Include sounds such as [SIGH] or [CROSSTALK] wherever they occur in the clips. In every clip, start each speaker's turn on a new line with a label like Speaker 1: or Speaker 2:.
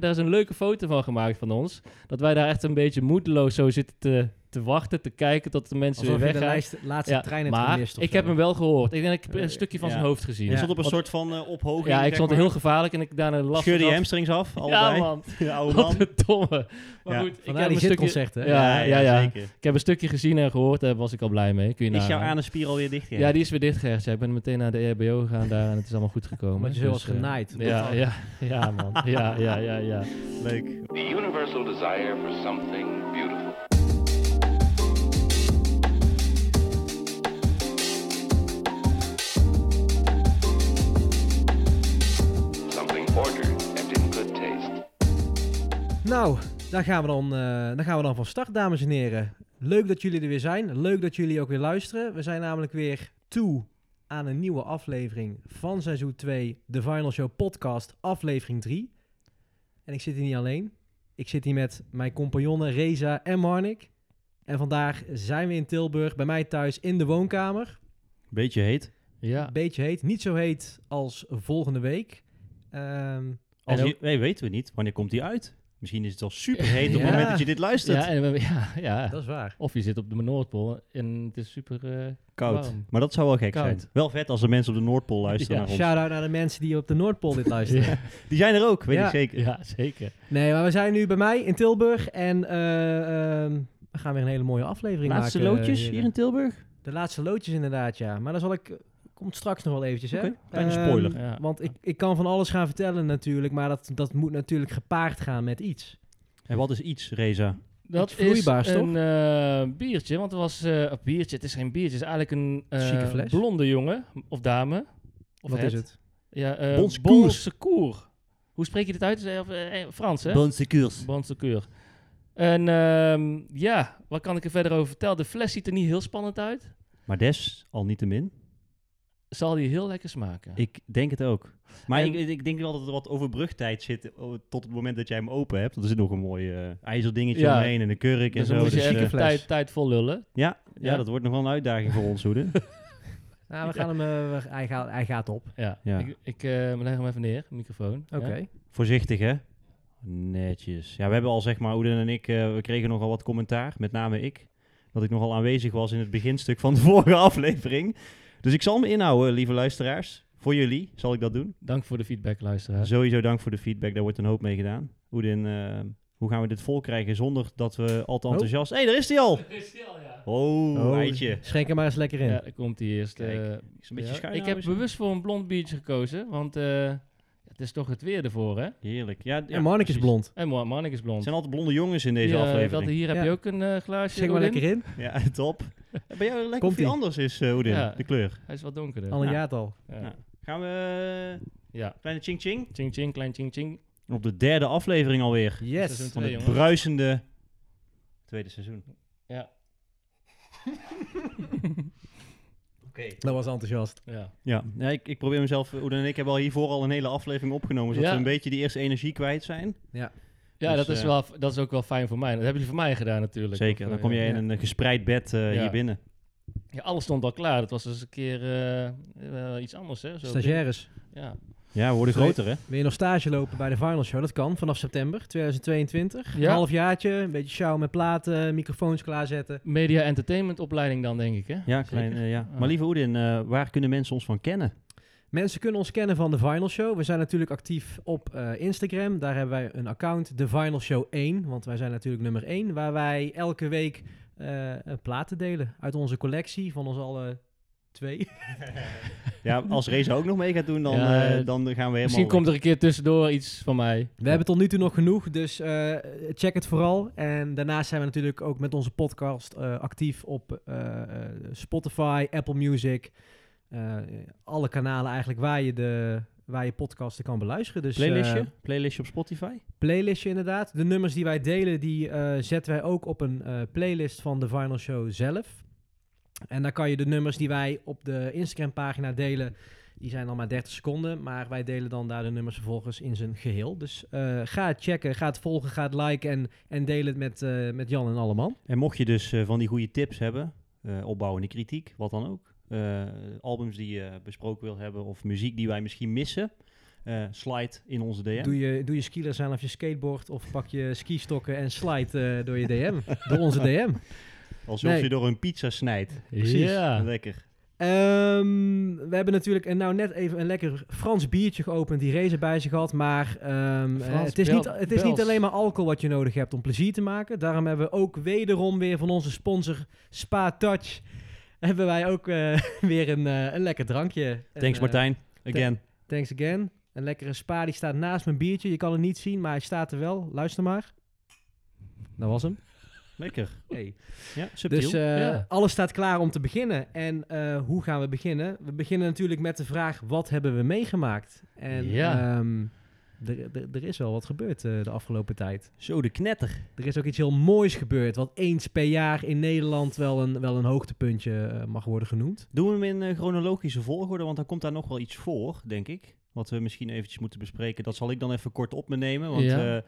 Speaker 1: daar is een leuke foto van gemaakt van ons. Dat wij daar echt een beetje moedeloos zo zitten te, te wachten, te kijken tot de mensen
Speaker 2: Alsof je
Speaker 1: weer
Speaker 2: de
Speaker 1: weggaan.
Speaker 2: lijst, laatste trein hebt
Speaker 1: maar
Speaker 2: gemist of
Speaker 1: ik
Speaker 2: zo.
Speaker 1: heb hem wel gehoord. Ik denk, ik heb
Speaker 2: Eh,
Speaker 1: een stukje van
Speaker 3: ja.
Speaker 1: zijn hoofd gezien.
Speaker 3: Je stond op een
Speaker 1: Want-
Speaker 3: soort van eh, ophoging.
Speaker 1: ja, ik
Speaker 3: zeg
Speaker 1: stond
Speaker 3: maar.
Speaker 1: heel gevaarlijk en ik daarna last
Speaker 3: Scheur die hamstrings af,
Speaker 1: Ja,
Speaker 3: allebei. [LAUGHS]
Speaker 1: man.
Speaker 3: Ja, oude
Speaker 1: Wat
Speaker 3: man.
Speaker 1: een domme. Maar
Speaker 3: Ja.
Speaker 1: goed, ik
Speaker 2: Vandaar
Speaker 1: heb,
Speaker 2: die
Speaker 1: een stukje,
Speaker 2: zitconcert, hè?
Speaker 1: Ja.
Speaker 3: zeker.
Speaker 1: ik heb een stukje gezien en gehoord. Daar was ik al blij mee. Kun je
Speaker 3: Is jouw
Speaker 1: nagaan.
Speaker 3: anusspier alweer dicht?
Speaker 1: Ja, die is weer dichtgehecht. Ja, ik ben meteen naar de E EHBO gegaan daar en het is allemaal goed gekomen.
Speaker 2: Omdat je zo was
Speaker 1: eh,
Speaker 2: genaaid.
Speaker 1: Ja, ja, ja, man. Ja, ja, ja, ja.
Speaker 3: Leuk.
Speaker 4: The universal desire for something beautiful. Something ordered and in good taste.
Speaker 2: Nou, daar gaan, we dan, eh, daar gaan we dan van start, dames en heren. Leuk dat jullie er weer zijn. Leuk dat jullie ook weer luisteren. We zijn namelijk weer toe aan een nieuwe aflevering van seizoen 2, de Final Show Podcast, aflevering 3. En ik zit hier niet alleen. Ik zit hier met mijn compagnonnen Reza en Marnik. En vandaag zijn we in Tilburg, bij mij thuis in de woonkamer.
Speaker 3: Beetje heet.
Speaker 1: Ja,
Speaker 2: Beetje heet, niet zo heet als volgende week. Ehm,
Speaker 3: Als
Speaker 1: En
Speaker 3: die- nee, weten we niet. Wanneer komt die uit? Misschien is het al super heet op
Speaker 1: Ja.
Speaker 3: het moment dat je dit luistert.
Speaker 1: ja, en we- ja, ja.
Speaker 2: dat is waar.
Speaker 1: Of je zit op de Noordpool en het is super... eh,
Speaker 3: Koud.
Speaker 1: Warm.
Speaker 3: Maar dat zou wel gek
Speaker 1: Koud.
Speaker 3: zijn. Wel vet als de mensen op de Noordpool luisteren
Speaker 1: Ja.
Speaker 3: naar ons.
Speaker 2: Shout-out naar de mensen die op de Noordpool [LAUGHS] dit luisteren.
Speaker 3: Die zijn er ook, weet
Speaker 2: Ja.
Speaker 3: ik zeker.
Speaker 1: ja, zeker.
Speaker 2: Nee, maar we zijn nu bij mij in Tilburg en eh, ehm, we gaan weer een hele mooie aflevering
Speaker 3: Laatste
Speaker 2: maken.
Speaker 3: loodjes
Speaker 2: eh,
Speaker 3: hier in Tilburg?
Speaker 2: De laatste loodjes inderdaad, ja. Maar daar zal ik... Komt straks nog wel eventjes,
Speaker 3: Oké,
Speaker 2: hè? Ehm,
Speaker 3: kleine spoiler.
Speaker 1: Ja.
Speaker 2: Want ik, ik kan van alles gaan vertellen natuurlijk, maar dat, dat moet natuurlijk gepaard gaan met iets.
Speaker 3: En wat is iets, Reza?
Speaker 1: Dat
Speaker 2: Iets vloeibaars,
Speaker 1: is
Speaker 2: toch?
Speaker 1: een eh, biertje, want het was eh, een biertje. Het is geen biertje, het is eigenlijk een eh,
Speaker 2: Chique fles.
Speaker 1: blonde jongen of dame. Of
Speaker 2: Wat is het?
Speaker 1: Ja, eh
Speaker 3: Bonsecours.
Speaker 1: Bonsecours. Hoe spreek je dit uit? Het is, eh, of, eh, Frans, hè?
Speaker 3: Bonsecours.
Speaker 1: Bonsecours. En ehm, ja, wat kan ik er verder over vertellen? De fles ziet er niet heel spannend uit.
Speaker 3: Maar des, al niet te min.
Speaker 1: Zal die heel lekker smaken.
Speaker 3: Ik denk het ook. Maar
Speaker 1: En-
Speaker 3: ik, ik denk wel dat er wat overbrugtijd zit oh, tot het moment dat jij hem open hebt. Want er zit nog een mooi eh, ijzerdingetje
Speaker 1: Ja.
Speaker 3: omheen en een kurk en
Speaker 1: dus
Speaker 3: zo.
Speaker 1: dan moet je
Speaker 3: Dus,
Speaker 2: chique
Speaker 1: even
Speaker 3: eh,
Speaker 2: fles.
Speaker 1: tijd, tijd vol lullen.
Speaker 3: ja, ja,
Speaker 1: Ja.
Speaker 3: dat wordt nog wel een uitdaging voor
Speaker 1: [LAUGHS]
Speaker 3: ons, hoede.
Speaker 2: Nou, we gaan hem... eh, we- hij, gaat, hij gaat op.
Speaker 1: Ja,
Speaker 3: Ja.
Speaker 1: ik, ik eh, leg hem even neer, microfoon.
Speaker 2: Oké.
Speaker 1: Ja.
Speaker 3: Voorzichtig, hè? Netjes. Ja, we hebben al, zeg maar, Oeden en ik, eh, we kregen nogal wat commentaar. Met name ik. Dat ik nogal aanwezig was in het beginstuk van de [LAUGHS] vorige aflevering. Dus ik zal me inhouden, lieve luisteraars. Voor jullie zal ik dat doen.
Speaker 1: Dank voor de feedback, luisteraar.
Speaker 3: Sowieso dank voor de feedback, daar wordt een hoop mee gedaan. Oedin, eh, hoe gaan we dit vol krijgen zonder dat we al te
Speaker 2: Oh.
Speaker 3: enthousiast... Hé, hey, daar is hij al! Oh,
Speaker 2: Oh,
Speaker 3: eitje.
Speaker 2: Schenk hem maar eens lekker in.
Speaker 1: Ja, daar komt hij eerst.
Speaker 3: Kijk,
Speaker 1: eh,
Speaker 3: Is een beetje
Speaker 1: ja.
Speaker 3: schuin
Speaker 1: Ik
Speaker 3: nou
Speaker 1: heb
Speaker 3: misschien?
Speaker 1: bewust voor een blond biertje gekozen, want eh, het is toch het weer ervoor, hè?
Speaker 3: Heerlijk. Ja, ja,
Speaker 2: en Marnik is
Speaker 3: precies.
Speaker 2: blond.
Speaker 1: En Ma- Marnik is blond.
Speaker 3: Het zijn altijd blonde jongens in deze
Speaker 1: Hier, eh, dat-
Speaker 3: aflevering.
Speaker 1: hier heb
Speaker 2: Ja.
Speaker 1: je ook een eh, glaasje.
Speaker 2: Schenk maar
Speaker 1: Odin.
Speaker 2: lekker in.
Speaker 3: Ja, [LAUGHS] top. Eh, Bij jou lekker of die
Speaker 2: Komt-ie.
Speaker 3: anders is, eh, Oedin,
Speaker 1: Ja.
Speaker 3: de kleur.
Speaker 1: Hij is wat donkerder.
Speaker 2: Al een
Speaker 3: Ja.
Speaker 2: jaartal.
Speaker 1: Ja.
Speaker 3: Gaan we... eh,
Speaker 1: ja.
Speaker 3: Kleine ching ching.
Speaker 1: Ching ching, klein ching ching.
Speaker 3: Op de derde aflevering alweer.
Speaker 1: Seizoen
Speaker 2: Yes.
Speaker 3: Van
Speaker 1: twee,
Speaker 3: het
Speaker 1: jongens.
Speaker 3: bruisende tweede seizoen.
Speaker 1: Ja.
Speaker 3: Oké.
Speaker 2: Dat was enthousiast.
Speaker 1: Ja.
Speaker 3: Ja, ja ik, ik probeer mezelf... Oeden en ik hebben al hiervoor al een hele aflevering opgenomen... zodat
Speaker 1: Ja.
Speaker 3: we een beetje die eerste energie kwijt zijn.
Speaker 1: Ja,
Speaker 3: Dus,
Speaker 1: dat, is
Speaker 3: eh,
Speaker 1: wel, dat is ook wel fijn voor mij. Dat hebben jullie voor mij gedaan natuurlijk.
Speaker 3: Zeker,
Speaker 1: Of,
Speaker 3: dan
Speaker 1: eh,
Speaker 3: kom je in
Speaker 2: ja.
Speaker 3: een eh, gespreid bed eh,
Speaker 1: Ja.
Speaker 3: hier binnen.
Speaker 1: Ja, alles stond al klaar. Dat was dus een keer eh, eh, iets anders, hè? Zo
Speaker 2: Stagiaires.
Speaker 1: Ja.
Speaker 3: Ja, we worden
Speaker 2: Sorry.
Speaker 3: groter, hè?
Speaker 2: Wil je nog stage lopen bij de Final Show? Dat kan vanaf september 2022.
Speaker 1: Ja.
Speaker 2: Een halfjaartje, een beetje show met platen, microfoons klaarzetten.
Speaker 1: Media entertainment opleiding dan, denk ik, hè?
Speaker 3: Ja, klein, eh, ja.
Speaker 1: Ah.
Speaker 3: Maar lieve Oedin, eh, waar kunnen mensen ons van kennen?
Speaker 2: Mensen kunnen ons kennen van de Final Show. We zijn natuurlijk actief op eh, Instagram. Daar hebben wij een account, de Final Show 1. Want wij zijn natuurlijk nummer 1. Waar wij elke week eh, eh, platen delen uit onze collectie van ons alle twee.
Speaker 3: Ja, als Reza ook nog mee gaat doen, dan,
Speaker 1: Ja,
Speaker 3: eh,
Speaker 1: eh,
Speaker 3: dan gaan we helemaal...
Speaker 1: Misschien komt er een keer tussendoor iets van mij.
Speaker 2: We hebben tot nu toe nog genoeg, dus eh, check het vooral. En daarnaast zijn we natuurlijk ook met onze podcast eh, actief op eh, eh, Spotify, Apple Music. eh, alle kanalen eigenlijk waar je, de, waar je podcasten kan beluisteren. Dus,
Speaker 3: Playlistje?
Speaker 2: eh,
Speaker 3: Playlistje op Spotify?
Speaker 2: playlistje inderdaad. De nummers die wij delen, die eh, zetten wij ook op een eh, playlist van de Vinyl Show zelf. En daar kan je de nummers die wij op de Instagram pagina delen, die zijn dan maar 30 seconden. Maar wij delen dan daar de nummers vervolgens in zijn geheel. Dus eh, ga het checken, ga het volgen, ga het liken en, en deel het met, eh, met Jan en Alleman.
Speaker 3: En mocht je dus eh, van die goede tips hebben, eh, opbouwende kritiek, wat dan ook, eh, albums die je besproken wilt hebben of muziek die wij misschien missen, eh, slide in onze DM.
Speaker 2: Doe je, doe je skielers aan of je skateboard of pak je skistokken en slide eh, door je DM. door onze DM.
Speaker 3: Alsof
Speaker 2: Nee.
Speaker 3: je door een pizza snijdt.
Speaker 2: Precies.
Speaker 1: Ja.
Speaker 3: Lekker.
Speaker 2: Ehm, we hebben natuurlijk en nou net even een lekker Frans biertje geopend die Reza bij zich had. Maar ehm, eh,
Speaker 1: Frans
Speaker 2: het is,
Speaker 1: Bel-
Speaker 2: niet, het is niet
Speaker 1: Bels.
Speaker 2: alleen maar alcohol wat je nodig hebt om plezier te maken. Daarom hebben we ook wederom weer van onze sponsor Spa Touch... hebben wij ook eh, [LAUGHS] weer een, eh, een lekker drankje.
Speaker 3: Thanks
Speaker 2: Een, eh,
Speaker 3: Martijn. Again.
Speaker 2: Thanks again. Een lekkere spa die staat naast mijn biertje. Je kan het niet zien, maar hij staat er wel. Luister maar. Dat was hem.
Speaker 3: Lekker.
Speaker 2: Hey.
Speaker 3: Ja, subtiel.
Speaker 2: Dus eh,
Speaker 1: Ja.
Speaker 2: alles staat klaar om te beginnen. En eh, hoe gaan we beginnen? We beginnen natuurlijk met de vraag: wat hebben we meegemaakt? En
Speaker 1: Ja.
Speaker 2: ehm, er- er er is wel wat gebeurd eh, de afgelopen tijd.
Speaker 3: Zo, de knetter.
Speaker 2: Er is ook iets heel moois gebeurd, wat eens per jaar in Nederland wel een, wel een hoogtepuntje eh, mag worden genoemd.
Speaker 3: Doen we hem in eh, chronologische volgorde, want dan komt daar nog wel iets voor, denk ik. Wat we misschien eventjes moeten bespreken. Dat zal ik dan even kort op me nemen, want
Speaker 1: Ja.
Speaker 3: eh,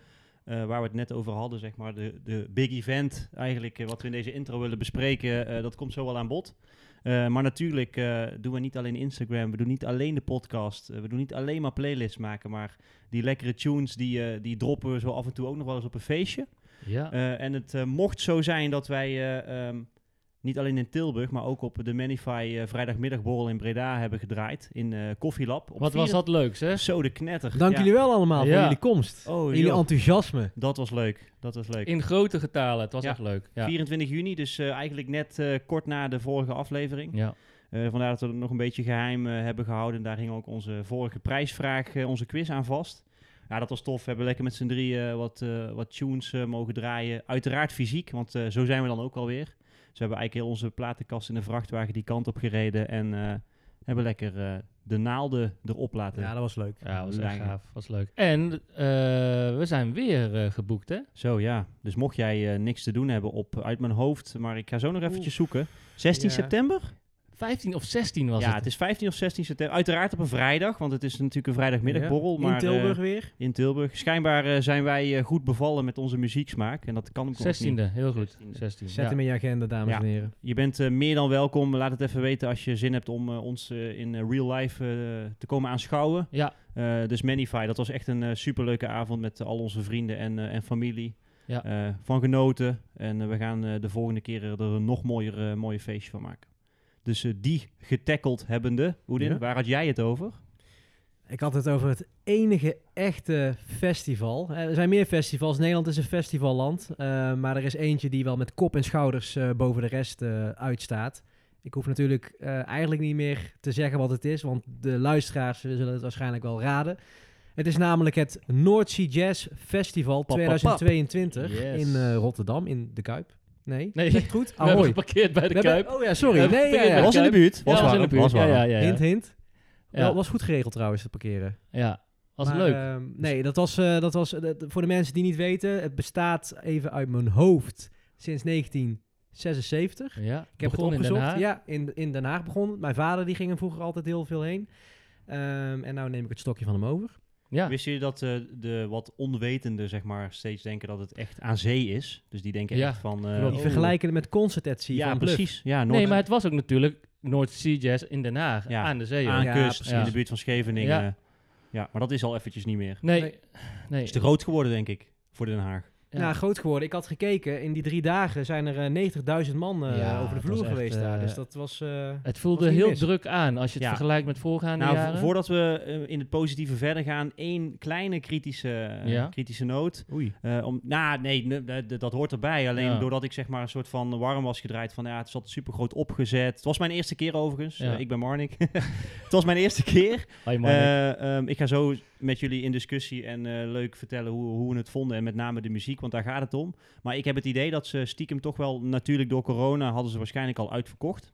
Speaker 3: eh, waar we het net over hadden, zeg maar, de, de big event eigenlijk, eh, wat we in deze intro willen bespreken, eh, dat komt zo wel aan bod. Eh, maar natuurlijk eh, doen we niet alleen Instagram, we doen niet alleen de podcast, eh, we doen niet alleen maar playlists maken, maar die lekkere tunes, die, eh, die droppen we zo af en toe ook nog wel eens op een feestje.
Speaker 1: Ja.
Speaker 3: Eh, en het eh, mocht zo zijn dat wij eh, ehm, niet alleen in Tilburg, maar ook op de Manify eh, vrijdagmiddagborrel in Breda hebben gedraaid in eh Koffielab. Op
Speaker 1: Wat was
Speaker 3: vieren-
Speaker 1: dat leuks, hè?
Speaker 3: Zo de knetter.
Speaker 2: Dank
Speaker 3: Ja.
Speaker 2: jullie wel allemaal voor
Speaker 1: Ja.
Speaker 2: jullie komst.
Speaker 3: Oh,
Speaker 2: jullie
Speaker 3: joh.
Speaker 2: enthousiasme.
Speaker 3: Dat was leuk. Dat was leuk.
Speaker 1: In grote getalen. Het was
Speaker 3: Ja.
Speaker 1: echt leuk. Ja.
Speaker 3: 24 juni, dus eh, eigenlijk net eh, kort na de vorige aflevering.
Speaker 1: Ja.
Speaker 3: Eh, vandaar dat we het nog een beetje geheim eh, hebben gehouden. Daar hing ook onze vorige prijsvraag, eh, onze quiz aan vast. Ja, dat was tof. We hebben lekker met z'n drieën wat, eh, wat tunes eh, mogen draaien. Uiteraard fysiek, want eh, zo zijn we dan ook alweer. Dus we hebben eigenlijk heel onze platenkast in de vrachtwagen die kant op gereden. En eh, hebben lekker eh, de naalden erop laten.
Speaker 2: Ja, dat was leuk.
Speaker 1: Ja, was echt
Speaker 3: Lekker.
Speaker 1: gaaf. Was leuk. En eh, we zijn weer eh, geboekt, hè?
Speaker 3: Zo ja. Dus mocht jij eh, niks te doen hebben op uit mijn hoofd, maar ik ga zo nog eventjes zoeken. 16
Speaker 2: Ja.
Speaker 3: september?
Speaker 1: 15 of 16 was
Speaker 3: ja, het?
Speaker 1: het.
Speaker 3: is 15 of 16 september. Uiteraard op een vrijdag, want het is natuurlijk een vrijdagmiddagborrel.
Speaker 2: in
Speaker 3: maar, eh,
Speaker 2: Tilburg weer.
Speaker 3: In Tilburg. Schijnbaar eh, zijn wij eh, goed bevallen met onze muzieksmaak. En dat kan ik ook
Speaker 1: 16e, e, heel goed.
Speaker 3: 16e.
Speaker 1: 16.
Speaker 2: e. Zet
Speaker 1: ja.
Speaker 2: hem in je agenda, dames
Speaker 3: Ja.
Speaker 2: en heren.
Speaker 3: Je bent eh, meer dan welkom. Laat het even weten als je zin hebt om eh, ons eh, in eh, real life eh, te komen aanschouwen.
Speaker 1: Ja.
Speaker 3: Eh, dus Manify, dat was echt een eh, superleuke avond met eh, al onze vrienden en, eh, en familie.
Speaker 1: Ja.
Speaker 3: Eh, van genoten. En eh, we gaan eh, de volgende keer er een nog mooier, eh, mooier feestje van maken. Dus eh, die getackeld hebbende, Oedin,
Speaker 2: Ja.
Speaker 3: waar had jij het over?
Speaker 2: Ik had het over het enige echte festival. Eh, Er zijn meer festivals. Nederland is een festivalland. eh, maar er is eentje die wel met kop en schouders eh, boven de rest eh, uitstaat. Ik hoef natuurlijk eh, eigenlijk niet meer te zeggen wat het is, want de luisteraars zullen het waarschijnlijk wel raden. Het is namelijk het North Sea Jazz Festival
Speaker 3: pap, pap.
Speaker 2: 2022
Speaker 1: Yes.
Speaker 2: in eh, Rotterdam, in de Kuip. Nee,
Speaker 1: Nee.
Speaker 2: Zeg het goed?
Speaker 1: We hebben
Speaker 2: Ahoy.
Speaker 1: geparkeerd bij de
Speaker 2: We hebben-
Speaker 1: Kuip.
Speaker 2: Oh ja, sorry.
Speaker 1: Eh,
Speaker 2: Nee, ja,
Speaker 1: verkeerd
Speaker 2: ja.
Speaker 1: bij
Speaker 3: Was in de
Speaker 1: Kuip.
Speaker 3: buurt.
Speaker 1: Ja,
Speaker 3: Was
Speaker 1: was in
Speaker 3: waar,
Speaker 1: de buurt.
Speaker 3: was
Speaker 1: Ja,
Speaker 3: waar.
Speaker 1: ja, ja. ja.
Speaker 2: Hint, hint.
Speaker 1: Ja.
Speaker 2: Wel, was goed geregeld trouwens, het parkeren.
Speaker 1: Ja, was
Speaker 2: Maar,
Speaker 1: leuk.
Speaker 2: ehm, nee, dat was, eh, dat was eh, dat- voor de mensen die niet weten. Het bestaat even uit mijn hoofd sinds 1976.
Speaker 1: ja,
Speaker 2: Ik heb
Speaker 1: begon
Speaker 2: het
Speaker 1: in
Speaker 2: opgezocht.
Speaker 1: Den Haag.
Speaker 2: Ja, in, in Den Haag begon. het. Mijn vader die ging er vroeger altijd heel veel heen. Ehm, en nou neem ik het stokje van hem
Speaker 1: Eh,
Speaker 2: over.
Speaker 1: Ja.
Speaker 3: Wisten jullie dat eh, de wat onwetenden, zeg maar, steeds denken dat het echt aan zee is? Dus die denken
Speaker 1: Ja,
Speaker 3: echt van... eh,
Speaker 1: klopt.
Speaker 2: Die
Speaker 1: Oh.
Speaker 2: vergelijken het met Concert at Sea
Speaker 3: Ja,
Speaker 2: van Bluff.
Speaker 3: precies. Ja, Noord
Speaker 1: Nee, maar het was ook natuurlijk North Sea Jazz in Den Haag,
Speaker 3: Ja.
Speaker 1: aan de zee.
Speaker 3: aan
Speaker 1: hoor.
Speaker 2: Ja,
Speaker 3: kust,
Speaker 2: precies.
Speaker 3: in de buurt van Scheveningen. Ja.
Speaker 1: Ja.
Speaker 3: maar dat is al eventjes niet meer.
Speaker 1: Nee,
Speaker 2: Nee.
Speaker 1: nee.
Speaker 3: Het is te groot geworden, denk ik, voor Den Haag.
Speaker 1: Ja.
Speaker 2: Nou, groot geworden. Ik had gekeken. In die drie dagen zijn er eh, 90.000 man eh,
Speaker 1: Ja,
Speaker 2: over de
Speaker 1: dat
Speaker 2: vloer
Speaker 1: was echt,
Speaker 2: geweest daar.
Speaker 1: eh,
Speaker 2: Dus dat was... eh,
Speaker 1: Het
Speaker 2: Was
Speaker 1: voelde
Speaker 2: niet
Speaker 1: heel
Speaker 2: mis.
Speaker 1: druk aan als je het
Speaker 3: Ja.
Speaker 1: vergelijkt met voorgaande
Speaker 3: Nou, vo-
Speaker 1: jaren.
Speaker 3: voordat we eh, in het positieve verder gaan, één kleine kritische, eh,
Speaker 1: Ja.
Speaker 3: kritische noot.
Speaker 2: Oei.
Speaker 3: Eh, om, nou, nee, ne- de- de- dat hoort erbij. Alleen
Speaker 1: Ja.
Speaker 3: doordat ik zeg maar een soort van warm was gedraaid van ja, het zat super groot opgezet. Het was mijn eerste keer overigens.
Speaker 1: Ja.
Speaker 3: Eh, ik ben Marnik. [LAUGHS] het was mijn eerste keer.
Speaker 1: Hi, Marnik.
Speaker 3: Eh, ehm, ik ga zo met jullie in discussie en eh, leuk vertellen hoe, hoe we het vonden. En met name de muziek, want daar gaat het om. Maar ik heb het idee dat ze stiekem toch wel, natuurlijk door corona, hadden ze waarschijnlijk al uitverkocht.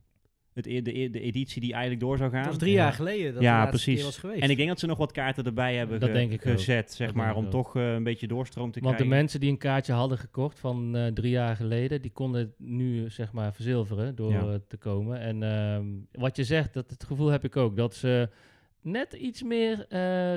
Speaker 3: Het, e- de, e- de editie die eigenlijk door zou
Speaker 2: Dat
Speaker 3: gaan.
Speaker 2: was drie
Speaker 1: Ja.
Speaker 2: jaar geleden dat
Speaker 3: Ja,
Speaker 2: de laatste
Speaker 3: precies.
Speaker 2: keer was geweest.
Speaker 3: En ik denk dat ze nog wat kaarten erbij hebben
Speaker 1: Dat
Speaker 3: ge-
Speaker 1: denk ik ook.
Speaker 3: gezet, zeg
Speaker 1: Dat
Speaker 3: maar,
Speaker 1: denk
Speaker 3: om
Speaker 1: ik ook.
Speaker 3: toch eh, een beetje doorstroom te
Speaker 1: Want de
Speaker 3: krijgen.
Speaker 1: mensen die een kaartje hadden gekocht van eh, drie jaar geleden, die konden het nu eh, zeg maar verzilveren door
Speaker 3: Ja.
Speaker 1: eh, te komen. En ehm, wat je zegt, dat het gevoel heb ik ook, dat ze net iets meer eh,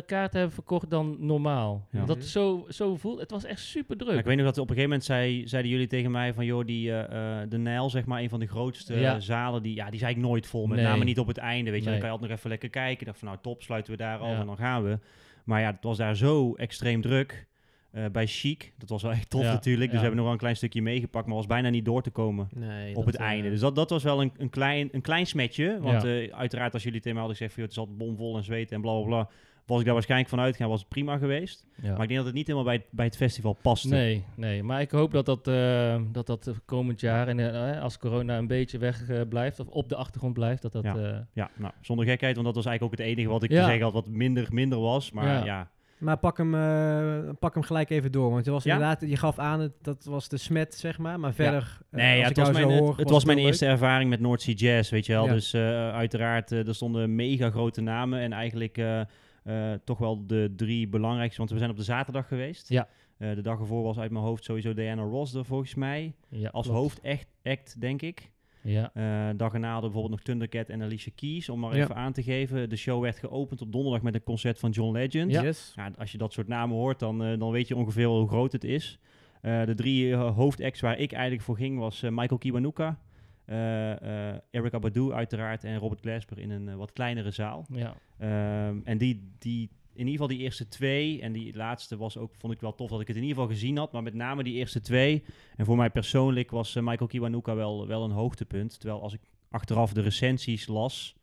Speaker 1: kaarten hebben verkocht dan normaal.
Speaker 3: Ja.
Speaker 1: Dat
Speaker 2: Mhm.
Speaker 1: zo, zo voelt, het was echt super druk.
Speaker 3: Maar ik weet nog dat op een gegeven moment zei, zeiden jullie tegen mij van... joh, die, eh, eh, de Nijl, zeg maar, een van de grootste
Speaker 1: Ja.
Speaker 3: eh, zalen... Die, ja, die is eigenlijk nooit vol, met
Speaker 1: Nee.
Speaker 3: name niet op het einde. Weet je,
Speaker 1: Nee.
Speaker 3: dan kan je altijd nog even lekker kijken. Ik dacht van, nou top, sluiten we daar af
Speaker 1: Ja.
Speaker 3: en dan gaan we. Maar ja, het was daar zo extreem druk. eh, bij Chic, dat was wel echt tof
Speaker 1: Ja,
Speaker 3: natuurlijk. Dus
Speaker 1: ja.
Speaker 3: we hebben nog wel een klein stukje meegepakt, maar was bijna niet door te komen
Speaker 2: Nee,
Speaker 3: op
Speaker 2: dat,
Speaker 3: het
Speaker 2: eh,
Speaker 3: einde. Dus dat, dat was wel een, een, klein, een klein smetje. Want
Speaker 1: Ja.
Speaker 3: eh, uiteraard als jullie tegen mij hadden gezegd... Van, joh, het zat bomvol en zweet en bla bla bla... was ik daar waarschijnlijk van uitgegaan, was het prima geweest.
Speaker 1: Ja.
Speaker 3: Maar ik denk dat het niet helemaal bij, het- bij het festival paste.
Speaker 1: Nee, nee, maar ik hoop dat dat, eh, dat, dat komend jaar, en eh, als corona een beetje weg eh, blijft, of op de achtergrond blijft, dat dat...
Speaker 3: Ja.
Speaker 1: eh,
Speaker 3: Ja, nou, zonder gekheid, want dat was eigenlijk ook het enige wat ik
Speaker 1: Ja.
Speaker 3: te zeggen had... wat minder, minder was. Maar
Speaker 1: Ja.
Speaker 3: ja,
Speaker 2: Maar pak hem, eh, pak hem gelijk even door. Want je, was
Speaker 3: Ja?
Speaker 2: inderdaad, je gaf aan, het- dat was de smet, zeg maar. Maar verder, eh,
Speaker 3: nee, ja,
Speaker 2: als
Speaker 3: het,
Speaker 2: ik
Speaker 3: was
Speaker 2: jou
Speaker 3: mijn,
Speaker 2: zo hoor,
Speaker 3: het, was mijn
Speaker 2: heel
Speaker 3: eerste ervaring met North Sea Jazz, weet je wel.
Speaker 2: Ja.
Speaker 3: Dus eh, uiteraard, eh, er stonden mega grote namen en eigenlijk eh, eh, toch wel de drie belangrijkste. Want we zijn op de zaterdag geweest.
Speaker 1: Ja.
Speaker 3: Eh, de dag ervoor was uit mijn hoofd sowieso Diana Ross er volgens mij.
Speaker 1: ja,
Speaker 3: Als
Speaker 1: klopt.
Speaker 3: hoofdact, act, denk ik.
Speaker 1: Ja,
Speaker 3: Eh, dag erna hadden we bijvoorbeeld nog Thundercat en Alicia Keys, om maar
Speaker 2: Ja.
Speaker 3: even aan te geven. De show werd geopend op donderdag met een concert van John Legend.
Speaker 1: Ja.
Speaker 2: leuk. Yes.
Speaker 3: Ja, als je dat soort namen hoort, dan, eh, dan weet je ongeveer wel hoe groot het is. Eh, de drie eh, hoofdacts waar ik eigenlijk voor ging was eh, Michael Kiwanuka, eh, eh, Eric Abadou uiteraard en Robert Glasper in een eh, wat kleinere zaal.
Speaker 1: ja.
Speaker 3: Ehm, en die, die, in ieder geval die eerste twee en die laatste was ook, vond ik wel tof dat ik het in ieder geval gezien had, maar met name die eerste twee. En voor mij persoonlijk was eh, Michael Kiwanuka wel, wel een hoogtepunt. Terwijl als ik achteraf de recensies las,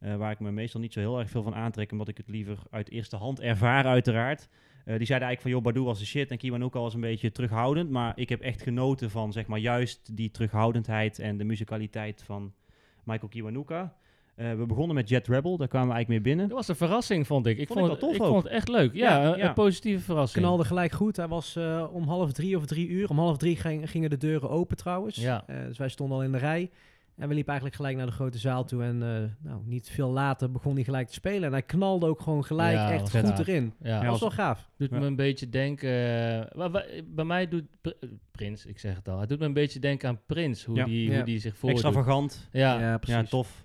Speaker 3: eh, waar ik me meestal niet zo heel erg veel van aantrek, omdat ik het liever uit eerste hand ervaar uiteraard. Eh, die zeiden eigenlijk van, joh, Badu was de shit en Kiwanuka was een beetje terughoudend. Maar ik heb echt genoten van, zeg maar, juist die terughoudendheid en de musicaliteit van Michael Kiwanuka. Eh, we begonnen met Jet Rebel, daar kwamen we eigenlijk mee binnen.
Speaker 1: Dat was een verrassing, vond ik. Ik
Speaker 3: Vond
Speaker 1: vond,
Speaker 3: ik
Speaker 1: het,
Speaker 3: wel tof
Speaker 1: ik
Speaker 3: ook.
Speaker 1: vond het echt leuk. Ja,
Speaker 3: Ja,
Speaker 1: een,
Speaker 3: ja.
Speaker 1: een positieve verrassing.
Speaker 2: Knalde gelijk goed. Hij was eh, om half drie of drie uur. Om half drie ging- gingen de deuren open trouwens.
Speaker 1: Ja.
Speaker 2: Eh, dus wij stonden al in de rij. En we liepen eigenlijk gelijk naar de grote zaal toe. En eh, nou, niet veel later begon hij gelijk te spelen. En hij knalde ook gewoon gelijk
Speaker 1: Ja,
Speaker 2: echt
Speaker 1: was
Speaker 2: goed
Speaker 1: gaaf.
Speaker 2: erin.
Speaker 1: Ja,
Speaker 2: Dat was
Speaker 3: was-
Speaker 2: wel gaaf.
Speaker 1: doet
Speaker 3: Ja.
Speaker 1: me een beetje denken... eh, wa- wa- bij mij doet Pr- Prins, ik zeg het al, het doet me een beetje denken aan Prins, hoe,
Speaker 3: Ja.
Speaker 1: die,
Speaker 2: Ja.
Speaker 1: hoe die zich voordoet.
Speaker 3: Extravagant.
Speaker 1: Ja, ja.
Speaker 3: Ja, tof.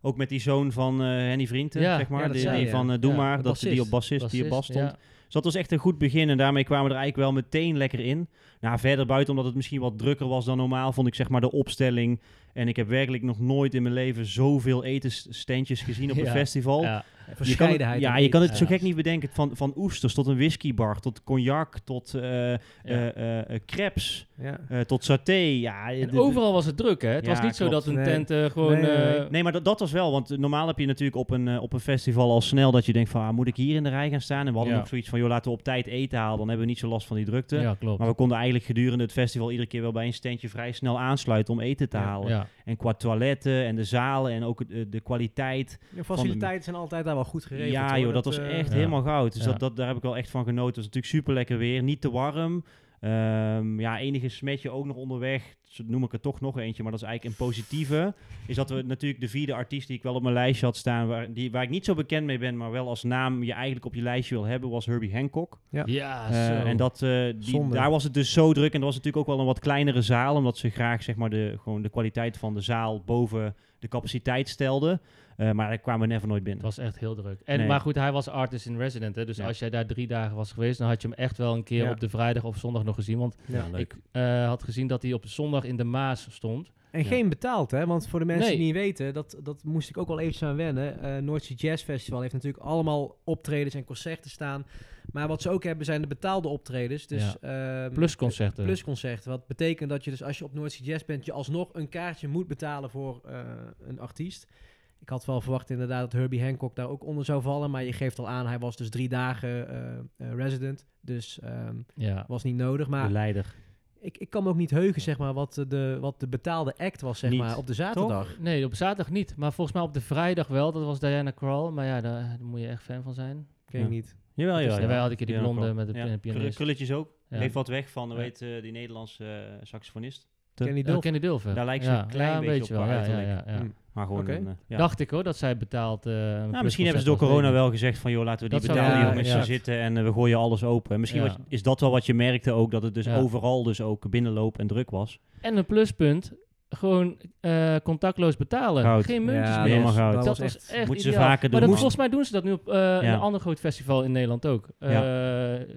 Speaker 3: Ook met die zoon van eh Henny Vrienden,
Speaker 1: Ja,
Speaker 3: zeg maar.
Speaker 2: ja, dat
Speaker 3: die,
Speaker 2: zei
Speaker 3: die
Speaker 2: je.
Speaker 3: van eh Doe
Speaker 2: Ja,
Speaker 3: Maar,
Speaker 2: de
Speaker 3: dat ze die op bassist, die op bas
Speaker 1: bassist,
Speaker 3: stond. Dus dat was echt een goed begin en daarmee kwamen we er eigenlijk wel meteen lekker in. Nou, verder buiten, omdat het misschien wat drukker was dan normaal, vond ik zeg maar de opstelling. En ik heb werkelijk nog nooit in mijn leven zoveel etensstandjes gezien op
Speaker 1: Ja,
Speaker 3: een festival.
Speaker 1: Ja, ja.
Speaker 3: Je kan het,
Speaker 2: Verscheidenheid.
Speaker 3: Oh. ja,
Speaker 2: aan
Speaker 3: je kan het
Speaker 2: eten.
Speaker 3: zo gek niet bedenken. Van, van oesters tot een whiskybar, tot cognac, tot eh, eh, eh, eh, crepes,
Speaker 2: Ja.
Speaker 3: eh, tot saté. Ja,
Speaker 1: En
Speaker 3: de- de-
Speaker 1: overal was het druk, hè? Het
Speaker 3: Ja,
Speaker 1: was niet zo
Speaker 3: klopt.
Speaker 1: dat een
Speaker 2: Nee.
Speaker 1: tent eh, gewoon...
Speaker 2: Nee, nee, nee.
Speaker 1: eh,
Speaker 3: Nee, maar dat, dat was wel. Want normaal heb je natuurlijk op een, eh, op een festival al snel dat je denkt van... Ah, moet ik hier in de rij gaan staan? En we hadden
Speaker 1: Ja.
Speaker 3: ook zoiets van... joh, laten we op tijd eten halen. Dan hebben we niet zo last van die drukte.
Speaker 1: ja, klopt.
Speaker 3: Maar we konden eigenlijk gedurende het festival... iedere keer wel bij een standje vrij snel aansluiten om eten te
Speaker 2: Ja,
Speaker 3: halen.
Speaker 1: ja.
Speaker 3: En qua toiletten en de zalen en ook eh, de kwaliteit.
Speaker 2: De faciliteiten zijn altijd daar wel goed geregeld.
Speaker 3: ja
Speaker 2: hoor.
Speaker 3: joh, dat, was
Speaker 2: eh,
Speaker 3: echt
Speaker 1: Ja.
Speaker 3: helemaal goud. Dus
Speaker 1: Ja.
Speaker 3: dat, dat, daar heb ik wel echt van genoten. Het was natuurlijk super lekker weer. Niet te warm. Ehm, ja, enige smetje ook nog onderweg. Zo noem ik er toch nog eentje, maar dat is eigenlijk een positieve. Is dat we natuurlijk de vierde artiest die ik wel op mijn lijstje had staan, waar, die, waar ik niet zo bekend mee ben, maar wel als naam je eigenlijk op je lijstje wil hebben, was Herbie Hancock.
Speaker 2: Ja.
Speaker 1: Ja,
Speaker 3: Eh,
Speaker 1: Ah, zo.
Speaker 3: en dat, eh, die,
Speaker 2: Zonde.
Speaker 3: daar was het dus zo druk. En dat was natuurlijk ook wel een wat kleinere zaal, omdat ze graag zeg maar, de, gewoon de kwaliteit van de zaal boven de capaciteit stelden. Eh, maar daar kwamen we never nooit binnen.
Speaker 1: Het was echt heel druk. En,
Speaker 3: Nee.
Speaker 1: Maar goed, hij was artist in resident. Hè? Dus
Speaker 3: Ja.
Speaker 1: als jij daar drie dagen was geweest, dan had je hem echt wel een keer
Speaker 2: Ja.
Speaker 1: op de vrijdag of zondag nog gezien. Want
Speaker 2: Ja.
Speaker 1: ik eh, had gezien dat hij op zondag in de Maas stond.
Speaker 3: Mm.
Speaker 2: En geen betaald, hè? Want voor de mensen die
Speaker 1: Nee.
Speaker 2: niet weten, dat, dat moest ik ook wel even aan wennen. Eh North Sea Jazz Festival heeft natuurlijk allemaal optredens en concerten staan. Maar wat ze ook hebben zijn de betaalde optredens. Dus, ehm,
Speaker 1: Plusconcerten.
Speaker 2: Plusconcerten. Wat betekent dat je dus als je op North Sea Jazz bent, je alsnog een kaartje moet betalen voor eh, een artiest. Ik had wel verwacht inderdaad dat Herbie Hancock daar ook onder zou vallen. Maar je geeft al aan, hij was dus drie dagen eh, eh, resident. Dus ehm,
Speaker 1: ja.
Speaker 2: was niet nodig. Maar
Speaker 3: de leider.
Speaker 2: ik, ik kan me ook niet heugen, zeg maar, wat eh, de, wat de betaalde act was, zeg
Speaker 3: Niet.
Speaker 2: maar, op de zaterdag.
Speaker 1: Nee, op zaterdag niet. Maar volgens mij op de vrijdag wel. Dat was Diana Krall. Maar ja, daar, daar moet je echt fan van zijn.
Speaker 2: Ik weet
Speaker 3: Ja.
Speaker 2: niet.
Speaker 3: Jawel,
Speaker 1: Ja, wij hadden een keer die blonde met de pi- pianist.
Speaker 3: Krulletjes ook.
Speaker 1: Ja.
Speaker 3: Heeft wat weg van,
Speaker 1: Ja.
Speaker 3: weet die Nederlandse eh, saxofonist.
Speaker 2: Kenny
Speaker 1: Uh,
Speaker 2: Dilf.
Speaker 1: Kenny Dulfer.
Speaker 3: Daar lijkt ze een klein beetje op
Speaker 1: wel.
Speaker 3: qua
Speaker 1: Ja, ja, ja,
Speaker 3: uiterlijk.
Speaker 1: ja.
Speaker 2: Mm.
Speaker 3: Maar gewoon
Speaker 2: Oké.
Speaker 3: een, eh, ja.
Speaker 1: Dacht ik hoor, dat zij betaald... eh, een
Speaker 3: Nou, misschien
Speaker 1: plusconcert
Speaker 3: hebben ze door
Speaker 1: was, weet
Speaker 3: corona
Speaker 1: ik
Speaker 3: wel gezegd van joh, laten we die
Speaker 1: Dat zou
Speaker 3: betalen
Speaker 2: wel-
Speaker 3: jongens
Speaker 2: ja,
Speaker 3: zo
Speaker 2: ja.
Speaker 3: zitten en eh, we gooien alles open. En misschien
Speaker 1: Ja.
Speaker 3: wat- is dat wel wat je merkte ook, dat het dus
Speaker 1: Ja.
Speaker 3: overal dus ook binnenloop en druk was.
Speaker 1: niet. En een pluspunt. gewoon eh, contactloos betalen.
Speaker 3: Goud.
Speaker 1: Geen muntjes
Speaker 2: Ja,
Speaker 1: meer.
Speaker 3: helemaal goud.
Speaker 1: Dat,
Speaker 2: Dat was
Speaker 1: was
Speaker 2: echt-
Speaker 1: echt,
Speaker 3: Moeten ze
Speaker 1: ideaal.
Speaker 3: vaker
Speaker 1: Maar
Speaker 3: doen.
Speaker 1: dat,
Speaker 3: Moest-
Speaker 1: volgens mij doen ze dat nu op eh, een ander groot festival in Nederland ook. Eh,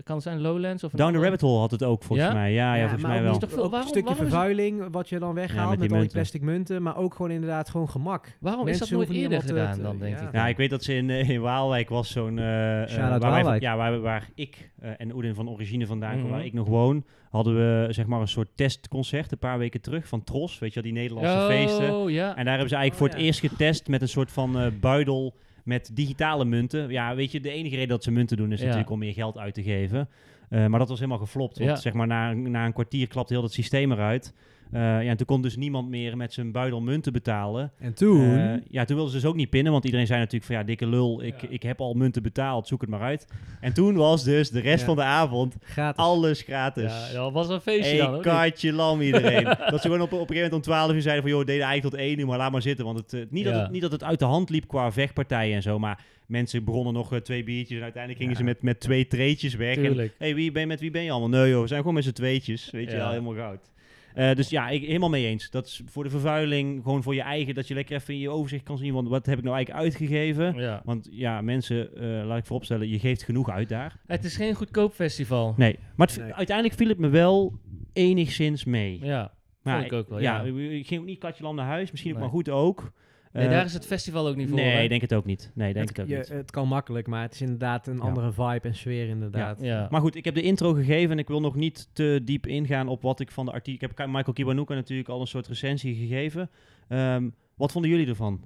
Speaker 1: Kan het zijn Lowlands of... een
Speaker 3: Down the
Speaker 1: ander?
Speaker 3: Rabbit Hole had het ook volgens
Speaker 1: Ja?
Speaker 3: mij. Ah, Ja, ja,
Speaker 2: Ja,
Speaker 3: volgens
Speaker 2: maar
Speaker 3: mij
Speaker 1: ook
Speaker 3: wel.
Speaker 1: niet toch veel-
Speaker 2: Ook een
Speaker 1: waarom-
Speaker 2: stukje
Speaker 1: waarom is-
Speaker 2: vervuiling wat je dan weghaalt
Speaker 3: Ja,
Speaker 2: met,
Speaker 3: met die
Speaker 2: al die
Speaker 3: munten.
Speaker 2: plastic munten, maar ook gewoon inderdaad gewoon gemak.
Speaker 1: Waarom is
Speaker 2: Mensen
Speaker 1: dat nooit
Speaker 2: hoeven niet
Speaker 1: eerder
Speaker 2: allemaal te-
Speaker 1: gedaan dan,
Speaker 2: te-
Speaker 1: denk
Speaker 2: ja.
Speaker 1: ik?
Speaker 3: Ja, ik weet dat ze in, eh, in Waalwijk was zo'n... eh, eh,
Speaker 2: Shout-out
Speaker 3: waar wij-
Speaker 2: Waalwijk.
Speaker 3: ja, waar, waar ik eh, en Oedin van origine vandaan kom,
Speaker 1: Mhm.
Speaker 3: waar ik nog woon, hadden we eh, zeg maar een soort testconcert een paar weken terug van Tros. Weet je wel, die Nederlandse feesten.
Speaker 1: Oh, ja.
Speaker 3: En daar hebben ze eigenlijk
Speaker 2: Oh,
Speaker 3: voor het
Speaker 2: ja.
Speaker 3: eerst getest met een soort van eh, buidel met digitale munten. Ja, weet je, de enige reden dat ze munten doen is
Speaker 1: Ja.
Speaker 3: natuurlijk om meer geld uit te geven. Eh, maar dat was helemaal geflopt. Want
Speaker 1: Ja.
Speaker 3: zeg maar na, na een kwartier klapte heel dat systeem eruit. Eh, ja, en toen kon dus niemand meer met zijn buidel munten betalen.
Speaker 2: En toen,
Speaker 3: Eh, ja, toen wilden ze dus ook niet pinnen, want iedereen zei natuurlijk van ja, dikke lul, ik,
Speaker 1: Ja.
Speaker 3: ik heb al munten betaald, zoek het maar uit. En toen was dus de rest
Speaker 2: Ja.
Speaker 3: van de avond
Speaker 2: gratis.
Speaker 3: alles gratis.
Speaker 1: Ja, dat was een feestje dan,
Speaker 3: Eén
Speaker 1: hoor.
Speaker 3: kaartje
Speaker 1: [LAUGHS]
Speaker 3: lam iedereen. dat ze gewoon op, op een gegeven moment om 12 uur zeiden van... joh, deden eigenlijk tot één uur, maar laat maar zitten. Want het, eh, niet, dat
Speaker 1: Ja.
Speaker 3: het, niet dat het uit de hand liep qua vechtpartijen en zo... maar mensen begonnen nog eh, twee biertjes... en uiteindelijk gingen
Speaker 2: Ja.
Speaker 3: ze met, met twee treetjes weg. En,
Speaker 1: Tuurlijk.
Speaker 3: hey, wie ben, met wie ben je allemaal? Nee joh, we zijn gewoon met z'n tweetjes. Weet je
Speaker 1: Ja.
Speaker 3: wel, helemaal goud. Eh, dus ja, ik helemaal mee eens. Dat is voor de vervuiling, gewoon voor je eigen... dat je lekker even in je overzicht kan zien... want wat heb ik nou eigenlijk uitgegeven...
Speaker 1: Ja.
Speaker 3: Want ja, mensen, eh, laat ik vooropstellen, je geeft genoeg uit daar.
Speaker 1: Het is geen goedkoop festival.
Speaker 3: Nee, maar het-
Speaker 2: Nee.
Speaker 3: uiteindelijk viel het me wel enigszins mee.
Speaker 1: Ja,
Speaker 3: Maar
Speaker 1: vond ik ook wel.
Speaker 3: ja,
Speaker 1: Ja.
Speaker 3: ik ging ook niet katje lam naar huis. Misschien ook
Speaker 1: Nee.
Speaker 3: maar goed ook.
Speaker 1: Nee,
Speaker 3: Eh,
Speaker 1: daar is het festival ook niet voor.
Speaker 3: nee,
Speaker 1: hè?
Speaker 3: denk het ook niet. Nee, denk
Speaker 2: het,
Speaker 3: het ook
Speaker 2: je-
Speaker 3: niet.
Speaker 2: het kan makkelijk, maar het is inderdaad een
Speaker 3: Ja.
Speaker 2: andere vibe en sfeer inderdaad.
Speaker 1: ja.
Speaker 3: Maar goed, ik heb de intro gegeven en ik wil nog niet te diep ingaan op wat ik van de artikel... Ik heb Ka- Michael Kiwanuka natuurlijk al een soort recensie gegeven. Ehm, wat vonden jullie ervan?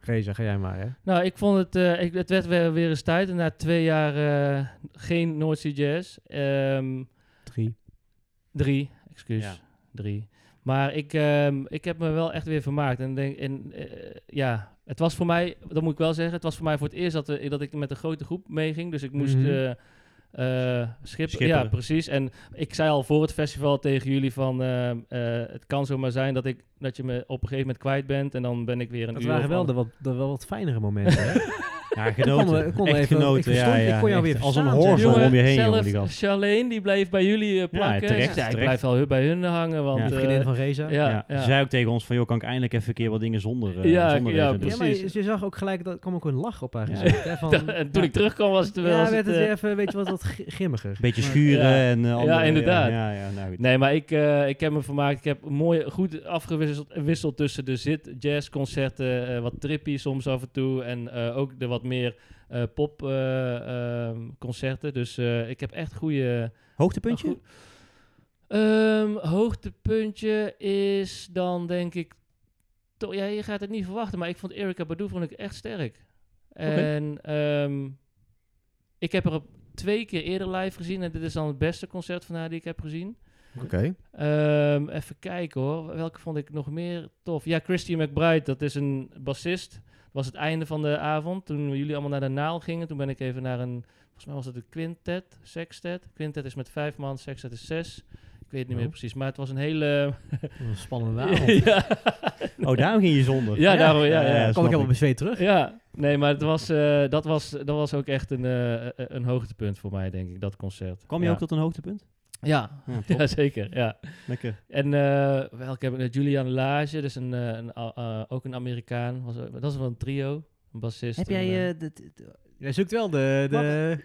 Speaker 2: Reza, ga jij maar hè.
Speaker 1: Nou, ik vond het... eh, ik, het werd weer, weer eens tijd. En na twee jaar eh, geen Noordzee Jazz. ehm,
Speaker 2: Drie.
Speaker 1: Drie, excuus.
Speaker 3: Ja.
Speaker 1: Drie. Maar ik, ehm, ik heb me wel echt weer vermaakt. En, denk, en eh, ja, het was voor mij, dat moet ik wel zeggen, het was voor mij voor het eerst dat, we, dat ik met een grote groep meeging. Dus ik moest
Speaker 2: Mhm.
Speaker 1: eh, eh, schip,
Speaker 3: Schipperen.
Speaker 1: Ja, precies. En ik zei al voor het festival tegen jullie van, ehm, eh, het kan zomaar zijn dat, ik, dat je me op een gegeven moment kwijt bent. En dan ben ik weer een
Speaker 2: Dat
Speaker 1: uur
Speaker 2: waren
Speaker 1: of
Speaker 2: wel
Speaker 1: ander-
Speaker 2: de wat, de wel wat fijnere momenten
Speaker 3: [LAUGHS]
Speaker 2: hè. [LAUGHS]
Speaker 3: Ja,
Speaker 2: Kon
Speaker 3: genoten.
Speaker 2: we- kon
Speaker 3: Echt
Speaker 2: even-
Speaker 3: genoten.
Speaker 2: ik verstond-
Speaker 3: ja, ja,
Speaker 2: ik kon jou
Speaker 3: echt.
Speaker 2: weer
Speaker 3: Als een
Speaker 2: verstaan, zeg.
Speaker 3: hoorn
Speaker 1: Jongen,
Speaker 3: om je heen,
Speaker 1: zelf,
Speaker 3: jongen, die gast.
Speaker 1: Charlene, die bleef bij jullie eh, plakken. Ze
Speaker 3: terecht,
Speaker 1: zei, ik
Speaker 3: terecht.
Speaker 1: blijf wel heel bij hun hangen, want...
Speaker 3: Ja.
Speaker 2: De
Speaker 1: eh,
Speaker 2: vriendin van Reza.
Speaker 1: ja,
Speaker 3: ja.
Speaker 1: ja.
Speaker 3: Ze zei ook tegen ons van, joh, kan ik eindelijk even een keer wat dingen zonder, eh
Speaker 1: Ja,
Speaker 3: zonder
Speaker 1: ja,
Speaker 3: deze doen?
Speaker 2: Ja, maar je,
Speaker 1: precies.
Speaker 2: je zag ook gelijk, dat er kwam ook een lach op haar
Speaker 3: Ja.
Speaker 2: gezicht. hè,
Speaker 3: [LAUGHS]
Speaker 1: [LAUGHS]
Speaker 2: van-
Speaker 1: en toen ik terugkwam was het wel...
Speaker 2: ja,
Speaker 1: was
Speaker 2: werd het
Speaker 1: eh,
Speaker 2: weer even, weet je wat, wat g- grimmiger.
Speaker 3: Beetje schuren
Speaker 1: Ja.
Speaker 3: en eh, andere-
Speaker 1: inderdaad.
Speaker 3: Ja, ja, nou goed.
Speaker 1: Nee, maar ik, eh, ik heb me vermaakt. Ik heb mooi goed afgewisseld wisseld tussen de zit, jazzconcerten, eh, wat trippy soms af en toe. En eh, ook de wat meer eh, popconcerten. ehm, dus eh, ik heb echt goede...
Speaker 3: Hoogtepuntje?
Speaker 1: goed- Ehm, hoogtepuntje is dan denk ik... toch- ja, je gaat het niet verwachten, maar ik vond Erika Badu vond ik echt sterk. En ehm, ik heb er op twee keer eerder live gezien. En dit is dan het beste concert van haar die ik heb gezien.
Speaker 5: Oké.
Speaker 1: Ehm, even kijken hoor. Welke vond ik nog meer tof? Ja, Christy McBride, dat is een bassist. Dat was het einde van de avond. Toen jullie allemaal naar de naal gingen, toen ben ik even naar een... Volgens mij was het een quintet, sextet. Quintet is met vijf man, sextet is zes. Ik weet het niet
Speaker 2: Oh.
Speaker 1: meer precies, maar het was een hele...
Speaker 2: Wat Een spannende
Speaker 1: [LAUGHS]
Speaker 2: avond.
Speaker 1: ja,
Speaker 3: Oh, daarom ging je zonder.
Speaker 1: Ja, daarom, ja, ja.
Speaker 2: Dan
Speaker 3: snap
Speaker 2: kwam ik helemaal bezweet terug.
Speaker 1: ja, nee, maar het was, eh, dat, was, dat was ook echt een, eh, eh, een hoogtepunt voor mij, denk ik, dat concert.
Speaker 3: Kwam je
Speaker 1: ja.
Speaker 3: ook tot een hoogtepunt?
Speaker 1: Ja, [LAUGHS]
Speaker 3: Ja, top.
Speaker 1: ja zeker, ja.
Speaker 3: Lekker.
Speaker 1: En eh, welke hebben we? Julian Lage, dus een, eh, een, eh, eh, ook een Amerikaan. Was, ook- dat is wel een trio, een bassist.
Speaker 3: Heb jij...
Speaker 1: en, eh,
Speaker 3: eh, dat- dat-
Speaker 2: Jij zoekt wel de... de...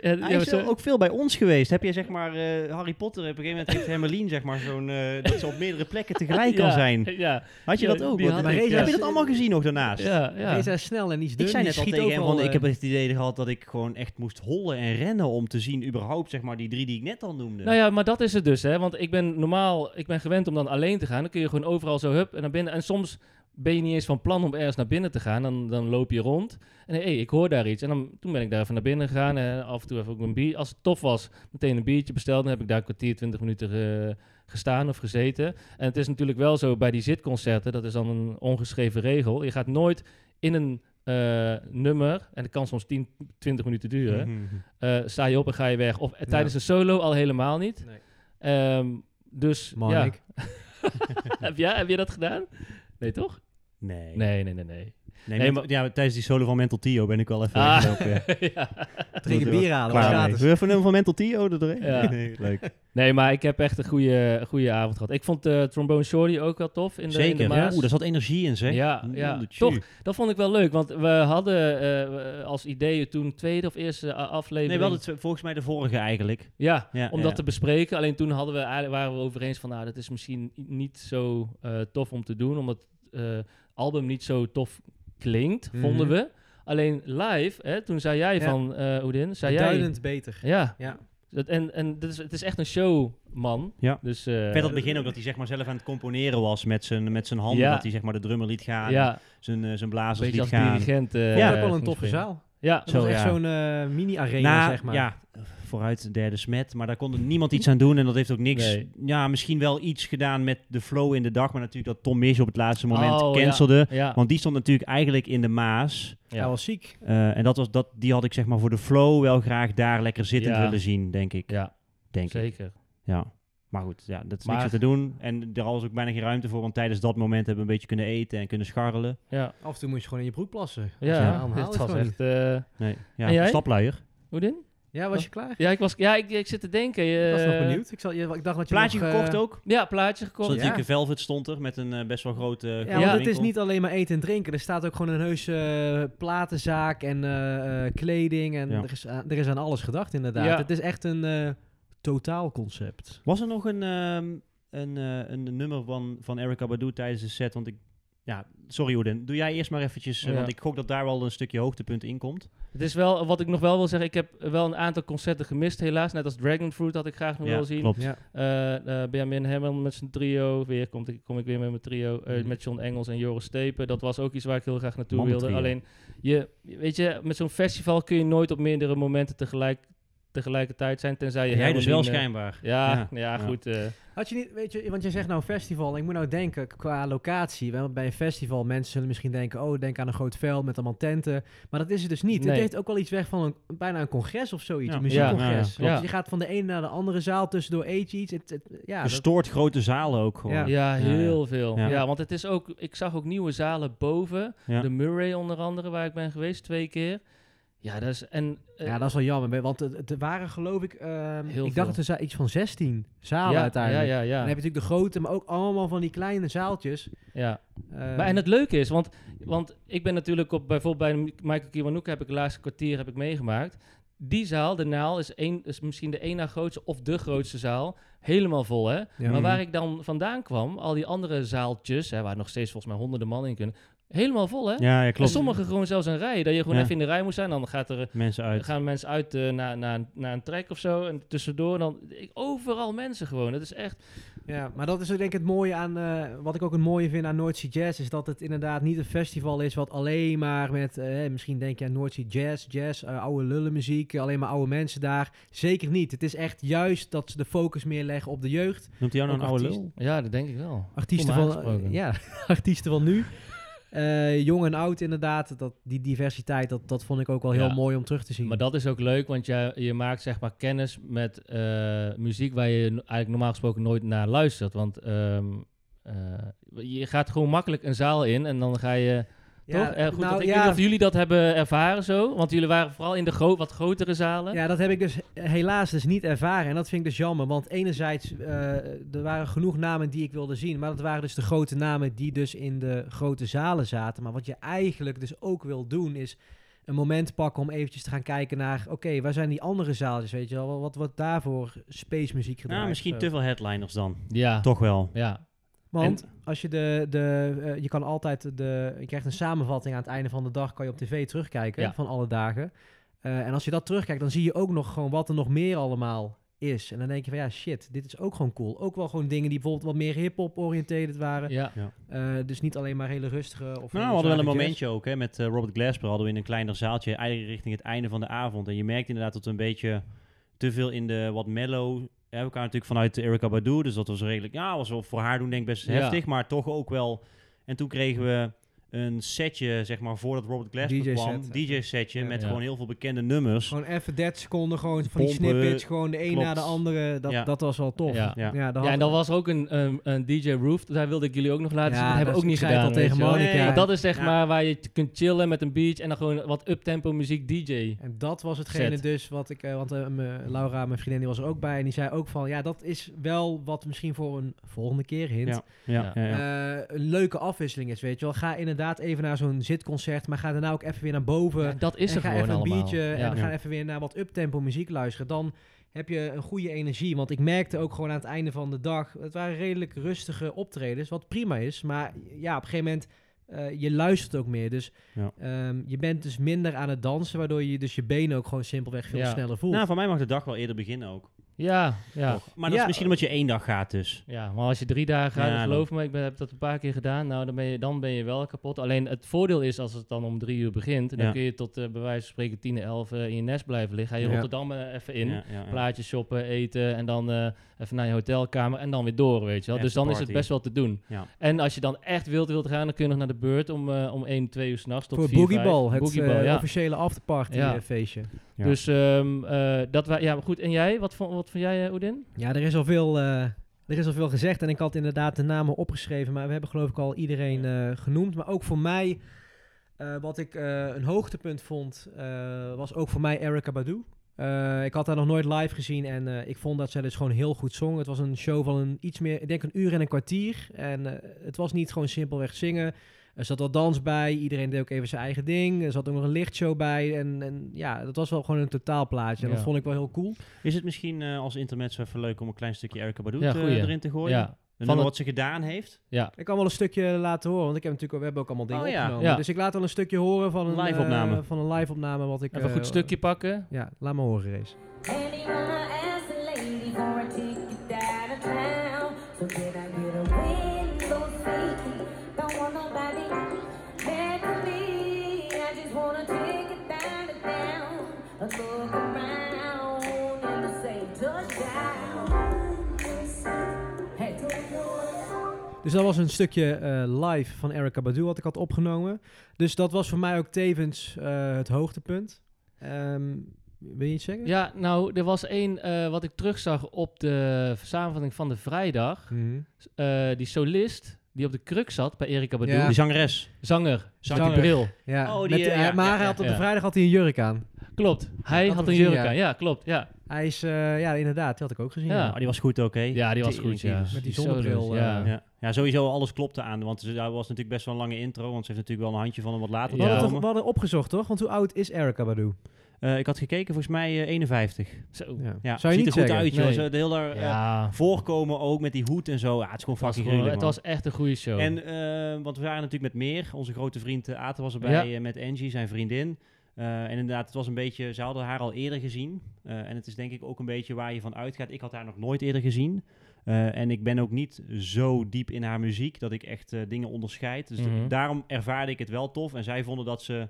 Speaker 1: eh, ja,
Speaker 3: Hij is
Speaker 1: zo-
Speaker 3: ook veel bij ons geweest. Heb jij zeg maar eh, Harry Potter, op een gegeven moment heeft Hermeline zeg maar zo'n... eh, dat ze op meerdere
Speaker 1: [LAUGHS]
Speaker 3: plekken tegelijk kan
Speaker 1: ja,
Speaker 3: zijn.
Speaker 1: Ja,
Speaker 3: Had je
Speaker 1: Ja,
Speaker 3: dat ook?
Speaker 1: die
Speaker 3: Want-
Speaker 1: had
Speaker 2: ik,
Speaker 3: heb
Speaker 2: ja.
Speaker 3: je dat allemaal gezien nog daarnaast?
Speaker 1: ja, ja.
Speaker 2: Reza is snel en iets dun.
Speaker 3: Ik zei
Speaker 2: die
Speaker 3: net al
Speaker 2: schiet
Speaker 3: tegen hem,
Speaker 2: overal,
Speaker 3: want ik
Speaker 2: eh,
Speaker 3: heb het idee gehad dat ik gewoon echt moest hollen en rennen om te zien überhaupt zeg maar die drie die ik net al noemde.
Speaker 1: Nou ja, maar dat is het dus, hè. Want ik ben normaal, ik ben gewend om dan alleen te gaan. Dan kun je gewoon overal zo hup en naar binnen. En soms ben je niet eens van plan om ergens naar binnen te gaan. Dan, dan loop je rond en hé, hey, ik hoor daar iets. En dan, toen ben ik daar even naar binnen gegaan. En af en toe even ook een bier. Als het tof was, meteen een biertje besteld. Dan heb ik daar een kwartier, twintig minuten eh, gestaan of gezeten. En het is natuurlijk wel zo bij die zitconcerten. Dat is dan een ongeschreven regel. Je gaat nooit in een eh, nummer, en dat kan soms 10, 20 minuten duren...
Speaker 3: Mhm.
Speaker 1: Eh, sta je op en ga je weg. Of eh, tijdens een solo al helemaal niet.
Speaker 2: Nee.
Speaker 1: Ehm, dus
Speaker 2: Man,
Speaker 1: ja.
Speaker 2: ik.
Speaker 1: [LAUGHS] heb, jij, heb jij dat gedaan? Nee, toch?
Speaker 3: Nee.
Speaker 1: Nee, nee, nee, nee.
Speaker 3: Nee,
Speaker 1: Nee,
Speaker 3: met-
Speaker 1: maar-
Speaker 3: ja, tijdens die solo van Mental Tio ben ik wel even
Speaker 1: Ah.
Speaker 3: weggelopen,
Speaker 1: [LAUGHS]
Speaker 3: ja.
Speaker 1: ja.
Speaker 2: Drink een bier halen, dat is
Speaker 3: Klaar mee.
Speaker 2: gratis.
Speaker 3: Wil je even een van Mental Tio er doorheen?
Speaker 1: Ja.
Speaker 3: Nee, leuk.
Speaker 1: Nee, maar ik heb echt een goede, een goede avond gehad. Ik vond de trombone shorty ook wel tof in de, in de
Speaker 3: Zeker.
Speaker 1: Maas.
Speaker 3: Oeh, daar zat energie in, zeg.
Speaker 1: Ja,
Speaker 3: Mm,
Speaker 1: ja.
Speaker 3: tjoe.
Speaker 1: Toch, dat vond ik wel leuk. Want we hadden eh, als idee toen tweede of eerste a-
Speaker 3: Nee,
Speaker 1: aflevering...
Speaker 3: wel het, volgens mij de vorige eigenlijk.
Speaker 1: Ja,
Speaker 3: Ja,
Speaker 1: om
Speaker 3: ja,
Speaker 1: dat
Speaker 3: ja.
Speaker 1: te bespreken. Alleen toen hadden we, eigenlijk- waren we over eens van... Nou, dat is misschien niet zo eh, tof om te doen. Omdat het album niet zo tof klinkt,
Speaker 2: Mhm.
Speaker 1: vonden we. Alleen live, hè, toen zei jij
Speaker 2: Ja.
Speaker 1: van... eh Oedin, zei jij...
Speaker 2: Duidend beter.
Speaker 1: Ja,
Speaker 2: Ja.
Speaker 1: dat, en, en dit is, het is echt een showman.
Speaker 3: Ja.
Speaker 1: Dus, eh,
Speaker 3: Vet aan het begin ook dat hij zeg maar zelf aan het componeren was met zijn, met zijn handen.
Speaker 1: Ja.
Speaker 3: Dat hij zeg maar de drummer liet gaan,
Speaker 1: ja,
Speaker 3: zijn, eh, zijn
Speaker 1: een
Speaker 3: blazers
Speaker 1: beetje
Speaker 3: liet
Speaker 1: als
Speaker 3: gaan.
Speaker 1: dirigent. eh,
Speaker 2: Ja,
Speaker 1: eh,
Speaker 2: ook wel een
Speaker 1: ging
Speaker 2: toffe
Speaker 1: spelen.
Speaker 2: zaal.
Speaker 1: Ja,
Speaker 2: Dat was
Speaker 3: Zo,
Speaker 2: echt
Speaker 3: ja.
Speaker 2: zo'n eh, mini-arena,
Speaker 3: Na,
Speaker 2: zeg maar.
Speaker 3: ja, vooruit derde smet, maar daar kon er niemand iets aan doen en dat heeft ook niks.
Speaker 1: Nee.
Speaker 3: Ja, misschien wel iets gedaan met de flow in de dag, maar natuurlijk dat Tom Misch op het laatste moment
Speaker 1: Oh, ja.
Speaker 3: cancelde.
Speaker 1: ja.
Speaker 3: Want die stond natuurlijk eigenlijk in de Maas.
Speaker 2: Hij was ziek.
Speaker 3: Eh, en dat was, dat, die had ik zeg maar voor de flow wel graag daar lekker zittend
Speaker 1: Ja.
Speaker 3: willen zien, denk ik.
Speaker 1: ja,
Speaker 3: denk ik.
Speaker 1: zeker.
Speaker 3: Ja. Maar goed, ja, dat is
Speaker 1: Maar-
Speaker 3: niks aan te doen. En er was ook bijna geen ruimte voor, want tijdens dat moment hebben we een beetje kunnen eten en kunnen scharrelen.
Speaker 1: Ja,
Speaker 2: Af en toe moest je gewoon in je broek plassen.
Speaker 1: ja,
Speaker 2: dan haal je
Speaker 1: dit
Speaker 2: het
Speaker 1: was
Speaker 2: gewoon
Speaker 1: echt... eh,
Speaker 3: Nee,
Speaker 1: En
Speaker 3: ja,
Speaker 1: jij?
Speaker 3: stapluier.
Speaker 1: Hoedin?
Speaker 2: Ja, was je klaar?
Speaker 1: Ja, ik, was, ja ik, ik zit te denken. eh,
Speaker 2: ik was nog benieuwd. Ik, zal, je- ik dacht dat je
Speaker 3: Plaatje
Speaker 2: nog, eh,
Speaker 3: gekocht ook.
Speaker 1: Ja, plaatje
Speaker 3: Zo'n
Speaker 1: gekocht.
Speaker 2: Sorry. ja.
Speaker 3: dikke velvet stond er met een eh, best wel grote... eh,
Speaker 2: Ja,
Speaker 3: grote
Speaker 2: want het
Speaker 3: winkel.
Speaker 2: is niet alleen maar eten en drinken. Er staat ook gewoon een heuse eh, platenzaak en eh, eh, kleding. En
Speaker 3: Ja.
Speaker 2: er, is aan, er is aan alles gedacht, inderdaad.
Speaker 1: Ja.
Speaker 2: Het is echt een eh totaal concept.
Speaker 3: Was er nog een, ehm, een, eh, een nummer van, van Erica Badu tijdens de set? Want ik... Ja, sorry Oden. Doe jij eerst maar eventjes, eh,
Speaker 1: Ja.
Speaker 3: want ik gok dat daar wel een stukje hoogtepunt in komt.
Speaker 1: Het is wel, wat ik nog wel wil zeggen, ik heb wel een aantal concerten gemist helaas. Net als Dragon Fruit had ik graag nog
Speaker 3: ja,
Speaker 1: wil zien.
Speaker 3: klopt.
Speaker 2: Ja.
Speaker 1: eh eh Benjamin Hemmel met zijn trio. Weer kom ik, kom ik weer met mijn trio. eh,
Speaker 2: Mhm.
Speaker 1: Met John Engels en Joris Stepen. Dat was ook iets waar ik heel graag naartoe
Speaker 3: Mannen
Speaker 1: wilde.
Speaker 3: trio.
Speaker 1: Alleen, je, weet je, met zo'n festival kun je nooit op meerdere momenten tegelijk, tegelijkertijd zijn. Tenzij je
Speaker 3: Jij
Speaker 1: helemaal
Speaker 3: dus wel
Speaker 1: niet, eh,
Speaker 3: schijnbaar.
Speaker 1: Ja, ja,
Speaker 3: Ja, ja.
Speaker 1: goed. eh,
Speaker 2: Had je niet, weet je, want jij zegt nou festival. Ik moet nou denken qua locatie. Want bij een festival, mensen zullen misschien denken... oh, denk aan een groot veld met allemaal tenten. Maar dat is het dus niet.
Speaker 1: Nee.
Speaker 2: Het heeft ook wel iets weg van een, bijna een congres of zoiets.
Speaker 3: Ja.
Speaker 2: Een
Speaker 1: Ja,
Speaker 2: muziekcongres.
Speaker 1: ja, ja.
Speaker 2: Want je gaat van de ene naar de andere zaal. Tussendoor eet je iets. Het, het- ja, dat-
Speaker 3: Gestoord grote zalen ook gewoon.
Speaker 2: Ja.
Speaker 1: ja. heel veel. Ja.
Speaker 3: Ja.
Speaker 1: want het is ook, ik zag ook nieuwe zalen boven.
Speaker 3: Ja.
Speaker 1: De Murray onder andere, waar ik ben geweest twee keer. Ja, dat is, en, eh,
Speaker 2: ja, dat is wel jammer. Want het- het waren geloof ik... ehm,
Speaker 1: Heel veel.
Speaker 2: ik dacht dat er za- iets van 16 zalen
Speaker 1: ja, ja,
Speaker 2: uiteindelijk.
Speaker 1: ja, ja,
Speaker 2: Dan heb je natuurlijk de grote, maar ook allemaal van die kleine zaaltjes.
Speaker 1: ja.
Speaker 2: Eh,
Speaker 1: Maar en het leuke is, want, want ik ben natuurlijk op bijvoorbeeld bij Michael Kiwanuka heb ik het laatste kwartier heb ik meegemaakt. Die zaal, de Naal, is, één, is misschien de één na grootste of de grootste zaal. Helemaal vol, hè? Maar waar ik dan vandaan kwam, al die andere zaaltjes, hè, waar nog steeds volgens mij honderden man in kunnen, helemaal vol, hè?
Speaker 3: Ja, ja,
Speaker 1: En
Speaker 3: klopt.
Speaker 1: sommigen gewoon zelfs een rij, dat je gewoon
Speaker 3: Ja.
Speaker 1: even in de rij moet zijn. Dan gaat er,
Speaker 3: Mensen uit.
Speaker 1: gaan mensen uit eh, naar, naar, naar een trek of zo. En tussendoor dan ik- overal mensen gewoon. Dat is echt...
Speaker 2: Ja, maar dat is ook denk ik het mooie aan, eh, wat ik ook het mooie vind aan Noordzee Jazz, is dat het inderdaad niet een festival is wat alleen maar met, eh, misschien denk je aan Noordzee Jazz, jazz, eh, oude lullenmuziek, alleen maar oude mensen daar. Zeker niet. Het is echt juist dat ze de focus meer leggen op de jeugd.
Speaker 3: Noemt hij jou nou
Speaker 2: Ook
Speaker 3: een oude
Speaker 2: artiest.
Speaker 3: lul?
Speaker 1: Ja, dat denk ik wel.
Speaker 2: Artiesten
Speaker 1: Voel me
Speaker 2: van, eh,
Speaker 1: aangesproken.
Speaker 2: ja, [LAUGHS] artiesten van nu. Eh, jong en oud inderdaad. Dat, die diversiteit, dat, dat vond ik ook wel heel
Speaker 1: Ja.
Speaker 2: mooi om terug te zien.
Speaker 1: Maar dat is ook leuk, want je, je maakt zeg maar kennis met eh, muziek waar je no- eigenlijk normaal gesproken nooit naar luistert. Want ehm, eh, je gaat gewoon makkelijk een zaal in en dan ga je...
Speaker 2: Ja,
Speaker 1: toch? Eh, goed,
Speaker 2: nou,
Speaker 1: dat, ik
Speaker 2: ja.
Speaker 1: weet niet of jullie dat hebben ervaren zo, want jullie waren vooral in de gro- wat grotere zalen.
Speaker 2: Ja, dat heb ik dus helaas dus niet ervaren. En dat vind ik dus jammer. Want enerzijds, eh, er waren genoeg namen die ik wilde zien. Maar dat waren dus de grote namen die dus in de grote zalen zaten. Maar wat je eigenlijk dus ook wil doen is een moment pakken om eventjes te gaan kijken naar... Oké, waar zijn die andere zaaltjes, weet je wel? Wat wordt daarvoor space muziek gedaan?
Speaker 3: Nou,
Speaker 1: eh.
Speaker 3: misschien te veel headliners dan.
Speaker 1: Ja.
Speaker 3: Toch wel.
Speaker 1: Ja.
Speaker 2: Want als je de, de eh, je kan altijd de, je krijgt een samenvatting aan het einde van de dag, kan je op tv terugkijken
Speaker 1: Ja.
Speaker 2: van alle dagen. Eh, en als je dat terugkijkt, dan zie je ook nog gewoon wat er nog meer allemaal is. En dan denk je van ja, shit, dit is ook gewoon cool. Ook wel gewoon dingen die bijvoorbeeld wat meer hip-hop oriënteerd waren.
Speaker 1: Ja.
Speaker 2: Eh, dus niet alleen maar hele rustige of.
Speaker 3: Nou,
Speaker 2: hele
Speaker 3: we hadden wel een
Speaker 2: zware
Speaker 3: momentje ook hè, met eh, Robert Glasper. Hadden we in een kleiner zaaltje, eigenlijk richting het einde van de avond. En je merkt inderdaad dat we een beetje te veel in de wat mellow. Ja, we kwamen natuurlijk vanuit Erica Badu, dus dat was redelijk. Ja, was wel voor haar doen, denk ik best
Speaker 1: Ja.
Speaker 3: heftig, maar toch ook wel. En toen kregen we een setje, zeg maar, voordat Robert Glasper
Speaker 2: DJ
Speaker 3: kwam.
Speaker 2: set,
Speaker 3: DJ-setje
Speaker 2: Ja.
Speaker 3: met
Speaker 1: Ja.
Speaker 3: gewoon heel veel bekende nummers.
Speaker 2: Gewoon even 30 seconden, gewoon van die
Speaker 3: Pompen,
Speaker 2: snippets, gewoon de een
Speaker 3: klopt.
Speaker 2: na de andere. Dat,
Speaker 3: Ja.
Speaker 2: dat was wel tof.
Speaker 1: Ja.
Speaker 3: Ja.
Speaker 2: dat
Speaker 1: Ja,
Speaker 2: had-
Speaker 1: en dan was er ook een, een, een DJ Roof. Daar wilde ik jullie ook nog laten
Speaker 2: Ja,
Speaker 1: zien. Dat hebben we
Speaker 2: dat
Speaker 1: ook niet
Speaker 2: zei ik al
Speaker 1: gedaan. weet
Speaker 2: tegen
Speaker 1: je wel.
Speaker 3: Monica.
Speaker 1: Nee, want dat is zeg
Speaker 3: Ja.
Speaker 1: maar waar je t- kunt chillen met een beach en dan gewoon wat uptempo muziek DJ.
Speaker 2: En dat was hetgene
Speaker 1: Zet.
Speaker 2: dus wat ik... eh, want eh, me- Laura, mijn vriendin, die was er ook bij. En die zei ook van... Ja, dat is wel wat misschien voor een volgende keer hint.
Speaker 3: Ja. Ja, ja, ja.
Speaker 2: eh, een leuke afwisseling is, weet je wel. Ga inderdaad even naar zo'n zitconcert, maar ga daarna ook even weer naar boven.
Speaker 1: Ja, dat is
Speaker 2: en
Speaker 1: er
Speaker 2: ga
Speaker 1: gewoon
Speaker 2: even een
Speaker 1: allemaal.
Speaker 2: biertje en
Speaker 1: Ja.
Speaker 2: we gaan even weer naar wat uptempo muziek luisteren. Dan heb je een goede energie. Want ik merkte ook gewoon aan het einde van de dag... Het waren redelijk rustige optredens, wat prima is. Maar ja, op een gegeven moment... eh, je luistert ook meer. Dus
Speaker 3: Ja.
Speaker 2: ehm, je bent dus minder aan het dansen... waardoor je dus je benen ook gewoon simpelweg veel
Speaker 1: Ja.
Speaker 2: sneller voelt.
Speaker 3: Nou, voor mij mag de dag wel eerder beginnen ook.
Speaker 1: Ja, ja.
Speaker 3: toch? Maar dat
Speaker 2: Ja.
Speaker 3: is misschien omdat je één dag gaat dus.
Speaker 1: Ja, maar als je drie dagen gaat,
Speaker 3: Ja, dan-
Speaker 1: geloof me, ik ben, heb dat een paar keer gedaan. Nou, dan ben, je, dan ben je wel kapot. Alleen het voordeel is als het dan om drie uur begint, dan
Speaker 3: Ja.
Speaker 1: kun je tot eh, bij wijze van spreken tien, elf eh, in je nest blijven liggen. Ga je
Speaker 2: Ja.
Speaker 1: Rotterdam eh, even in,
Speaker 3: Ja, ja, ja.
Speaker 1: plaatjes shoppen, eten en dan eh, even naar je hotelkamer en dan weer door, weet je wel.
Speaker 3: Echt
Speaker 1: dus dan is het
Speaker 3: party.
Speaker 1: best wel te doen.
Speaker 3: Ja.
Speaker 1: En als je dan echt wild wilt gaan, dan kun je nog naar de beurt om, eh, om 1, 2 uur s'nachts tot
Speaker 2: Voor
Speaker 1: 4,
Speaker 2: Boogie
Speaker 1: 5.
Speaker 2: Ball, het
Speaker 1: Boogie
Speaker 2: eh,
Speaker 1: Ball, ja.
Speaker 2: officiële afterparty
Speaker 1: Ja.
Speaker 2: eh, feestje.
Speaker 3: Ja.
Speaker 1: Dus ehm, eh, dat wa- ja, maar goed. En jij, wat vond, wat vond jij, eh, Oedin?
Speaker 2: Ja, er is, al veel, eh, er is al veel gezegd. En ik had inderdaad de namen opgeschreven. Maar we hebben geloof ik al iedereen eh, genoemd. Maar ook voor mij, eh, wat ik eh, een hoogtepunt vond, eh, was ook voor mij Erica Badu. Eh, ik had haar nog nooit live gezien en eh, ik vond dat zij dus gewoon heel goed zong. Het was een show van een, iets meer, ik denk een uur en een kwartier. En eh, het was niet gewoon simpelweg zingen. Er zat wat dans bij, iedereen deed ook even zijn eigen ding. Er zat ook nog een lichtshow bij. En, en ja, dat was wel gewoon een totaalplaatje. En
Speaker 1: Ja.
Speaker 2: dat vond ik wel heel cool.
Speaker 3: Is het misschien eh, als internet zo even leuk om een klein stukje Erika Badu
Speaker 1: Ja,
Speaker 3: te-
Speaker 1: goeie.
Speaker 3: erin te gooien?
Speaker 1: Ja,
Speaker 3: Een
Speaker 1: Van
Speaker 3: nummer
Speaker 1: het-
Speaker 3: wat ze gedaan heeft.
Speaker 1: ja.
Speaker 2: Ik kan wel een stukje laten horen, want ik heb natuurlijk, we hebben ook allemaal dingen
Speaker 3: Oh ja,
Speaker 2: opgenomen.
Speaker 1: ja.
Speaker 2: Dus ik laat wel een stukje horen van een
Speaker 3: Live-opname.
Speaker 2: eh, van een live opname wat ik.
Speaker 1: Even een
Speaker 2: eh,
Speaker 1: goed stukje pakken.
Speaker 2: Ja, laat me horen, Race.
Speaker 5: Anyone ask a lady for a ticket out of town? So did I get a window seat? Don't want nobody mad at me. I just want a ticket out of town. A look around and the same touchdown. Hey.
Speaker 2: Dus dat was een stukje eh, live van Erica Badu wat ik had opgenomen. Dus dat was voor mij ook tevens eh, het hoogtepunt. Ehm, wil je iets zeggen?
Speaker 1: Ja, nou, er was één eh, wat ik terugzag op de samenvatting van de vrijdag.
Speaker 2: Mhm.
Speaker 1: Eh, die solist die op de kruk zat bij Erika Badu.
Speaker 2: Ja.
Speaker 3: Die zangeres.
Speaker 1: Zanger, zat die
Speaker 2: Zanger.
Speaker 1: bril.
Speaker 2: ja.
Speaker 3: Oh, die,
Speaker 2: Met-
Speaker 3: eh,
Speaker 2: ja,
Speaker 3: ja,
Speaker 2: maar
Speaker 3: ja,
Speaker 2: hij had op
Speaker 1: ja.
Speaker 2: de vrijdag had hij een jurk aan.
Speaker 1: Klopt. Hij
Speaker 2: had
Speaker 1: had
Speaker 2: hem
Speaker 1: een
Speaker 2: gezien,
Speaker 1: jurk
Speaker 2: ja.
Speaker 1: aan. Ja, klopt. Ja,
Speaker 2: Hij is, eh, ja, inderdaad, die had ik ook gezien.
Speaker 1: Ja.
Speaker 2: ja.
Speaker 3: Ah, die was goed ook, hè?
Speaker 1: ja die was goed. Ja.
Speaker 3: Teringlievers.
Speaker 2: Met die
Speaker 1: solo's,
Speaker 2: zonnebril, eh,
Speaker 1: ja.
Speaker 3: Ja. ja, sowieso alles klopte aan. Want ze- daar was natuurlijk best wel een lange intro. Want ze heeft natuurlijk wel een handje van hem wat later
Speaker 2: We,
Speaker 1: Ja.
Speaker 2: hadden toch, we
Speaker 3: opgenomen.
Speaker 2: hadden opgezocht, toch? Want hoe oud is Erica Badu?
Speaker 3: Eh, ik had gekeken, volgens mij eh, 51.
Speaker 1: Zo.
Speaker 2: Ja.
Speaker 3: Ja,
Speaker 2: Zou je
Speaker 3: ziet
Speaker 2: niet
Speaker 3: er goed
Speaker 2: zeggen?
Speaker 3: uit, joh.
Speaker 1: Nee.
Speaker 3: Zo, de hele eh,
Speaker 1: Ja.
Speaker 3: voorkomen ook met die hoed en zo. Ja, het is gewoon
Speaker 1: Het was
Speaker 3: fucking
Speaker 1: gewoon-
Speaker 3: gruwelijk,
Speaker 1: het
Speaker 3: man.
Speaker 1: was echt een goede show.
Speaker 3: En, eh, want we waren natuurlijk met meer. Onze grote vriend eh, Aten was erbij
Speaker 1: Ja.
Speaker 3: eh, met Angie, zijn vriendin. Eh, en inderdaad, het was een beetje... Ze hadden haar al eerder gezien. Eh, en het is denk ik ook een beetje waar je van uitgaat. Ik had haar nog nooit eerder gezien. Eh, en ik ben ook niet zo diep in haar muziek dat ik echt eh, dingen onderscheid. Dus
Speaker 1: Mhm.
Speaker 3: daarom ervaarde ik het wel tof. En zij vonden dat ze...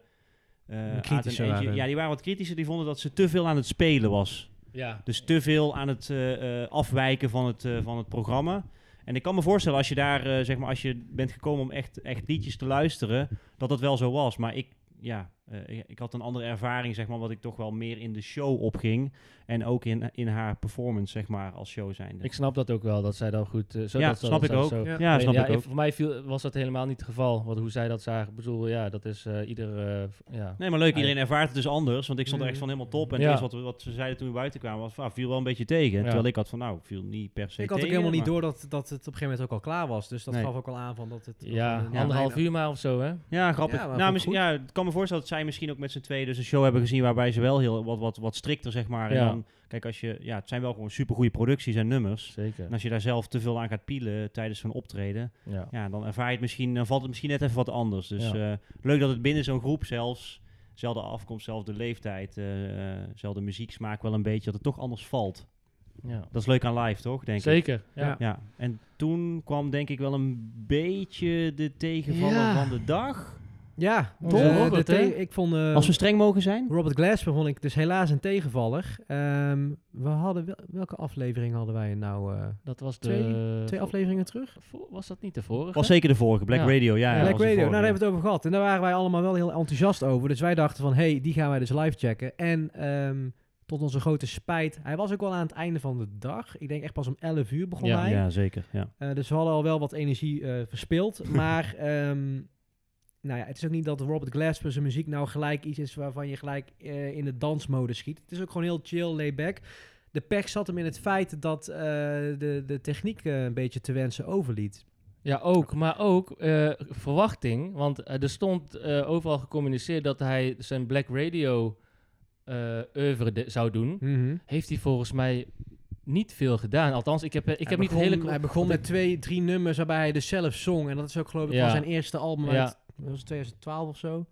Speaker 3: eh, Aad en
Speaker 2: kritischer
Speaker 3: Angie-
Speaker 2: waren.
Speaker 3: Ja, die waren wat kritischer. Die vonden dat ze te veel aan het spelen was.
Speaker 1: ja.
Speaker 3: Dus te veel aan het eh, eh, afwijken van het, eh, van het programma. En ik kan me voorstellen, als je daar, eh, zeg maar, als je bent gekomen om echt, echt liedjes te luisteren, dat dat wel zo was. Maar ik, ja, eh, ik- ik had een andere ervaring, zeg maar, wat ik toch wel meer in de show opging. En ook in, in haar performance, zeg maar, als show zijnde.
Speaker 1: Ik snap dat ook wel, dat zij dan goed... eh, zo,
Speaker 3: ja,
Speaker 1: dat, dat-
Speaker 3: snap
Speaker 1: dat-
Speaker 3: ik ook.
Speaker 1: zo-
Speaker 3: Ja,
Speaker 1: Nee,
Speaker 3: snap ik
Speaker 1: en
Speaker 3: ook.
Speaker 1: Voor mij viel, was dat helemaal niet het geval. Want hoe zij dat zagen, ik bedoel, ja, dat is eh, ieder... eh, v- ja.
Speaker 3: Nee, maar leuk, iedereen ervaart het dus anders. Want ik stond er echt van helemaal top. En
Speaker 1: Mm. Ja.
Speaker 3: het eerste wat, wat ze zeiden toen we buiten kwamen, was, ah, viel wel een beetje tegen.
Speaker 1: Ja.
Speaker 3: Terwijl ik had van, nou, viel niet per se
Speaker 2: Ik had ook
Speaker 3: tegen,
Speaker 2: helemaal niet door
Speaker 3: maar-
Speaker 2: dat, dat het op een gegeven moment ook al klaar was. Dus dat
Speaker 3: Nee.
Speaker 2: gaf ook al aan van dat het...
Speaker 1: Ja,
Speaker 2: dat het-
Speaker 1: anderhalf uur maar of zo, hè?
Speaker 3: Ja,
Speaker 2: Ja,
Speaker 3: grappig.
Speaker 2: maar vond
Speaker 3: nou,
Speaker 2: ik
Speaker 3: misschien,
Speaker 2: goed.
Speaker 3: ja, ik kan me voorstellen dat zij misschien ook met z'n tweeën dus een show hebben gezien waarbij ze wel heel wat, wat, wat strikter, zeg maar. En
Speaker 1: Ja.
Speaker 3: dan, kijk, als je, ja, het zijn wel gewoon supergoeie producties en nummers.
Speaker 1: Zeker.
Speaker 3: En als je daar zelf te veel aan gaat pielen tijdens zo'n optreden,
Speaker 1: Ja.
Speaker 3: ja, dan ervaar je het misschien, dan valt het misschien net even wat anders. Dus
Speaker 1: Ja.
Speaker 3: eh, leuk dat het binnen zo'n groep zelfs, zelfde afkomst, zelfde leeftijd, eh, eh, zelfde muzieksmaak wel een beetje, dat het toch anders valt.
Speaker 1: Ja.
Speaker 3: Dat is leuk aan live, toch? Denk ik.
Speaker 1: Zeker, ja.
Speaker 2: Ja.
Speaker 3: Ja, en toen kwam denk ik wel een beetje de tegenvaller
Speaker 2: Ja.
Speaker 3: van de dag.
Speaker 2: Ja,
Speaker 1: Tom
Speaker 2: eh,
Speaker 1: Robert,
Speaker 2: de te-
Speaker 1: hè?
Speaker 2: Ik vond eh,
Speaker 3: Als we streng mogen zijn?
Speaker 2: Robert Glasper vond ik dus helaas een tegenvaller. Ehm, we hadden wel- welke aflevering hadden wij nou? eh,
Speaker 1: Dat was de...
Speaker 2: Twee- twee afleveringen terug?
Speaker 1: vo- Was dat niet de vorige?
Speaker 3: Was zeker de vorige, Black
Speaker 1: Ja.
Speaker 3: Radio. Ja, ja,
Speaker 2: Black
Speaker 3: was
Speaker 2: Radio.
Speaker 3: de
Speaker 2: Nou,
Speaker 3: vorige.
Speaker 2: daar hebben we het over gehad. En daar waren wij allemaal wel heel enthousiast over. Dus wij dachten van, hey, die gaan wij dus live checken. En ehm, tot onze grote spijt, hij was ook al aan het einde van de dag. Ik denk echt pas om 11 uur begon
Speaker 1: Ja.
Speaker 2: hij.
Speaker 3: Ja, zeker. Ja.
Speaker 2: Eh, dus we hadden al wel wat energie eh, [LAUGHS] verspild. maar ehm, nou ja, het is ook niet dat Robert Glasper zijn muziek nou gelijk iets is waarvan je gelijk eh, in de dansmode schiet. Het is ook gewoon heel chill, layback. De pech zat hem in het feit dat eh, de, de techniek eh, een beetje te wensen overliet.
Speaker 1: Ja, ook. Maar ook eh, verwachting. Want eh, er stond eh, overal gecommuniceerd dat hij zijn Black Radio eh oeuvre de- zou doen.
Speaker 2: Hm. Mhm.
Speaker 1: Heeft hij volgens mij niet veel gedaan. Althans, ik heb, eh, ik
Speaker 2: Hij
Speaker 1: heb niet de
Speaker 2: begon-
Speaker 1: hele...
Speaker 2: Hij begon met twee, drie nummers waarbij hij dus zelf zong. En dat is ook geloof ik
Speaker 1: Ja.
Speaker 2: van zijn eerste album
Speaker 1: Ja.
Speaker 2: uit... Dat was 2012 of zo.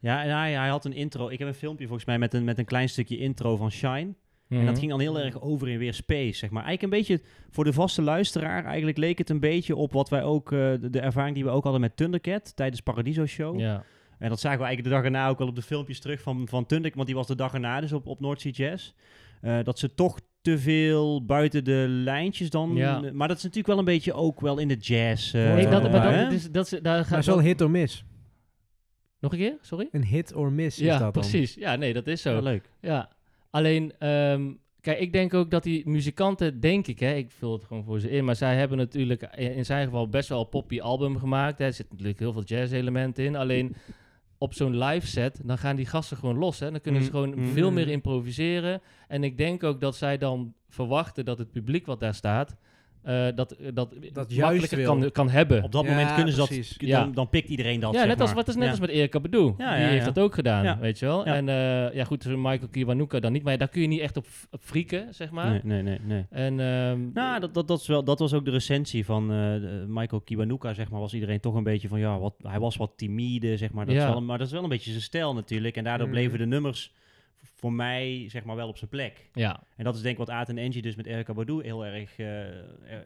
Speaker 3: Ja, en hij, hij had een intro. Ik heb een filmpje volgens mij met een, met een klein stukje intro van Shine.
Speaker 1: Mhm.
Speaker 3: En dat ging dan heel erg over in weer space, zeg maar. Eigenlijk een beetje, voor de vaste luisteraar, eigenlijk leek het een beetje op wat wij ook, eh, de, de ervaring die we ook hadden met Thundercat tijdens Paradiso Show.
Speaker 1: Ja.
Speaker 3: En dat zagen we eigenlijk de dag erna ook wel op de filmpjes terug van, van Tundik, want die was de dag erna dus op, op North Sea Jazz. Eh, dat ze toch te veel buiten de lijntjes dan...
Speaker 1: Ja.
Speaker 3: Maar dat is natuurlijk wel een beetje ook wel in de jazz. eh,
Speaker 2: Nee,
Speaker 1: ik dat, maar
Speaker 3: hè?
Speaker 1: dat, is, dat is, daar
Speaker 2: Maar
Speaker 1: gaat
Speaker 2: is wel hit or miss.
Speaker 1: Nog een keer? Sorry?
Speaker 2: Een hit or miss is
Speaker 1: Ja,
Speaker 2: dat dan.
Speaker 1: precies. Ja, nee, dat is zo.
Speaker 3: Ja, leuk.
Speaker 1: Ja, alleen, ehm, kijk, ik denk ook dat die muzikanten, denk ik, hè, ik vul het gewoon voor ze in, maar zij hebben natuurlijk in in zijn geval best wel een poppy album gemaakt. hè. Er zit natuurlijk heel veel jazz-elementen in. Alleen op zo'n live set, dan gaan die gasten gewoon los. Hè. Dan kunnen ze
Speaker 3: Mm,
Speaker 1: gewoon
Speaker 3: mm.
Speaker 1: veel meer improviseren. En ik denk ook dat zij dan verwachten dat het publiek wat daar staat, eh, dat, eh, dat,
Speaker 2: juist
Speaker 1: makkelijker
Speaker 2: wil.
Speaker 1: kan, kan hebben.
Speaker 3: Op dat
Speaker 2: Ja,
Speaker 3: moment kunnen ze dat...
Speaker 2: precies.
Speaker 3: Dan,
Speaker 1: Ja.
Speaker 3: dan pikt iedereen dat,
Speaker 1: ja,
Speaker 3: zeg
Speaker 1: net als,
Speaker 3: maar.
Speaker 1: wat is net
Speaker 3: Ja.
Speaker 1: als met Erika Badu.
Speaker 3: Ja,
Speaker 1: die
Speaker 3: ja,
Speaker 1: heeft
Speaker 3: ja.
Speaker 1: dat ook gedaan,
Speaker 3: Ja.
Speaker 1: weet je wel.
Speaker 3: Ja.
Speaker 1: En eh, ja, goed, zo'n Michael Kiwanuka dan niet. Maar daar kun je niet echt op, op frieken, zeg maar.
Speaker 3: Nee, nee, nee, nee.
Speaker 1: En, ehm,
Speaker 3: Nou, dat, dat, dat, is wel, dat was ook de recensie van eh, de- Michael Kiwanuka, zeg maar. Was iedereen toch een beetje van, ja, wat, hij was wat timide, zeg maar. Dat
Speaker 1: Ja.
Speaker 3: is wel, maar dat is wel een beetje zijn stijl natuurlijk. En daardoor
Speaker 2: Mm.
Speaker 3: bleven de nummers v- voor mij, zeg maar, wel op zijn plek.
Speaker 1: ja.
Speaker 3: En dat is denk ik wat Aad en Angie dus met Erika Badu heel erg... eh, eh,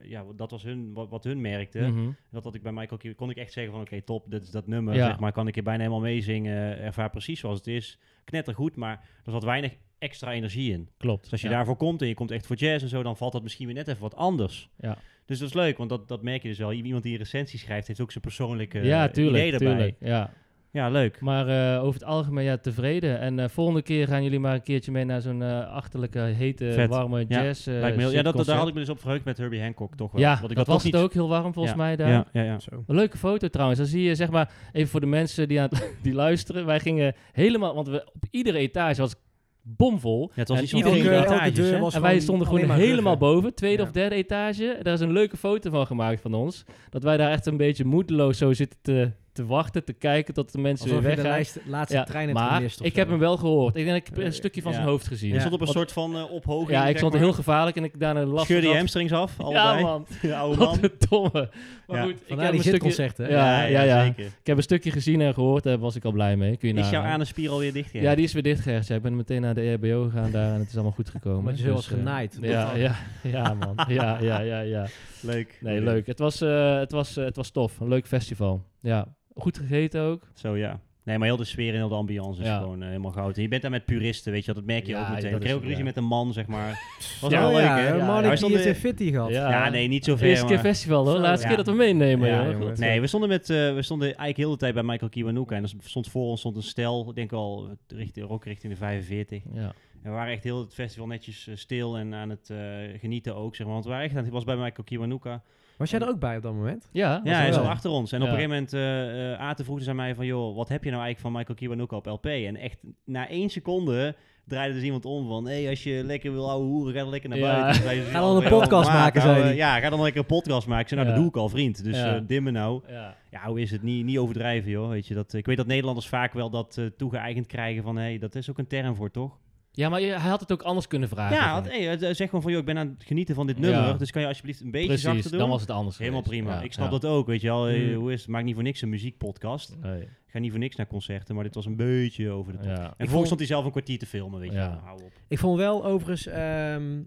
Speaker 3: ja, dat was hun, wat, wat hun merkte.
Speaker 1: mhm.
Speaker 3: Dat had ik bij Michael Kiwanuka, kon ik echt zeggen van, oké, top, dit is dat nummer,
Speaker 1: Ja.
Speaker 3: zeg maar. Kan ik hier bijna helemaal meezingen, ervaar precies zoals het is. Knettergoed, maar er zat weinig extra energie in.
Speaker 1: Klopt.
Speaker 3: Dus als je
Speaker 1: ja.
Speaker 3: daarvoor komt en je komt echt voor jazz en zo, dan valt dat misschien weer net even wat anders.
Speaker 1: Ja.
Speaker 3: Dus dat is leuk, want dat, dat merk je dus wel. I- Iemand die een recensie schrijft, heeft ook zijn persoonlijke
Speaker 1: ja,
Speaker 3: eh, idee
Speaker 1: tuurlijk,
Speaker 3: daarbij.
Speaker 1: tuurlijk. Ja.
Speaker 3: Ja, leuk.
Speaker 1: Maar eh, over het algemeen, ja, tevreden. En eh, volgende keer gaan jullie maar een keertje mee naar zo'n eh, achterlijke, hete,
Speaker 3: Vet.
Speaker 1: warme
Speaker 3: Ja,
Speaker 1: jazz eh,
Speaker 3: Lijkt me heel- ja, dat, dat- daar
Speaker 1: shitconcert.
Speaker 3: had ik me dus op verheugd met Herbie Hancock toch wel.
Speaker 1: Ja,
Speaker 3: Want ik
Speaker 1: dat,
Speaker 3: had
Speaker 1: was
Speaker 3: toch
Speaker 1: het ook. Heel warm volgens
Speaker 3: Ja.
Speaker 1: mij daar.
Speaker 3: Ja, ja, ja.
Speaker 2: Zo.
Speaker 1: Een leuke foto trouwens. Dan zie je, zeg maar, even voor de mensen die, aan het, [LAUGHS] die luisteren. Wij gingen helemaal, want we, op iedere etage was het bomvol.
Speaker 3: Ja, het was
Speaker 1: En
Speaker 3: niet zo'n
Speaker 1: iedereen-
Speaker 3: iedereen
Speaker 1: elke-
Speaker 2: elke deur was-
Speaker 1: En wij
Speaker 2: gewoon
Speaker 1: stonden
Speaker 2: alleen
Speaker 1: gewoon
Speaker 2: maar
Speaker 1: helemaal
Speaker 2: ruggen.
Speaker 1: boven, tweede
Speaker 2: Ja.
Speaker 1: of derde etage. Daar is een leuke foto van gemaakt van ons. Dat wij daar echt een beetje moedeloos zo zitten te, te wachten, te kijken tot de mensen
Speaker 2: Alsof je
Speaker 1: weer
Speaker 2: de
Speaker 1: weggaan.
Speaker 2: lijst, laatste
Speaker 1: Ja,
Speaker 2: trein hebt
Speaker 1: maar
Speaker 2: gemist of
Speaker 1: ik heb
Speaker 2: zo.
Speaker 1: hem wel gehoord. Ik denk dat ik heb
Speaker 2: Eh,
Speaker 1: een stukje van
Speaker 3: ja.
Speaker 1: zijn hoofd gezien.
Speaker 3: Je stond op een
Speaker 1: Want-
Speaker 3: soort van eh, ophoging.
Speaker 1: Ja, ik
Speaker 3: zeg
Speaker 1: stond
Speaker 3: maar.
Speaker 1: heel gevaarlijk en ik daarna las
Speaker 3: Scheurde je
Speaker 1: dat-
Speaker 3: hamstrings af, allebei.
Speaker 1: Ja man,
Speaker 3: [LAUGHS] De oude Oh, man.
Speaker 1: wat een domme. Maar
Speaker 3: Ja.
Speaker 1: goed, ik
Speaker 2: Vandaar
Speaker 1: heb,
Speaker 2: die
Speaker 1: een stukje,
Speaker 2: zitconcerten. hè?
Speaker 1: Ja.
Speaker 3: zeker.
Speaker 1: ik heb een stukje gezien en gehoord. Daar was ik al blij mee. Kun je
Speaker 3: Is
Speaker 1: nagaan.
Speaker 3: jouw anenspier alweer dicht?
Speaker 1: Ja, die is weer dichtgerecht. Ja, ik ben meteen naar de E EHBO gegaan daar en het is allemaal goed gekomen.
Speaker 2: Omdat je zo was
Speaker 1: eh,
Speaker 2: genaaid.
Speaker 1: Ja, ja, ja,
Speaker 2: [LAUGHS]
Speaker 1: man. Ja, ja, ja, ja.
Speaker 3: Leuk.
Speaker 1: Nee, leuk. Het was, eh, het was, eh, het was tof. Een leuk festival. Ja. Goed gegeten ook.
Speaker 3: Zo ja. Nee, maar heel de sfeer en heel de ambiance is
Speaker 1: Ja.
Speaker 3: gewoon eh, helemaal goud. En je bent daar met puristen, weet je, wel, dat merk je
Speaker 1: Ja,
Speaker 3: ook meteen.
Speaker 1: dat
Speaker 3: Ik kreeg
Speaker 1: is-
Speaker 3: ook ruzie
Speaker 1: ja.
Speaker 3: met een man, zeg maar.
Speaker 1: [LAUGHS]
Speaker 3: Was
Speaker 1: Ja,
Speaker 3: wel
Speaker 1: oh
Speaker 3: leuk,
Speaker 1: ja,
Speaker 3: hè?
Speaker 1: ja, ja.
Speaker 2: man,
Speaker 1: Hij
Speaker 2: ik
Speaker 3: stond
Speaker 2: die heeft een
Speaker 3: in-
Speaker 2: fitty gehad.
Speaker 1: Ja.
Speaker 3: Ja, nee, niet zo ver.
Speaker 1: Eerste keer
Speaker 3: maar-
Speaker 1: festival hoor.
Speaker 2: Zo,
Speaker 1: Laatste
Speaker 2: ja.
Speaker 1: keer dat we meenemen.
Speaker 3: Ja,
Speaker 1: joh.
Speaker 2: klopt.
Speaker 1: Dat, eh,
Speaker 3: Nee, we stonden, met, eh, we stonden eigenlijk heel de tijd bij Michael Kiwanuka. En er stond voor ons stond een stel, ik denk wel eh, richting, ook richting de 45.
Speaker 1: Ja.
Speaker 3: En we waren echt heel het festival netjes eh, stil en aan het eh, genieten ook, zeg maar. Want we waren echt aan het, ik was bij Michael Kiwanuka.
Speaker 2: Was jij er ook bij op dat moment?
Speaker 1: Ja, was
Speaker 3: Ja, hij
Speaker 1: wel.
Speaker 3: zat achter ons. En op
Speaker 1: Ja.
Speaker 3: een gegeven moment, eh eh Aten vroeg dus aan mij van, joh, wat heb je nou eigenlijk van Michael Kiwanuka op LP? En echt na één seconde draaide dus iemand om van, hé, als je lekker wil ouwe hoeren, ga dan lekker naar
Speaker 1: Ja.
Speaker 3: buiten. Toen zei ze,
Speaker 2: Ga
Speaker 3: "Ja,
Speaker 2: dan een
Speaker 3: maar
Speaker 2: podcast
Speaker 3: maat,
Speaker 2: maken,"
Speaker 3: nou,
Speaker 2: zei
Speaker 3: eh,
Speaker 2: hij.
Speaker 3: Ja, ga dan lekker een podcast maken. Ik zei, nou,
Speaker 1: Ja.
Speaker 3: dat doe ik al, vriend. Dus
Speaker 1: Ja.
Speaker 3: eh dimmen nou.
Speaker 1: Ja.
Speaker 3: Ja, hoe is het? Niet, niet overdrijven, joh. Weet je, dat, eh, ik weet dat Nederlanders vaak wel dat eh, toegeëigend krijgen van... hé, hey, dat is ook een term voor, toch?
Speaker 1: ja, maar je- hij had het ook anders kunnen vragen.
Speaker 3: ja,
Speaker 1: van-
Speaker 3: want, hey, eh, zeg gewoon van... joh, ik ben aan het genieten van dit nummer...
Speaker 1: Ja.
Speaker 3: dus kan je alsjeblieft een beetje
Speaker 1: precies.
Speaker 3: zachter doen?
Speaker 1: Dan was het anders.
Speaker 3: Helemaal
Speaker 1: geweest.
Speaker 3: prima.
Speaker 1: Ja,
Speaker 3: ik snap
Speaker 1: ja.
Speaker 3: dat ook, weet je wel. Eh,
Speaker 2: Mm.
Speaker 3: Hoe is het? Maak niet voor niks een muziekpodcast.
Speaker 1: Nee.
Speaker 3: Ik ga niet voor niks naar concerten... maar dit was een beetje over de top.
Speaker 1: Ja.
Speaker 3: En vervolgens stond hij zelf een kwartier te filmen, weet je
Speaker 1: Ja.
Speaker 3: wel. Nou, Hou op.
Speaker 2: Ik vond wel overigens ehm,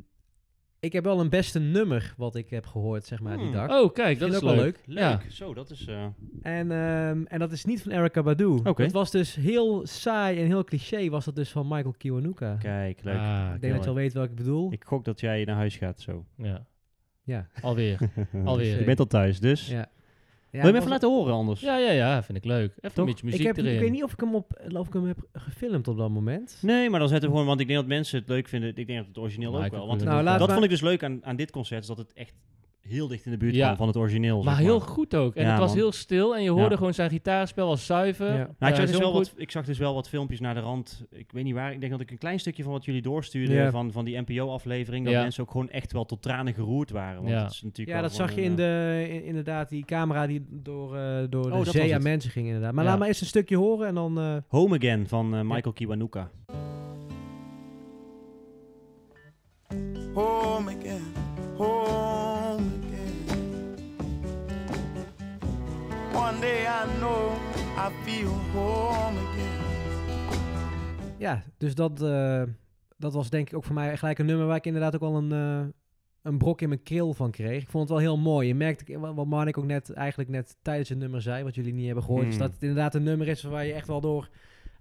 Speaker 2: Ik heb wel een beste nummer wat ik heb gehoord, zeg maar, die
Speaker 3: Hmm.
Speaker 2: dag.
Speaker 1: Oh, kijk, dat
Speaker 2: Vind
Speaker 1: is
Speaker 2: ik ook
Speaker 1: leuk.
Speaker 2: wel
Speaker 1: Ja.
Speaker 3: Leuk. Zo, dat is... eh,
Speaker 2: En, ehm, en dat is niet van Erica Badu.
Speaker 3: Oké.
Speaker 2: Het was dus heel saai en heel cliché was dat dus van Michael Kiwanuka.
Speaker 3: kijk, leuk.
Speaker 1: Ah,
Speaker 2: ik denk dat je
Speaker 1: kijk.
Speaker 2: al weet welke ik bedoel.
Speaker 3: Ik gok dat jij naar huis gaat zo.
Speaker 1: Ja,
Speaker 2: ja. [LAUGHS]
Speaker 3: [LAUGHS]
Speaker 1: alweer. Alweer.
Speaker 3: Je bent al thuis, dus...
Speaker 2: ja. Ja,
Speaker 3: Wil je
Speaker 2: was-
Speaker 3: hem even laten horen anders?
Speaker 1: Ja, ja, ja, vind ik leuk. Even
Speaker 3: Toch?
Speaker 1: een beetje muziek
Speaker 2: ik, heb,
Speaker 1: erin.
Speaker 2: ik weet niet of ik hem, op, of ik hem heb gefilmd op dat moment.
Speaker 3: Nee, maar dan zetten we gewoon, want ik denk dat mensen het leuk vinden. Ik denk dat het origineel
Speaker 1: Maar
Speaker 3: ook
Speaker 1: ik
Speaker 3: wel.
Speaker 1: ook
Speaker 3: Want
Speaker 1: wel.
Speaker 2: Nou, laat
Speaker 3: dat
Speaker 2: maar-
Speaker 3: vond ik dus leuk aan, aan dit concert, is dat het echt heel dicht in de buurt
Speaker 1: Ja.
Speaker 3: kwam van het origineel. zeg
Speaker 1: Maar heel goed ook. En
Speaker 3: Ja,
Speaker 1: het was
Speaker 3: man.
Speaker 1: heel stil en je hoorde
Speaker 3: Ja.
Speaker 1: gewoon zijn gitaarspel was zuiver.
Speaker 2: Ja.
Speaker 1: Ja.
Speaker 2: Nou,
Speaker 3: Nou, ik, zag
Speaker 1: hij
Speaker 3: dus
Speaker 1: zong
Speaker 3: wel
Speaker 1: goed.
Speaker 3: wat, ik zag dus wel wat filmpjes naar de rand. Ik weet niet waar. Ik denk dat ik een klein stukje van wat jullie doorstuurden
Speaker 2: Ja.
Speaker 3: van, van die NPO-aflevering. Dat
Speaker 1: Ja.
Speaker 3: mensen ook gewoon echt wel tot tranen geroerd waren. Want
Speaker 1: Ja.
Speaker 3: dat is natuurlijk
Speaker 2: Ja,
Speaker 3: wel
Speaker 2: dat
Speaker 3: gewoon
Speaker 2: zag je
Speaker 3: een,
Speaker 2: in
Speaker 3: eh,
Speaker 2: de, in- inderdaad, die camera die door, eh, door
Speaker 3: Oh,
Speaker 2: de
Speaker 3: dat was
Speaker 2: zee aan
Speaker 3: het.
Speaker 2: mensen ging inderdaad. Maar
Speaker 1: Ja.
Speaker 2: laat maar eerst een stukje horen en dan... eh,
Speaker 3: Home Again van eh, Michael Kiwanuka.
Speaker 6: home again, home again. One day I know I feel home again.
Speaker 2: ja, dus dat, eh, dat was denk ik ook voor mij gelijk een nummer waar ik inderdaad ook wel een, eh, een brok in mijn keel van kreeg. Ik vond het wel heel mooi. Je merkt, wa- wat Marnik ook net, eigenlijk net tijdens het nummer zei, wat jullie niet hebben gehoord, is
Speaker 3: Hmm.
Speaker 2: dat het inderdaad een nummer is waar je echt wel door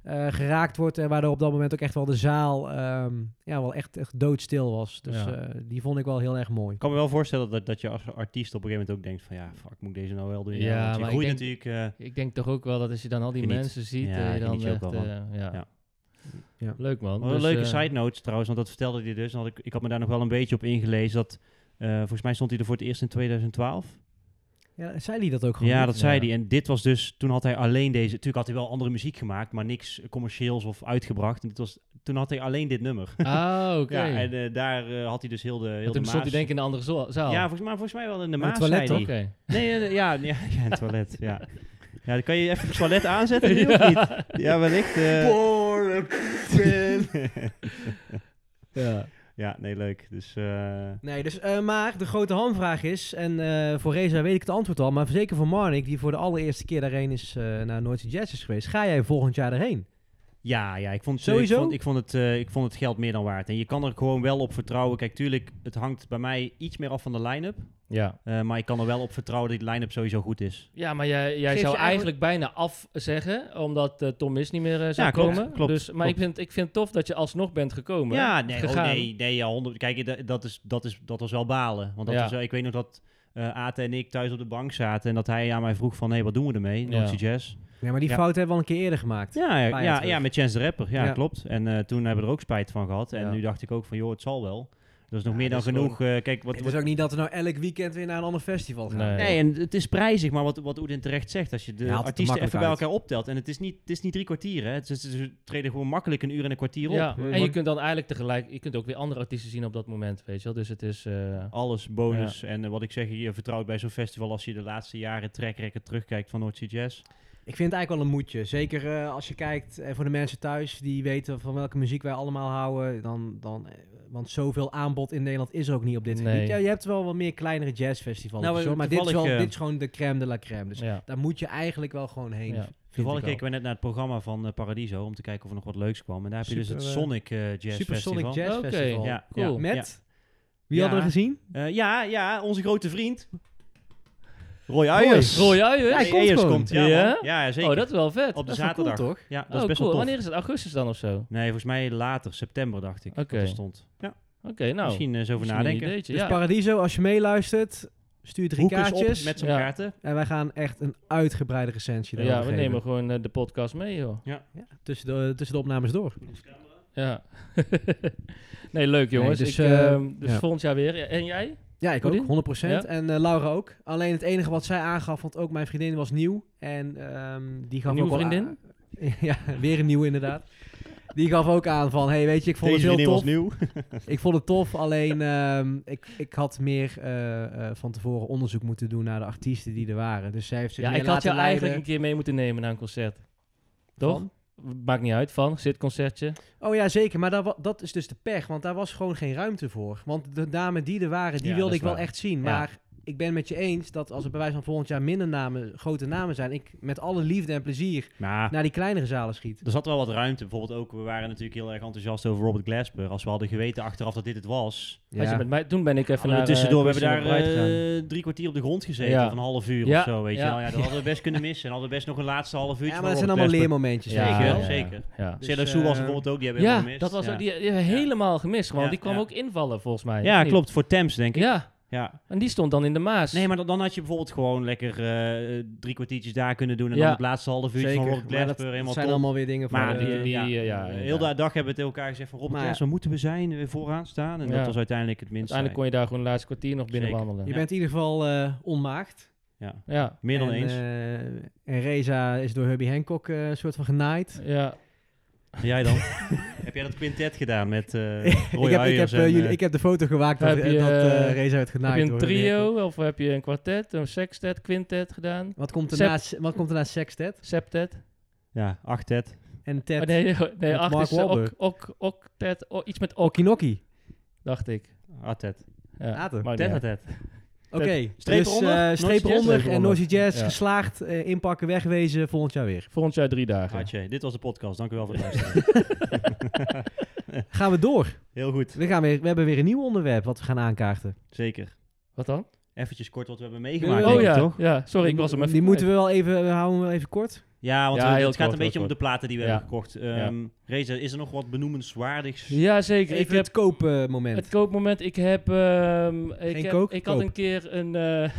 Speaker 2: eh, geraakt wordt en waardoor op dat moment ook echt wel de zaal ehm, ja, wel echt, echt doodstil was. Dus
Speaker 1: Ja.
Speaker 2: eh, die vond ik wel heel erg mooi.
Speaker 3: Ik kan me wel voorstellen dat, dat je als artiest op een gegeven moment ook denkt van ja, fuck, moet ik deze nou wel doen?
Speaker 1: Ja,
Speaker 3: want je
Speaker 1: maar ik
Speaker 3: groeit
Speaker 1: denk-
Speaker 3: natuurlijk... eh,
Speaker 1: Ik denk toch ook wel dat als je dan al die
Speaker 3: Geniet.
Speaker 1: mensen ziet,
Speaker 3: Ja,
Speaker 1: eh, je
Speaker 3: ik
Speaker 1: dan
Speaker 3: geniet je ook
Speaker 1: echt...
Speaker 3: wel van.
Speaker 1: eh, ja.
Speaker 3: Ja.
Speaker 2: Ja.
Speaker 1: Leuk man.
Speaker 3: Wel een
Speaker 1: Dus,
Speaker 3: leuke
Speaker 1: eh,
Speaker 3: side note trouwens, want dat vertelde hij dus. En had ik, ik had me daar nog wel een beetje op ingelezen. Dat, eh, volgens mij stond hij er voor het eerst in 2012.
Speaker 2: Ja, zei die dat ook gewoon?
Speaker 3: Ja,
Speaker 2: niet?
Speaker 3: dat zei
Speaker 1: ja.
Speaker 3: hij. En dit was dus, toen had hij alleen deze... Natuurlijk had hij wel andere muziek gemaakt, maar niks commercieels of uitgebracht. En dit was, toen had hij alleen dit nummer.
Speaker 1: [LAUGHS] Ah, oké.
Speaker 3: Ja, en eh, daar eh, had hij dus heel de heel
Speaker 1: Want
Speaker 3: de
Speaker 1: toen stond
Speaker 3: Maas-
Speaker 1: hij denk ik in een andere zo- zaal.
Speaker 3: Ja, volgens, maar volgens mij wel in de
Speaker 2: het
Speaker 3: Maas,
Speaker 2: toilet,
Speaker 3: zei
Speaker 1: oké.
Speaker 3: hij. Nee, eh, ja, ja, [LAUGHS] ja, het toilet, ja. Ja, dan kan je even het toilet
Speaker 1: [LAUGHS]
Speaker 3: aanzetten nu, of niet? Ja, wellicht. eh.
Speaker 1: Ja.
Speaker 3: ja, nee, leuk. Dus... eh,
Speaker 2: Nee, dus, eh, maar de grote hamvraag is, en eh, voor Reza weet ik het antwoord al, maar zeker voor Marnik, die voor de allereerste keer daarheen is eh, naar Noordse Jazz is geweest, ga jij volgend jaar daarheen?
Speaker 3: Ja, ja, ik vond, eh,
Speaker 2: Sowieso?
Speaker 3: Ik vond, ik, vond het, eh, ik vond het geld meer dan waard. En je kan er gewoon wel op vertrouwen. Kijk, tuurlijk, het hangt bij mij iets meer af van de line-up.
Speaker 1: ja.
Speaker 3: eh, maar ik kan er wel op vertrouwen dat die line-up sowieso goed is.
Speaker 1: Ja, maar jij, jij
Speaker 2: Geef
Speaker 1: zou
Speaker 2: je eigenlijk-
Speaker 1: eigenlijk bijna afzeggen, omdat eh, Tom Miss niet meer eh, zou
Speaker 3: Ja, klopt,
Speaker 1: komen.
Speaker 3: klopt,
Speaker 1: dus, maar Ik, vind, ik vind het tof dat je alsnog bent gekomen.
Speaker 3: ja, nee, oh,
Speaker 1: gegaan.
Speaker 3: nee, nee ja, 100. Kijk, dat, dat, is, dat, is, dat was wel balen. Want dat
Speaker 1: Ja.
Speaker 3: was, wel- ik weet nog dat eh Ate en ik thuis op de bank zaten. En dat hij aan mij vroeg van, hé, hey, wat doen we ermee?
Speaker 1: Ja.
Speaker 3: Noxy Jazz.
Speaker 2: Ja, maar die
Speaker 3: Ja.
Speaker 2: fout hebben we al een keer eerder gemaakt.
Speaker 3: Ja, ja,
Speaker 2: jaar
Speaker 3: ja,
Speaker 2: terug.
Speaker 3: met Chance de Rapper. Ja,
Speaker 2: Ja.
Speaker 3: klopt. En eh, toen hebben we er ook spijt van gehad. En
Speaker 1: Ja.
Speaker 3: nu dacht ik ook van, joh, het zal wel. Dat is nog
Speaker 2: Ja,
Speaker 3: meer dan
Speaker 2: dat is
Speaker 3: genoeg. eh, kijk, wat,
Speaker 2: het
Speaker 3: wat,
Speaker 2: is ook niet dat we nou elk weekend weer naar een ander festival gaan.
Speaker 1: Nee.
Speaker 3: Nee, en het is prijzig, maar wat, wat Oedin terecht zegt, als je de
Speaker 2: Hij haalt het er
Speaker 3: artiesten even bij
Speaker 2: makkelijk
Speaker 3: elkaar optelt. En het is niet, het is niet drie kwartier, hè. Het is, ze treden gewoon makkelijk een uur en een kwartier op.
Speaker 1: Ja, en je
Speaker 3: eh, Want
Speaker 1: kunt dan eigenlijk tegelijk, je kunt ook weer andere artiesten zien op dat moment, weet je wel. Dus het is, eh,
Speaker 3: alles bonus. En eh, wat ik zeg, je vertrouwt bij zo'n festival als je de laatste jaren trackrekken terugkijkt van Noordzee Jazz.
Speaker 2: Ik vind het eigenlijk wel een moedje. Zeker eh, als je kijkt, eh, voor de mensen thuis die weten van welke muziek wij allemaal houden, dan, dan, eh, want zoveel aanbod in Nederland is er ook niet op dit
Speaker 1: Nee.
Speaker 2: gebied. Ja, je hebt wel wat meer kleinere jazzfestivals,
Speaker 3: Nou,
Speaker 2: of zo,
Speaker 3: eh,
Speaker 2: maar dit is, wel,
Speaker 3: toevallig, eh,
Speaker 2: dit is gewoon de crème de la crème. Dus
Speaker 1: ja.
Speaker 2: daar moet je eigenlijk wel gewoon
Speaker 1: Ja.
Speaker 2: heen. vind ik
Speaker 3: Toevallig
Speaker 2: wel.
Speaker 3: keken we net naar het programma van eh, Paradiso, om te kijken of er nog wat leuks kwam. En daar heb je dus
Speaker 2: Super,
Speaker 3: het
Speaker 2: eh,
Speaker 3: Sonic eh, Jazz Festival.
Speaker 2: Supersonic Jazz
Speaker 1: Oké.
Speaker 2: Festival.
Speaker 3: Ja,
Speaker 1: Cool.
Speaker 3: ja, ja.
Speaker 2: Met? Wie hadden we
Speaker 3: Ja.
Speaker 2: gezien?
Speaker 3: Eh, ja, ja, onze grote vriend. Roy Ayers.
Speaker 1: Roy Ayers?
Speaker 3: Ja,
Speaker 2: hij komt
Speaker 3: Ayers
Speaker 2: gewoon.
Speaker 3: komt. Ja,
Speaker 1: Ja?
Speaker 3: man. ja zeker.
Speaker 1: Oh, dat is wel vet.
Speaker 3: Op de
Speaker 2: is wel cool,
Speaker 3: zaterdag.
Speaker 2: toch?
Speaker 3: Ja, dat
Speaker 1: oh,
Speaker 3: is best
Speaker 1: cool.
Speaker 3: wel tof.
Speaker 1: Wanneer is het? Augustus dan of zo? Oké,
Speaker 3: Nee, volgens mij later, september dacht ik.
Speaker 1: Oké.
Speaker 3: Dat er stond. Ja.
Speaker 1: nou.
Speaker 3: misschien eh, eens
Speaker 1: misschien
Speaker 3: over
Speaker 1: een
Speaker 3: nadenken.
Speaker 1: ideetje,
Speaker 2: Dus
Speaker 1: ja.
Speaker 2: Paradiso, als je meeluistert, stuur drie
Speaker 3: Hoek eens
Speaker 2: kaartjes.
Speaker 3: op met zo'n
Speaker 1: Ja.
Speaker 3: kaarten.
Speaker 2: En wij gaan echt een uitgebreide recensie
Speaker 1: Ja,
Speaker 2: daarover
Speaker 1: we
Speaker 2: geven.
Speaker 1: nemen gewoon eh, de podcast mee, joh.
Speaker 2: Ja, tussen, de, tussen de opnames door.
Speaker 3: [LAUGHS]
Speaker 1: Ja. nee, leuk jongens.
Speaker 2: Nee, dus,
Speaker 1: dus ik,
Speaker 2: eh,
Speaker 1: ehm, dus
Speaker 2: ja.
Speaker 1: volgend jaar weer. Ja, En jij?
Speaker 2: Ja, ik
Speaker 1: Goed in?
Speaker 2: ook, 100%.
Speaker 1: Ja.
Speaker 2: En eh, Laura ook. Alleen het enige wat zij aangaf, want ook mijn vriendin was nieuw. En ehm, die gaf
Speaker 1: Een nieuwe
Speaker 2: ook wel
Speaker 3: eh,
Speaker 1: vriendin?
Speaker 2: aan- [LAUGHS] ja, weer een nieuwe inderdaad. Die gaf ook aan van, hey, weet je, ik vond
Speaker 3: Deze
Speaker 2: het
Speaker 3: vriendin
Speaker 2: heel tof.
Speaker 3: was nieuw. [LAUGHS]
Speaker 2: Ik vond het tof, alleen ehm, ik, ik had meer eh, eh, van tevoren onderzoek moeten doen naar de artiesten die er waren. Dus zij heeft zich
Speaker 1: Ja,
Speaker 2: meer
Speaker 1: ik had
Speaker 2: laten
Speaker 1: jou
Speaker 2: leiden
Speaker 1: eigenlijk een keer mee moeten nemen naar een concert. Toch?
Speaker 2: van-
Speaker 1: Maakt niet uit, van. Zit concertje.
Speaker 2: Oh ja, zeker. Maar daar wa- dat is dus de pech, want daar was gewoon geen ruimte voor. Want de dame die er waren, die
Speaker 1: Ja, dat
Speaker 2: wilde
Speaker 1: is
Speaker 2: ik wel
Speaker 1: waar.
Speaker 2: echt zien.
Speaker 1: Ja.
Speaker 2: Maar ik ben met je eens dat als er bij wijze van volgend jaar minder namen, grote namen zijn, ik met alle liefde en plezier
Speaker 3: Maar
Speaker 2: naar die kleinere zalen schiet.
Speaker 3: er zat wel wat ruimte. Bijvoorbeeld ook, we waren natuurlijk heel erg enthousiast over Robert Glasper. Als we hadden geweten achteraf dat dit het was.
Speaker 1: Had je met mij, toen ben ik even
Speaker 3: Hadden
Speaker 1: naar...
Speaker 3: we
Speaker 1: eh,
Speaker 3: tussendoor, we hebben
Speaker 1: Christian
Speaker 3: daar
Speaker 1: de Bruyne gegaan.
Speaker 3: eh, drie kwartier op de grond gezeten.
Speaker 1: Ja.
Speaker 3: Of een half uur
Speaker 1: Ja,
Speaker 3: of zo, weet
Speaker 1: ja.
Speaker 3: je wel. Ja, dat hadden we best kunnen missen. En hadden we best nog een laatste half uurtje
Speaker 2: ja,
Speaker 3: van
Speaker 2: maar dat zijn
Speaker 3: Robert
Speaker 2: allemaal leermomentjes.
Speaker 3: Glasper. Ja,
Speaker 2: weet je wel.
Speaker 3: ja, zeker.
Speaker 1: Ja,
Speaker 2: Dus,
Speaker 3: Taylor Sue was er
Speaker 2: eh,
Speaker 3: bijvoorbeeld ook, die hebben we
Speaker 1: ja
Speaker 3: helemaal
Speaker 1: dat
Speaker 3: gemist.
Speaker 1: was
Speaker 3: ja.
Speaker 1: ook, die, die hebben we helemaal gemist gewoon.
Speaker 3: Ja,
Speaker 1: die kwam
Speaker 3: ja.
Speaker 1: ook invallen volgens mij.
Speaker 3: Ja,
Speaker 1: of niet?
Speaker 3: klopt. Voor Thames, denk ik.
Speaker 1: Ja,
Speaker 3: Ja.
Speaker 1: en die stond dan in de Maas.
Speaker 3: Nee, maar dan, dan had je bijvoorbeeld gewoon lekker eh, drie kwartiertjes daar kunnen doen. En
Speaker 1: Ja.
Speaker 3: dan het laatste half uurtje van Robert
Speaker 2: maar dat
Speaker 3: Glasper helemaal
Speaker 2: zijn
Speaker 3: top.
Speaker 2: allemaal weer dingen van...
Speaker 3: Maar
Speaker 2: eh,
Speaker 3: die,
Speaker 1: die-
Speaker 3: ja.
Speaker 1: eh, ja,
Speaker 3: Eh, heel
Speaker 1: inderdaad.
Speaker 3: de dag hebben we tegen elkaar gezegd van Robert
Speaker 2: Maar-
Speaker 3: Glasper, moeten we zijn? eh, vooraan staan? En
Speaker 1: Ja.
Speaker 3: dat was uiteindelijk het minste.
Speaker 1: Uiteindelijk kon je daar gewoon het laatste kwartier nog binnen
Speaker 3: Zeker.
Speaker 1: wandelen.
Speaker 2: je
Speaker 1: Ja.
Speaker 2: bent in ieder geval eh, onmaagd.
Speaker 1: ja.
Speaker 3: Meer dan
Speaker 2: en,
Speaker 3: eens.
Speaker 2: eh, en Reza is door Herbie Hancock eh, een soort van genaaid.
Speaker 1: eh,
Speaker 3: jij
Speaker 1: [LAUGHS]
Speaker 3: dan? heb jij dat quintet gedaan met eh Roy
Speaker 2: ik, heb, ik, heb,
Speaker 3: Ayers
Speaker 2: eh,
Speaker 3: en,
Speaker 2: jullie,
Speaker 3: eh,
Speaker 2: ik heb de foto gemaakt dat,
Speaker 1: heb je,
Speaker 2: dat eh,
Speaker 1: eh,
Speaker 2: Reza werd genaaid.
Speaker 1: Heb je een
Speaker 2: door Herbie Hancock.
Speaker 1: trio of heb je een kwartet, een sextet, quintet gedaan?
Speaker 2: Wat komt er
Speaker 1: Sep-
Speaker 2: na, wat komt er na Sextet?
Speaker 1: Septet?
Speaker 3: Ja, achtet.
Speaker 2: En Ted
Speaker 1: Oh, nee, nee
Speaker 2: Met
Speaker 1: acht
Speaker 2: Mark
Speaker 1: is eh,
Speaker 2: Wahlberg.
Speaker 1: ok, ok, oktet, o- iets met ok,
Speaker 2: Okinoki.
Speaker 1: dacht ik.
Speaker 3: Atet.
Speaker 1: Ja,
Speaker 2: Later.
Speaker 1: maar
Speaker 3: Tet,
Speaker 1: Oh, ja.
Speaker 3: atet.
Speaker 2: Oké,
Speaker 3: Streep
Speaker 2: dus,
Speaker 3: eronder?
Speaker 2: eh,
Speaker 3: Noisy
Speaker 2: streep
Speaker 3: Jazz?
Speaker 2: eronder
Speaker 1: Streep
Speaker 2: en
Speaker 1: eronder.
Speaker 2: Noisy Jazz
Speaker 1: Ja.
Speaker 2: geslaagd, eh, inpakken, wegwezen, volgend jaar weer.
Speaker 1: Volgend jaar drie dagen.
Speaker 3: Hartje, dit was de podcast. Dank u wel voor het luisteren.
Speaker 2: Gaan we door.
Speaker 3: Heel goed,
Speaker 2: We, gaan weer, we hebben weer een nieuw onderwerp wat we gaan aankaarten.
Speaker 3: zeker.
Speaker 1: Wat dan?
Speaker 3: Eventjes kort wat we hebben meegemaakt,
Speaker 2: Oh
Speaker 3: denk ik,
Speaker 1: ja,
Speaker 3: toch?
Speaker 1: ja, sorry, ik was hem
Speaker 2: Die
Speaker 1: even
Speaker 2: moeten
Speaker 1: kwijt.
Speaker 2: we wel even, we houden hem wel even kort.
Speaker 3: Ja, want
Speaker 1: Ja,
Speaker 3: het-
Speaker 1: heel
Speaker 3: het gaat
Speaker 1: kort,
Speaker 3: een
Speaker 1: heel
Speaker 3: beetje om de
Speaker 1: kort.
Speaker 3: platen die we
Speaker 1: Ja.
Speaker 3: hebben gekocht. Ehm Reza, is er nog wat benoemenswaardigs?
Speaker 1: Ja, zeker. Ik
Speaker 2: Even
Speaker 1: heb
Speaker 2: het kopen moment.
Speaker 1: Het koopmoment. Ik heb. ehm, ik
Speaker 2: Geen
Speaker 1: heb-
Speaker 2: kook,
Speaker 1: ik had
Speaker 2: koop.
Speaker 1: een keer een, eh, [LAUGHS] eh,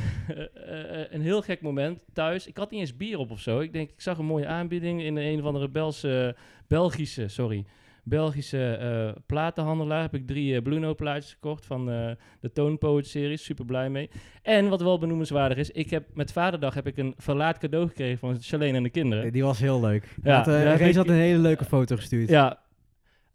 Speaker 1: een heel gek moment thuis. Ik had niet eens bier op of zo. Ik denk, ik zag een mooie aanbieding in een van de Belse, Belgische, sorry. Belgische eh, platenhandelaar heb ik drie eh, Bluno plaatjes gekocht van eh, de Tone Poet series. Super blij mee. En wat wel benoemenswaardig is, ik heb met Vaderdag heb ik een verlaat cadeau gekregen van Charlene en de kinderen.
Speaker 2: Eh, Die was heel leuk.
Speaker 1: Ja,
Speaker 2: Had, eh,
Speaker 1: ja,
Speaker 2: Rees
Speaker 1: ik-
Speaker 2: had een hele leuke foto gestuurd.
Speaker 1: Ja,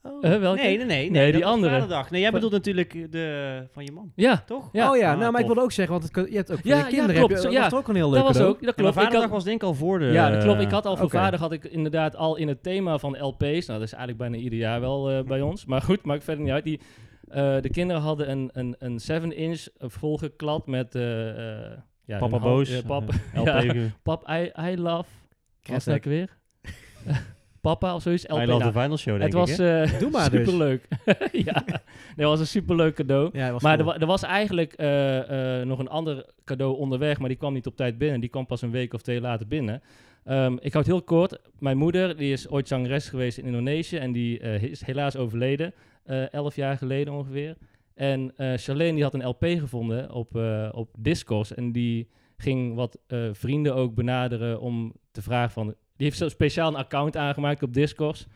Speaker 3: Oh.
Speaker 1: Eh, welke?
Speaker 3: nee, nee, nee.
Speaker 1: Nee,
Speaker 3: dat
Speaker 1: die
Speaker 3: was
Speaker 1: andere.
Speaker 3: Vaderdag. Nee, jij
Speaker 1: Van-
Speaker 3: bedoelt natuurlijk eh, de, van je man,
Speaker 1: ja,
Speaker 3: toch?
Speaker 1: Ja.
Speaker 2: Oh ja,
Speaker 3: Ah,
Speaker 2: nou, maar ik
Speaker 3: tof.
Speaker 2: wilde ook zeggen, want het, kan- je hebt ook voor
Speaker 1: Ja,
Speaker 2: je
Speaker 1: ja,
Speaker 2: kinderen.
Speaker 1: klopt.
Speaker 2: heb je,
Speaker 1: Zo,
Speaker 2: dat
Speaker 1: ja.
Speaker 2: was ook een heel leuk
Speaker 1: dat was
Speaker 2: cadeau.
Speaker 1: ook. Dat
Speaker 3: Ja, maar
Speaker 1: klopt. Ik
Speaker 3: Vaderdag
Speaker 1: had-
Speaker 3: was denk ik al voor de...
Speaker 1: Ja, dat klopt. Ik had al voor
Speaker 2: oké.
Speaker 1: vader had ik inderdaad al in het thema van LP's. Nou, dat is eigenlijk bijna ieder jaar wel eh, bij ons. Maar goed, maakt verder niet uit. Die, eh, de kinderen hadden een, een, een 7-inch volgeklad met... eh, eh, ja,
Speaker 3: Papa
Speaker 1: hun hand-
Speaker 3: Boos.
Speaker 1: eh, pap,
Speaker 3: LP.
Speaker 1: ja, [LAUGHS] pap, I, I love... Wat
Speaker 2: Kretnek.
Speaker 1: ik weer? [LAUGHS] Papa of zoiets. LP.
Speaker 3: I
Speaker 1: nou,
Speaker 3: love the final show,
Speaker 1: het
Speaker 3: denk ik.
Speaker 1: was
Speaker 3: hè?
Speaker 1: eh [LAUGHS]
Speaker 2: Doe maar dus.
Speaker 1: superleuk. ja, nee, het was een superleuk cadeau.
Speaker 2: Ja, dat was
Speaker 1: Maar
Speaker 2: cool.
Speaker 1: er, wa- er was eigenlijk eh, eh, nog een ander cadeau onderweg, maar die kwam niet op tijd binnen. Die kwam pas een week of twee later binnen. Ehm, ik hou het heel kort. Mijn moeder, die is ooit zangeres geweest in Indonesië en die eh, is helaas overleden, eh, elf jaar geleden ongeveer. En eh Charlene die had een LP gevonden op, eh op Discogs en die ging wat eh, vrienden ook benaderen om te vragen van... Die heeft zo speciaal een account aangemaakt op Discogs.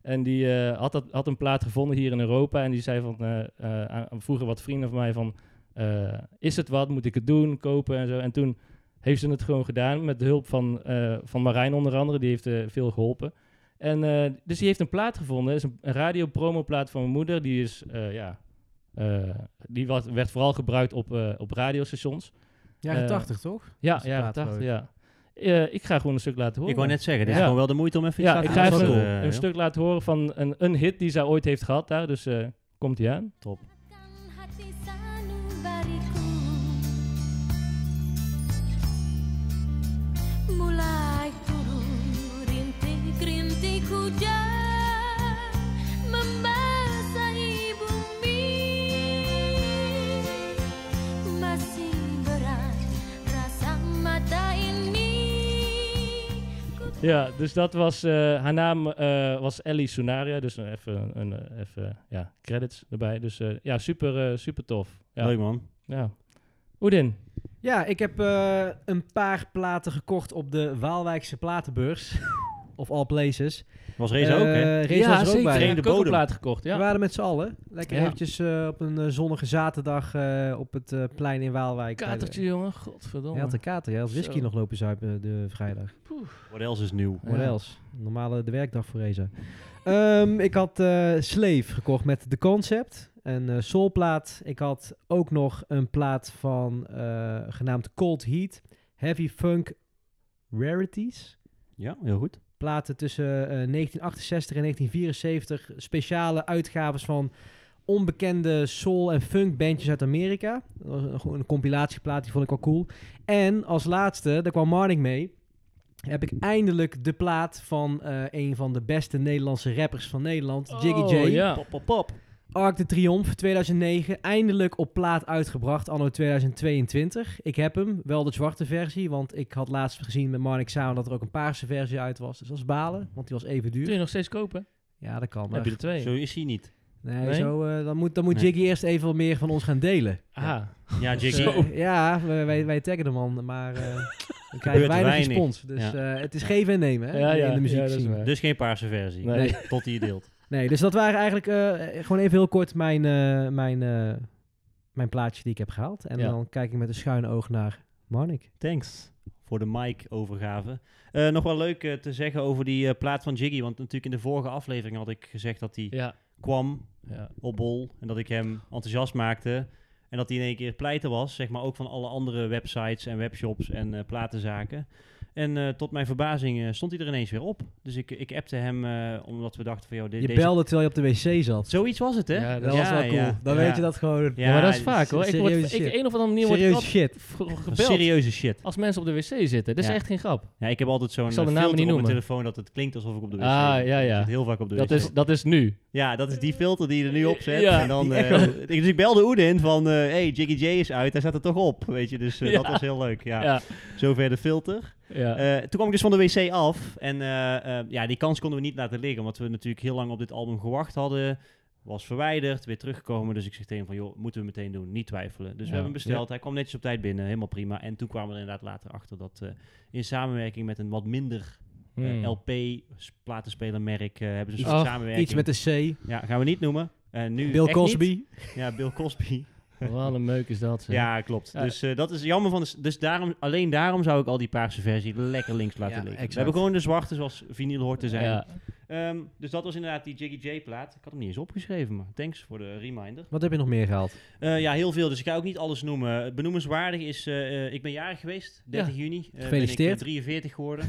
Speaker 1: En die eh, had, dat, had een plaat gevonden hier in Europa. En die zei van, eh, eh, aan- vroegen wat vrienden van mij van, eh, is het wat? Moet ik het doen? Kopen en zo. En toen heeft ze het gewoon gedaan met de hulp van, eh, van Marijn onder andere. Die heeft eh, veel geholpen. En eh, dus die heeft een plaat gevonden. Dat is een, een radiopromoplaat van mijn moeder. Die is, eh, ja, eh, die was, werd vooral gebruikt op, eh, op radiostations.
Speaker 2: Jaren
Speaker 1: eh,
Speaker 2: 80, toch?
Speaker 1: Ja,
Speaker 2: is de
Speaker 1: ja,
Speaker 2: plaat, geloof
Speaker 1: 80,
Speaker 2: ik.
Speaker 1: ja. Eh, ik ga gewoon een stuk laten horen.
Speaker 3: Ik wou net zeggen, dit
Speaker 1: Ja.
Speaker 3: is gewoon wel de moeite om even iets
Speaker 1: Ja,
Speaker 3: laten
Speaker 1: ik ga
Speaker 2: dat is
Speaker 1: even
Speaker 2: wel
Speaker 3: horen,
Speaker 1: een,
Speaker 3: eh,
Speaker 1: een
Speaker 3: joh.
Speaker 1: stuk laten horen van een, een hit die zij ooit heeft gehad daar. Dus eh, komt die aan.
Speaker 3: Top.
Speaker 5: hati sanubariku Mulai turun rintik-rintik hujan Membasahi bumi Masih berat rasa mata ini
Speaker 1: Ja, dus dat was... eh, haar naam eh, was Ellie Sunaria. Dus nog even, een, eh, even ja, credits erbij. Dus eh, ja, super, eh, super tof. Ja,
Speaker 3: Leuk, man.
Speaker 1: Ja. Oedin.
Speaker 2: Ja, ik heb eh, een paar platen gekocht op de Waalwijkse platenbeurs. [LAUGHS] of all places.
Speaker 3: Was Reza ook, hè?
Speaker 2: Eh, Reza was er ook bij.
Speaker 1: Ik
Speaker 3: Vreemde
Speaker 1: heb
Speaker 3: bodem.
Speaker 1: ook een plaat gekocht,
Speaker 2: We
Speaker 1: ja.
Speaker 2: waren met z'n allen. Lekker
Speaker 1: Ja.
Speaker 2: eventjes eh, op een eh, zonnige zaterdag eh, op het eh, plein in Waalwijk. bij de-
Speaker 1: Katertje, jongen.
Speaker 2: Jij had
Speaker 1: Godverdomme.
Speaker 2: een kater, jij had whisky
Speaker 1: Zo.
Speaker 2: nog lopen zuipen eh, de vrijdag.
Speaker 1: Eh,
Speaker 3: What else is nieuw?
Speaker 1: Ja.
Speaker 2: What else? Normale de werkdag voor Reza. Ehm, ik had eh Slave gekocht met The Concept. Een eh, soulplaat. Ik had ook nog een plaat van eh, genaamd Cold Heat. Heavy Funk Rarities.
Speaker 3: Ja, heel goed.
Speaker 2: Platen tussen eh, 1968 en 1974. Speciale uitgaves van onbekende soul- en funkbandjes uit Amerika. Dat was een, gewoon een compilatieplaat, die vond ik wel cool. En als laatste, daar kwam Marnik mee, heb ik eindelijk de plaat van eh, een van de beste Nederlandse rappers van Nederland, Jiggy J.
Speaker 1: Oh, ja.
Speaker 3: Pop, pop, pop.
Speaker 2: Arc de Triomphe 2009, eindelijk op plaat uitgebracht, anno 2022. Ik heb hem, wel de zwarte versie, want ik had laatst gezien met Marnik samen dat er ook een paarse versie uit was. Dus dat is balen, want die was even
Speaker 1: Kun
Speaker 2: duur.
Speaker 1: je nog steeds kopen?
Speaker 2: Ja, dat kan.
Speaker 1: Dan heb je
Speaker 2: Maar.
Speaker 1: er twee.
Speaker 3: Zo is hij niet.
Speaker 2: Nee,
Speaker 1: Nee?
Speaker 2: Zo, eh, dan moet, dan moet
Speaker 3: Nee.
Speaker 2: Jiggy eerst even wat meer van ons gaan delen.
Speaker 1: Ah, [LAUGHS]
Speaker 3: Ja,
Speaker 1: Dus,
Speaker 3: Jiggy.
Speaker 1: eh,
Speaker 2: Eh, ja, wij, wij, wij taggen de
Speaker 1: [LAUGHS]
Speaker 2: man, maar eh we krijgen
Speaker 3: Gebeurt
Speaker 2: weinig
Speaker 3: weinig.
Speaker 2: respons. Dus eh, het is geven en nemen hè,
Speaker 1: Ja, ja,
Speaker 2: in de muziek
Speaker 1: ja, dat is waar.
Speaker 3: dus geen paarse versie.
Speaker 1: Nee.
Speaker 2: Nee.
Speaker 3: Tot hij deelt.
Speaker 2: Nee, dus dat waren eigenlijk eh, gewoon even heel kort mijn, eh, mijn, eh, mijn plaatje die ik heb gehaald. En
Speaker 1: Ja.
Speaker 2: dan kijk ik met een schuin oog naar Marnik.
Speaker 3: Thanks voor de mic-overgave. Eh, nog wel leuk eh, te zeggen over die eh, plaat van Jiggy. Want natuurlijk in de vorige aflevering had ik gezegd dat hij
Speaker 1: ja.
Speaker 3: kwam
Speaker 1: ja.
Speaker 3: op bol. En dat ik hem enthousiast maakte. En dat hij in één keer pleiten was. Zeg maar ook van alle andere websites en webshops en eh, platenzaken. En eh, tot mijn verbazing eh, stond hij er ineens weer op. Dus ik, ik appte hem eh, omdat we dachten van... Joh, de-
Speaker 2: Je
Speaker 3: deze-
Speaker 2: belde terwijl je op de wc zat.
Speaker 3: Zoiets was het, hè?
Speaker 1: Ja,
Speaker 2: Dat was wel cool. Dan
Speaker 3: ja.
Speaker 2: weet je dat gewoon
Speaker 1: Ja, maar dat is vaak
Speaker 2: dit is
Speaker 1: hoor. Ik word,
Speaker 2: serieuze
Speaker 1: ik,
Speaker 2: shit.
Speaker 1: een of andere manier word ik
Speaker 2: serieus
Speaker 1: altijd
Speaker 2: shit.
Speaker 1: v- gebeld
Speaker 3: Serieuze shit.
Speaker 1: als mensen op de wc zitten. Dat is
Speaker 3: Ja.
Speaker 1: echt geen grap.
Speaker 3: Ja, ik heb altijd zo'n
Speaker 1: Ik
Speaker 3: eh,
Speaker 1: zal de
Speaker 3: filter
Speaker 1: namen
Speaker 3: op
Speaker 1: niet
Speaker 3: mijn
Speaker 1: noemen.
Speaker 3: telefoon dat het klinkt alsof ik op de wc
Speaker 1: Ah,
Speaker 3: zit.
Speaker 1: ja, ja.
Speaker 3: Ik zit heel vaak op de
Speaker 1: Dat
Speaker 3: wc.
Speaker 1: is, dat is nu.
Speaker 3: Ja, dat is die filter die je er nu op zet.
Speaker 1: Ja,
Speaker 3: en dan,
Speaker 2: die
Speaker 3: eh,
Speaker 2: echo.
Speaker 3: ik- dus ik belde Oede in van, eh hey, Jiggy J is uit, hij staat er toch op, weet je. Dus eh,
Speaker 1: Ja.
Speaker 3: dat was heel leuk, ja.
Speaker 1: Ja.
Speaker 3: Zover de filter.
Speaker 1: Ja.
Speaker 3: Eh, toen kwam ik dus van de wc af en eh, eh, ja, die kans konden we niet laten liggen, omdat we natuurlijk heel lang op dit album gewacht hadden. Was verwijderd, weer teruggekomen. Dus ik zeg tegen hem van, joh, moeten we meteen doen, niet twijfelen.
Speaker 1: Ja.
Speaker 3: Dus we hebben hem besteld, hij kwam netjes op tijd binnen, helemaal prima. En toen kwamen we er inderdaad later achter dat eh, in samenwerking met een wat minder eh,
Speaker 1: Hmm.
Speaker 3: LP, s- platenspelermerk, eh, hebben
Speaker 1: Iets-
Speaker 3: ze een soort
Speaker 1: Ach,
Speaker 3: samenwerking.
Speaker 2: Iets met de C.
Speaker 3: Ja, gaan we niet noemen. Eh, nu
Speaker 2: Bill
Speaker 3: echt
Speaker 2: Cosby.
Speaker 3: niet. Ja, Bill
Speaker 2: [LAUGHS]
Speaker 3: Cosby.
Speaker 1: Wat een meuk is dat. zeg.
Speaker 3: ja, klopt.
Speaker 1: Ja.
Speaker 3: Dus eh, dat is jammer van... De, s- dus daarom, alleen daarom zou ik al die paarse versie lekker links laten
Speaker 2: Ja,
Speaker 3: liggen.
Speaker 2: exact.
Speaker 3: We hebben gewoon de zwarte zoals vinyl hoort te zijn.
Speaker 1: Ja.
Speaker 3: Ehm, dus dat was inderdaad die Jiggy J plaat. Ik had hem niet eens opgeschreven, maar thanks voor de reminder.
Speaker 2: Wat heb je nog meer gehaald?
Speaker 3: Eh, ja, heel veel. Dus ik ga ook niet alles noemen. Het Benoemenswaardig is... eh, eh, ik ben jarig geweest, 30 juni. Eh, Ben ik,
Speaker 2: Gefeliciteerd.
Speaker 3: eh,
Speaker 2: [LAUGHS]
Speaker 3: 43 geworden.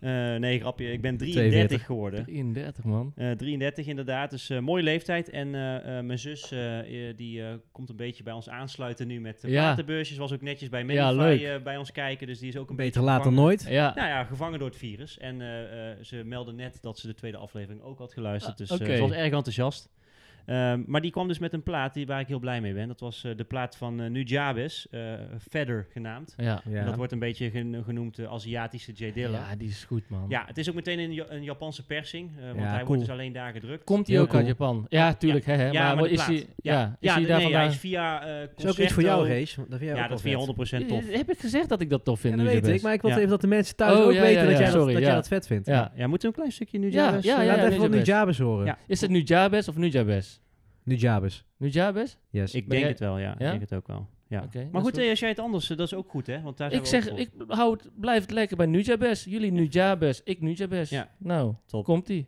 Speaker 3: Eh, nee, grapje. Ik ben 33
Speaker 2: 42.
Speaker 3: geworden.
Speaker 1: 33 man.
Speaker 3: Eh, 33 inderdaad, dus eh, mooie leeftijd. En eh, eh, mijn zus eh, eh, die eh, komt een beetje bij ons aansluiten nu met de
Speaker 1: Ja.
Speaker 3: platenbeursjes. Was ook netjes bij
Speaker 1: Ja,
Speaker 3: Medify
Speaker 1: leuk.
Speaker 3: eh, bij ons kijken, dus die is ook een
Speaker 2: Beter
Speaker 3: beetje
Speaker 2: laat dan
Speaker 3: gevangen.
Speaker 2: nooit.
Speaker 1: Ja.
Speaker 3: Nou ja, gevangen door het virus. En eh, eh, ze meldde net dat ze de tweede aflevering ook had geluisterd,
Speaker 1: Ah,
Speaker 3: dus eh,
Speaker 1: oké.
Speaker 3: ze was erg enthousiast. Ehm, maar die kwam dus met een plaat die, waar ik heel blij mee ben. Dat was eh, de plaat van eh, Nujabes, eh Feather genaamd.
Speaker 1: Ja.
Speaker 2: Ja.
Speaker 3: En dat wordt een beetje gen- genoemd de Aziatische J Dilla.
Speaker 1: ja, die is goed man.
Speaker 3: Ja, het is ook meteen een, Ja- een Japanse persing, eh, want
Speaker 2: Ja,
Speaker 3: hij
Speaker 2: cool.
Speaker 3: wordt dus alleen daar gedrukt.
Speaker 1: Komt die
Speaker 2: Heel
Speaker 1: ook uit
Speaker 2: cool.
Speaker 1: Japan? Ja, tuurlijk. hè, hè.
Speaker 3: Oh, Ja, maar, de
Speaker 1: is
Speaker 3: plaat.
Speaker 1: die, ja. is
Speaker 3: ja,
Speaker 1: die
Speaker 3: nee,
Speaker 1: daar
Speaker 3: ja,
Speaker 1: vandaan?
Speaker 3: is via eh
Speaker 2: Is ook iets voor jou,
Speaker 3: Concerto.
Speaker 2: Race. Dat vind jij
Speaker 3: Ja,
Speaker 2: ook
Speaker 3: dat
Speaker 2: wel
Speaker 3: vind
Speaker 2: vet.
Speaker 3: je 100% tof.
Speaker 1: Heb ik gezegd dat ik dat tof vind?
Speaker 2: Ja, dat
Speaker 1: nu
Speaker 2: weet
Speaker 1: zo
Speaker 2: ik,
Speaker 1: best?
Speaker 2: maar ik wil
Speaker 3: Ja.
Speaker 2: even dat de mensen thuis
Speaker 1: Oh,
Speaker 2: ook
Speaker 1: ja,
Speaker 2: weten
Speaker 1: ja,
Speaker 2: dat,
Speaker 1: ja,
Speaker 2: jij dat,
Speaker 1: sorry,
Speaker 2: dat jij
Speaker 1: ja.
Speaker 2: dat vet vindt.
Speaker 1: Ja.
Speaker 3: Ja, moeten we een klein stukje nu
Speaker 1: Ja,
Speaker 3: doen?
Speaker 1: ja,
Speaker 2: Laat
Speaker 1: nu
Speaker 2: even wat
Speaker 1: zo best.
Speaker 2: Nujabes horen.
Speaker 3: Ja.
Speaker 1: Is het nu Jabes of nu Jabes?
Speaker 2: Nu Jabes.
Speaker 1: Nu Jabes?
Speaker 2: Yes.
Speaker 3: Ik
Speaker 1: Ben
Speaker 3: denk
Speaker 1: jij-
Speaker 3: het wel, ja. Ik
Speaker 1: Ja?
Speaker 3: denk het ook wel. Ja.
Speaker 1: Oké, dat
Speaker 3: maar
Speaker 1: is
Speaker 3: goed,
Speaker 1: goed.
Speaker 3: eh, als jij het anders, eh, dat is ook goed, hè? Want daar zijn
Speaker 1: Ik
Speaker 3: we ook
Speaker 1: zeg,
Speaker 3: voor.
Speaker 1: ik hou het, blijf het lekker bij nu Jabes. Jullie nu Jabes, ik nu Jabes.
Speaker 3: Ja.
Speaker 1: Nou,
Speaker 3: Top.
Speaker 1: komt die.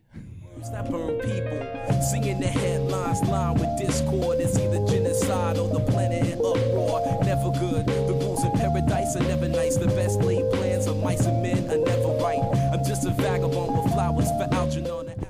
Speaker 7: that burn people. Seeing the headlines line with discord. It's either genocide or the planet in uproar. Never good. The rules in paradise are never nice. The best laid plans of mice and men are never right. I'm just a vagabond with flowers for Algernon. and Ab-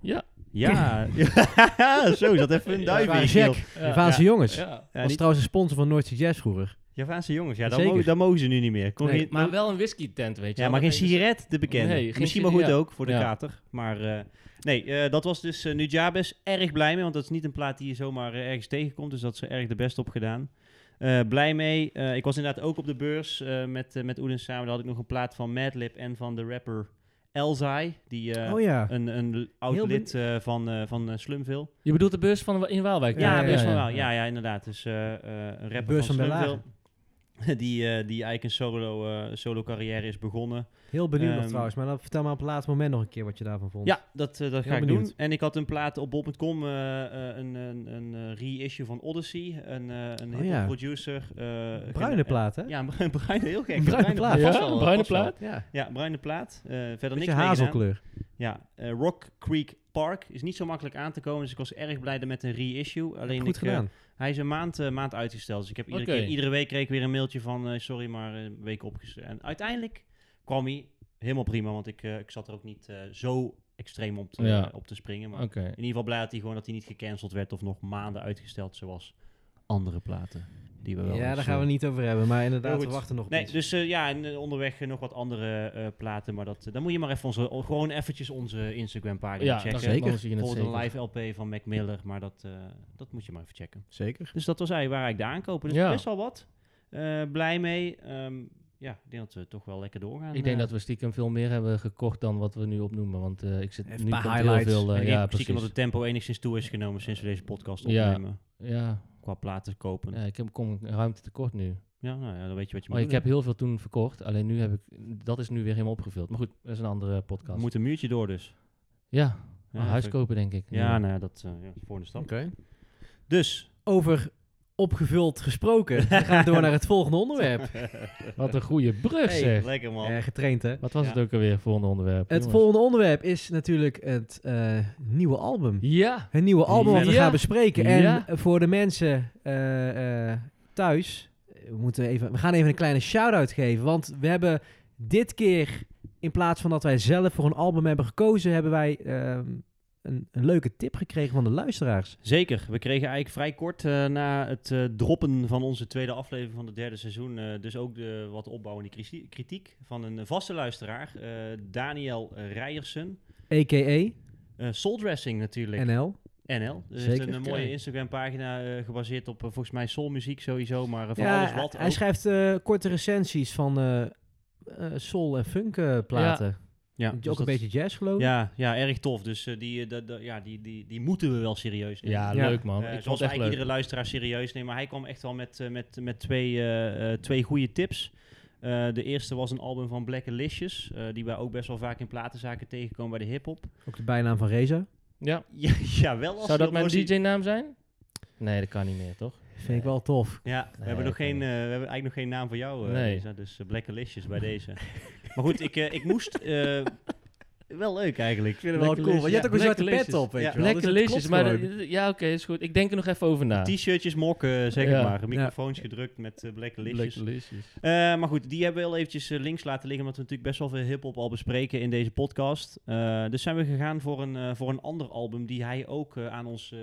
Speaker 1: Ja.
Speaker 3: Ja.
Speaker 1: [LAUGHS]
Speaker 3: Ja, [LAUGHS] zo, dat even een duif in
Speaker 2: Javaanse
Speaker 3: je keel.
Speaker 2: Jack. Javaanse jongens.
Speaker 1: ja.
Speaker 3: Ja,
Speaker 2: was
Speaker 3: die-
Speaker 2: trouwens een sponsor van Noordse Jazz vroeger.
Speaker 3: Javaanse jongens, ja, dat
Speaker 2: Zeker.
Speaker 3: mogen, dat mogen ze nu niet meer. Kon
Speaker 2: Nee,
Speaker 3: je-
Speaker 1: Maar wel een whisky tent, weet je dus-
Speaker 3: ja,
Speaker 1: wel.
Speaker 3: maar geen
Speaker 1: Dat is-
Speaker 3: sigaret, de bekende.
Speaker 1: Nee, geen
Speaker 3: Misschien maar goed
Speaker 1: sigaret.
Speaker 3: ook, voor de
Speaker 1: Ja.
Speaker 3: kater. Maar eh, nee, eh, dat was dus eh, Nujabes. Erg blij mee, want dat is niet een plaat die je zomaar eh, ergens tegenkomt. Dus dat is er erg de best op gedaan. Eh, blij mee. Eh, ik was inderdaad ook op de beurs eh, met, eh, met Oeden samen. Daar had ik nog een plaat van Madlib en van de rapper Elzai. Die eh,
Speaker 2: oh ja.
Speaker 3: een, een oud
Speaker 2: Heel ben-
Speaker 3: lid eh, van, eh, van eh, Slumville.
Speaker 1: Je bedoelt de beurs van, in Waalwijk?
Speaker 3: Ja,
Speaker 2: ja,
Speaker 3: best
Speaker 2: ja,
Speaker 3: wel. Ja, ja, inderdaad. Dus eh, eh, een rapper
Speaker 2: Beurs
Speaker 3: van
Speaker 2: van
Speaker 3: Slumville. [LAUGHS] Die, eh, die eigenlijk een solo, eh, solo carrière is begonnen.
Speaker 2: Heel benieuwd nog
Speaker 3: ehm,
Speaker 2: trouwens. Maar dan vertel me op het laatste moment nog een keer wat je daarvan vond.
Speaker 3: Ja, dat, eh, dat
Speaker 2: Heel
Speaker 3: ga ik
Speaker 2: benieuwd.
Speaker 3: doen. En ik had een plaat op bol.com, eh, eh, een, een, een eh, reissue van Odyssey. Een, eh een
Speaker 2: Oh
Speaker 3: hip-hop
Speaker 2: ja.
Speaker 3: producer. eh,
Speaker 2: Bruine
Speaker 3: gen-
Speaker 2: plaat, hè?
Speaker 3: Ja, [LAUGHS] een bruine, bruine, heel gek.
Speaker 2: Een bruine plaat.
Speaker 3: vast
Speaker 1: Ja,
Speaker 3: wel,
Speaker 1: een bruine
Speaker 3: vast wel.
Speaker 1: plaat.
Speaker 2: Ja.
Speaker 3: Ja, bruine plaat. Eh, verder
Speaker 2: Beetje
Speaker 3: niks mee gedaan.
Speaker 2: hazelkleur.
Speaker 3: Ja, eh, Rock Creek Park is niet zo makkelijk aan te komen. Dus ik was erg blij met een reissue. Alleen
Speaker 2: Goed
Speaker 3: ik, eh,
Speaker 2: gedaan.
Speaker 3: hij is een maand, eh, maand uitgesteld. Dus ik heb iedere,
Speaker 1: Oké.
Speaker 3: keer, iedere week kreeg ik weer een mailtje van eh, sorry, maar een week opgesteld. En uiteindelijk kwam hij helemaal prima, want ik, eh, ik zat er ook niet eh, zo extreem op te, eh,
Speaker 1: Ja.
Speaker 3: op te springen. Maar
Speaker 1: Oké.
Speaker 3: in ieder geval blij dat hij gewoon dat hij niet gecanceld werd of nog maanden uitgesteld, zoals andere platen. Die we wel
Speaker 2: Ja,
Speaker 3: eens,
Speaker 2: daar gaan we
Speaker 3: eh,
Speaker 2: niet over hebben. Maar inderdaad,
Speaker 3: heel
Speaker 2: we
Speaker 3: goed.
Speaker 2: wachten nog op
Speaker 3: Nee,
Speaker 2: iets.
Speaker 3: dus eh, ja, en eh, onderweg eh, nog wat andere eh, platen. Maar dat, eh, dan moet je maar even onze, gewoon eventjes onze Instagram-pagina
Speaker 1: Ja,
Speaker 3: checken.
Speaker 1: dan zeker. Dan zie je het
Speaker 3: Bijvoorbeeld een live
Speaker 1: zeker.
Speaker 3: LP van Mac Miller, maar dat, eh, dat moet je maar even checken.
Speaker 8: Zeker.
Speaker 3: Dus dat was eigenlijk waar ik de aankopen. Dus
Speaker 1: Ja.
Speaker 3: best wel wat. Eh, blij mee. Ehm, ja, ik denk dat we toch wel lekker doorgaan.
Speaker 1: Ik denk
Speaker 3: eh.
Speaker 1: dat we stiekem veel meer hebben gekocht dan wat we nu opnoemen. Want eh, ik zit
Speaker 8: Even een
Speaker 1: nu
Speaker 8: paar
Speaker 1: komt
Speaker 8: highlights.
Speaker 1: heel veel. eh,
Speaker 3: En ik
Speaker 1: ja,
Speaker 3: denk stiekem
Speaker 1: precies.
Speaker 3: dat het tempo enigszins toe is genomen sinds we deze podcast
Speaker 1: Ja.
Speaker 3: opnemen.
Speaker 1: Ja,
Speaker 3: Qua platen kopen.
Speaker 1: ja,
Speaker 3: Ja.
Speaker 1: ik heb, kom ruimte tekort nu.
Speaker 3: nou ja, dan weet je wat je
Speaker 1: Maar
Speaker 3: moet
Speaker 1: ik
Speaker 3: doen.
Speaker 1: heb heel veel toen verkocht. Alleen nu heb ik... Dat is nu weer helemaal opgevuld. Maar goed, dat is een andere
Speaker 3: We
Speaker 1: podcast.
Speaker 3: moeten een muurtje door dus.
Speaker 1: ja,
Speaker 3: Ja,
Speaker 1: een huis
Speaker 3: even-
Speaker 1: kopen denk ik.
Speaker 3: Ja, nou ja, dat eh, ja, is de volgende stap.
Speaker 8: Oké.
Speaker 3: Dus,
Speaker 2: Over opgevuld gesproken. Dan gaan we door naar het volgende onderwerp.
Speaker 1: Wat een goede brug
Speaker 3: [LAUGHS] hey,
Speaker 1: zeg.
Speaker 3: lekker man.
Speaker 2: Eh, getraind, hè?
Speaker 1: Wat was
Speaker 3: Ja.
Speaker 1: het ook alweer voor een onderwerp?
Speaker 2: Het
Speaker 1: jongens?
Speaker 2: volgende onderwerp is natuurlijk het eh, nieuwe album.
Speaker 1: Ja.
Speaker 2: Het nieuwe album wat we
Speaker 1: Ja.
Speaker 2: gaan bespreken. En
Speaker 1: Ja.
Speaker 2: voor de mensen eh, eh, thuis, eh, we, moeten even, we gaan even een kleine shout-out geven. Want we hebben dit keer, in plaats van dat wij zelf voor een album hebben gekozen, hebben wij ehm, een, een leuke tip gekregen van de luisteraars.
Speaker 3: Zeker. We kregen eigenlijk vrij kort eh, na het eh, droppen van onze tweede aflevering van het derde seizoen. eh, dus ook de wat opbouwende kritie- kritiek van een vaste luisteraar, eh, Daniel Rijersen.
Speaker 2: A.k.a.
Speaker 3: Eh Soul Dressing natuurlijk.
Speaker 2: NL.
Speaker 3: NL. Er is
Speaker 2: Zeker.
Speaker 3: een, eh, mooie
Speaker 1: Kijk.
Speaker 3: Instagram-pagina eh, gebaseerd op eh, volgens mij soulmuziek sowieso, maar eh, van
Speaker 2: Ja,
Speaker 3: alles wat.
Speaker 2: hij
Speaker 3: ook.
Speaker 2: schrijft eh, korte recensies van eh, eh, soul- en eh, funk-platen.
Speaker 3: ja,
Speaker 2: ook
Speaker 3: dus
Speaker 2: een
Speaker 3: dat-
Speaker 2: beetje jazz, geloof ik.
Speaker 3: Ja, ja, erg tof. Dus eh, die, eh, dat- dat- ja, die, die, die moeten we wel serieus nemen.
Speaker 1: Ja,
Speaker 2: Ja.
Speaker 1: leuk man.
Speaker 3: Eh,
Speaker 1: ik vond
Speaker 3: zoals
Speaker 1: het echt
Speaker 3: eigenlijk
Speaker 1: leuk.
Speaker 3: iedere luisteraar serieus neemt. Maar hij kwam echt wel met, eh, met, met twee, eh, eh, twee goede tips. Eh, de eerste was een album van Black Alicious, eh, die wij ook best wel vaak in platenzaken tegenkomen bij de hip-hop. [LAUGHS]
Speaker 2: Ook de bijnaam van Reza.
Speaker 1: Ja.
Speaker 3: Ja, ja, wel als
Speaker 1: Zou dat
Speaker 3: je
Speaker 1: mijn
Speaker 3: muziek-
Speaker 1: DJ-naam zijn? Nee, dat kan niet meer, toch?
Speaker 2: Vind ik wel tof.
Speaker 3: Ja, we, hebben
Speaker 1: dat
Speaker 3: nog
Speaker 1: kan
Speaker 3: geen,
Speaker 1: niet.
Speaker 3: eh, we hebben eigenlijk nog geen naam voor jou, eh,
Speaker 1: Nee.
Speaker 3: Lisa, dus eh, Black Alicious
Speaker 1: [LAUGHS]
Speaker 3: bij deze. maar goed, ik, eh, ik moest... eh, [LAUGHS] wel leuk eigenlijk. Ik vind het wel cool.
Speaker 2: Want je
Speaker 3: Ja.
Speaker 2: hebt ook een
Speaker 1: Black
Speaker 2: zwarte pet
Speaker 1: Alicious.
Speaker 2: op, weet
Speaker 3: Ja.
Speaker 2: je wel.
Speaker 1: Black
Speaker 2: Dus het
Speaker 1: Alicious,
Speaker 2: klopt
Speaker 1: maar
Speaker 2: gewoon.
Speaker 1: dat- ja, oké, is goed. Ik denk er nog even over na.
Speaker 3: T-shirtjes mokken, zeg
Speaker 1: Ja.
Speaker 3: maar. Microfoons gedrukt met eh, Black Alicious. Eh, maar goed, die hebben we heel eventjes eh, links laten liggen, omdat we natuurlijk best wel veel hip-hop al bespreken in deze podcast. Eh, dus zijn we gegaan voor een, eh, voor een ander album die hij ook eh, aan ons eh,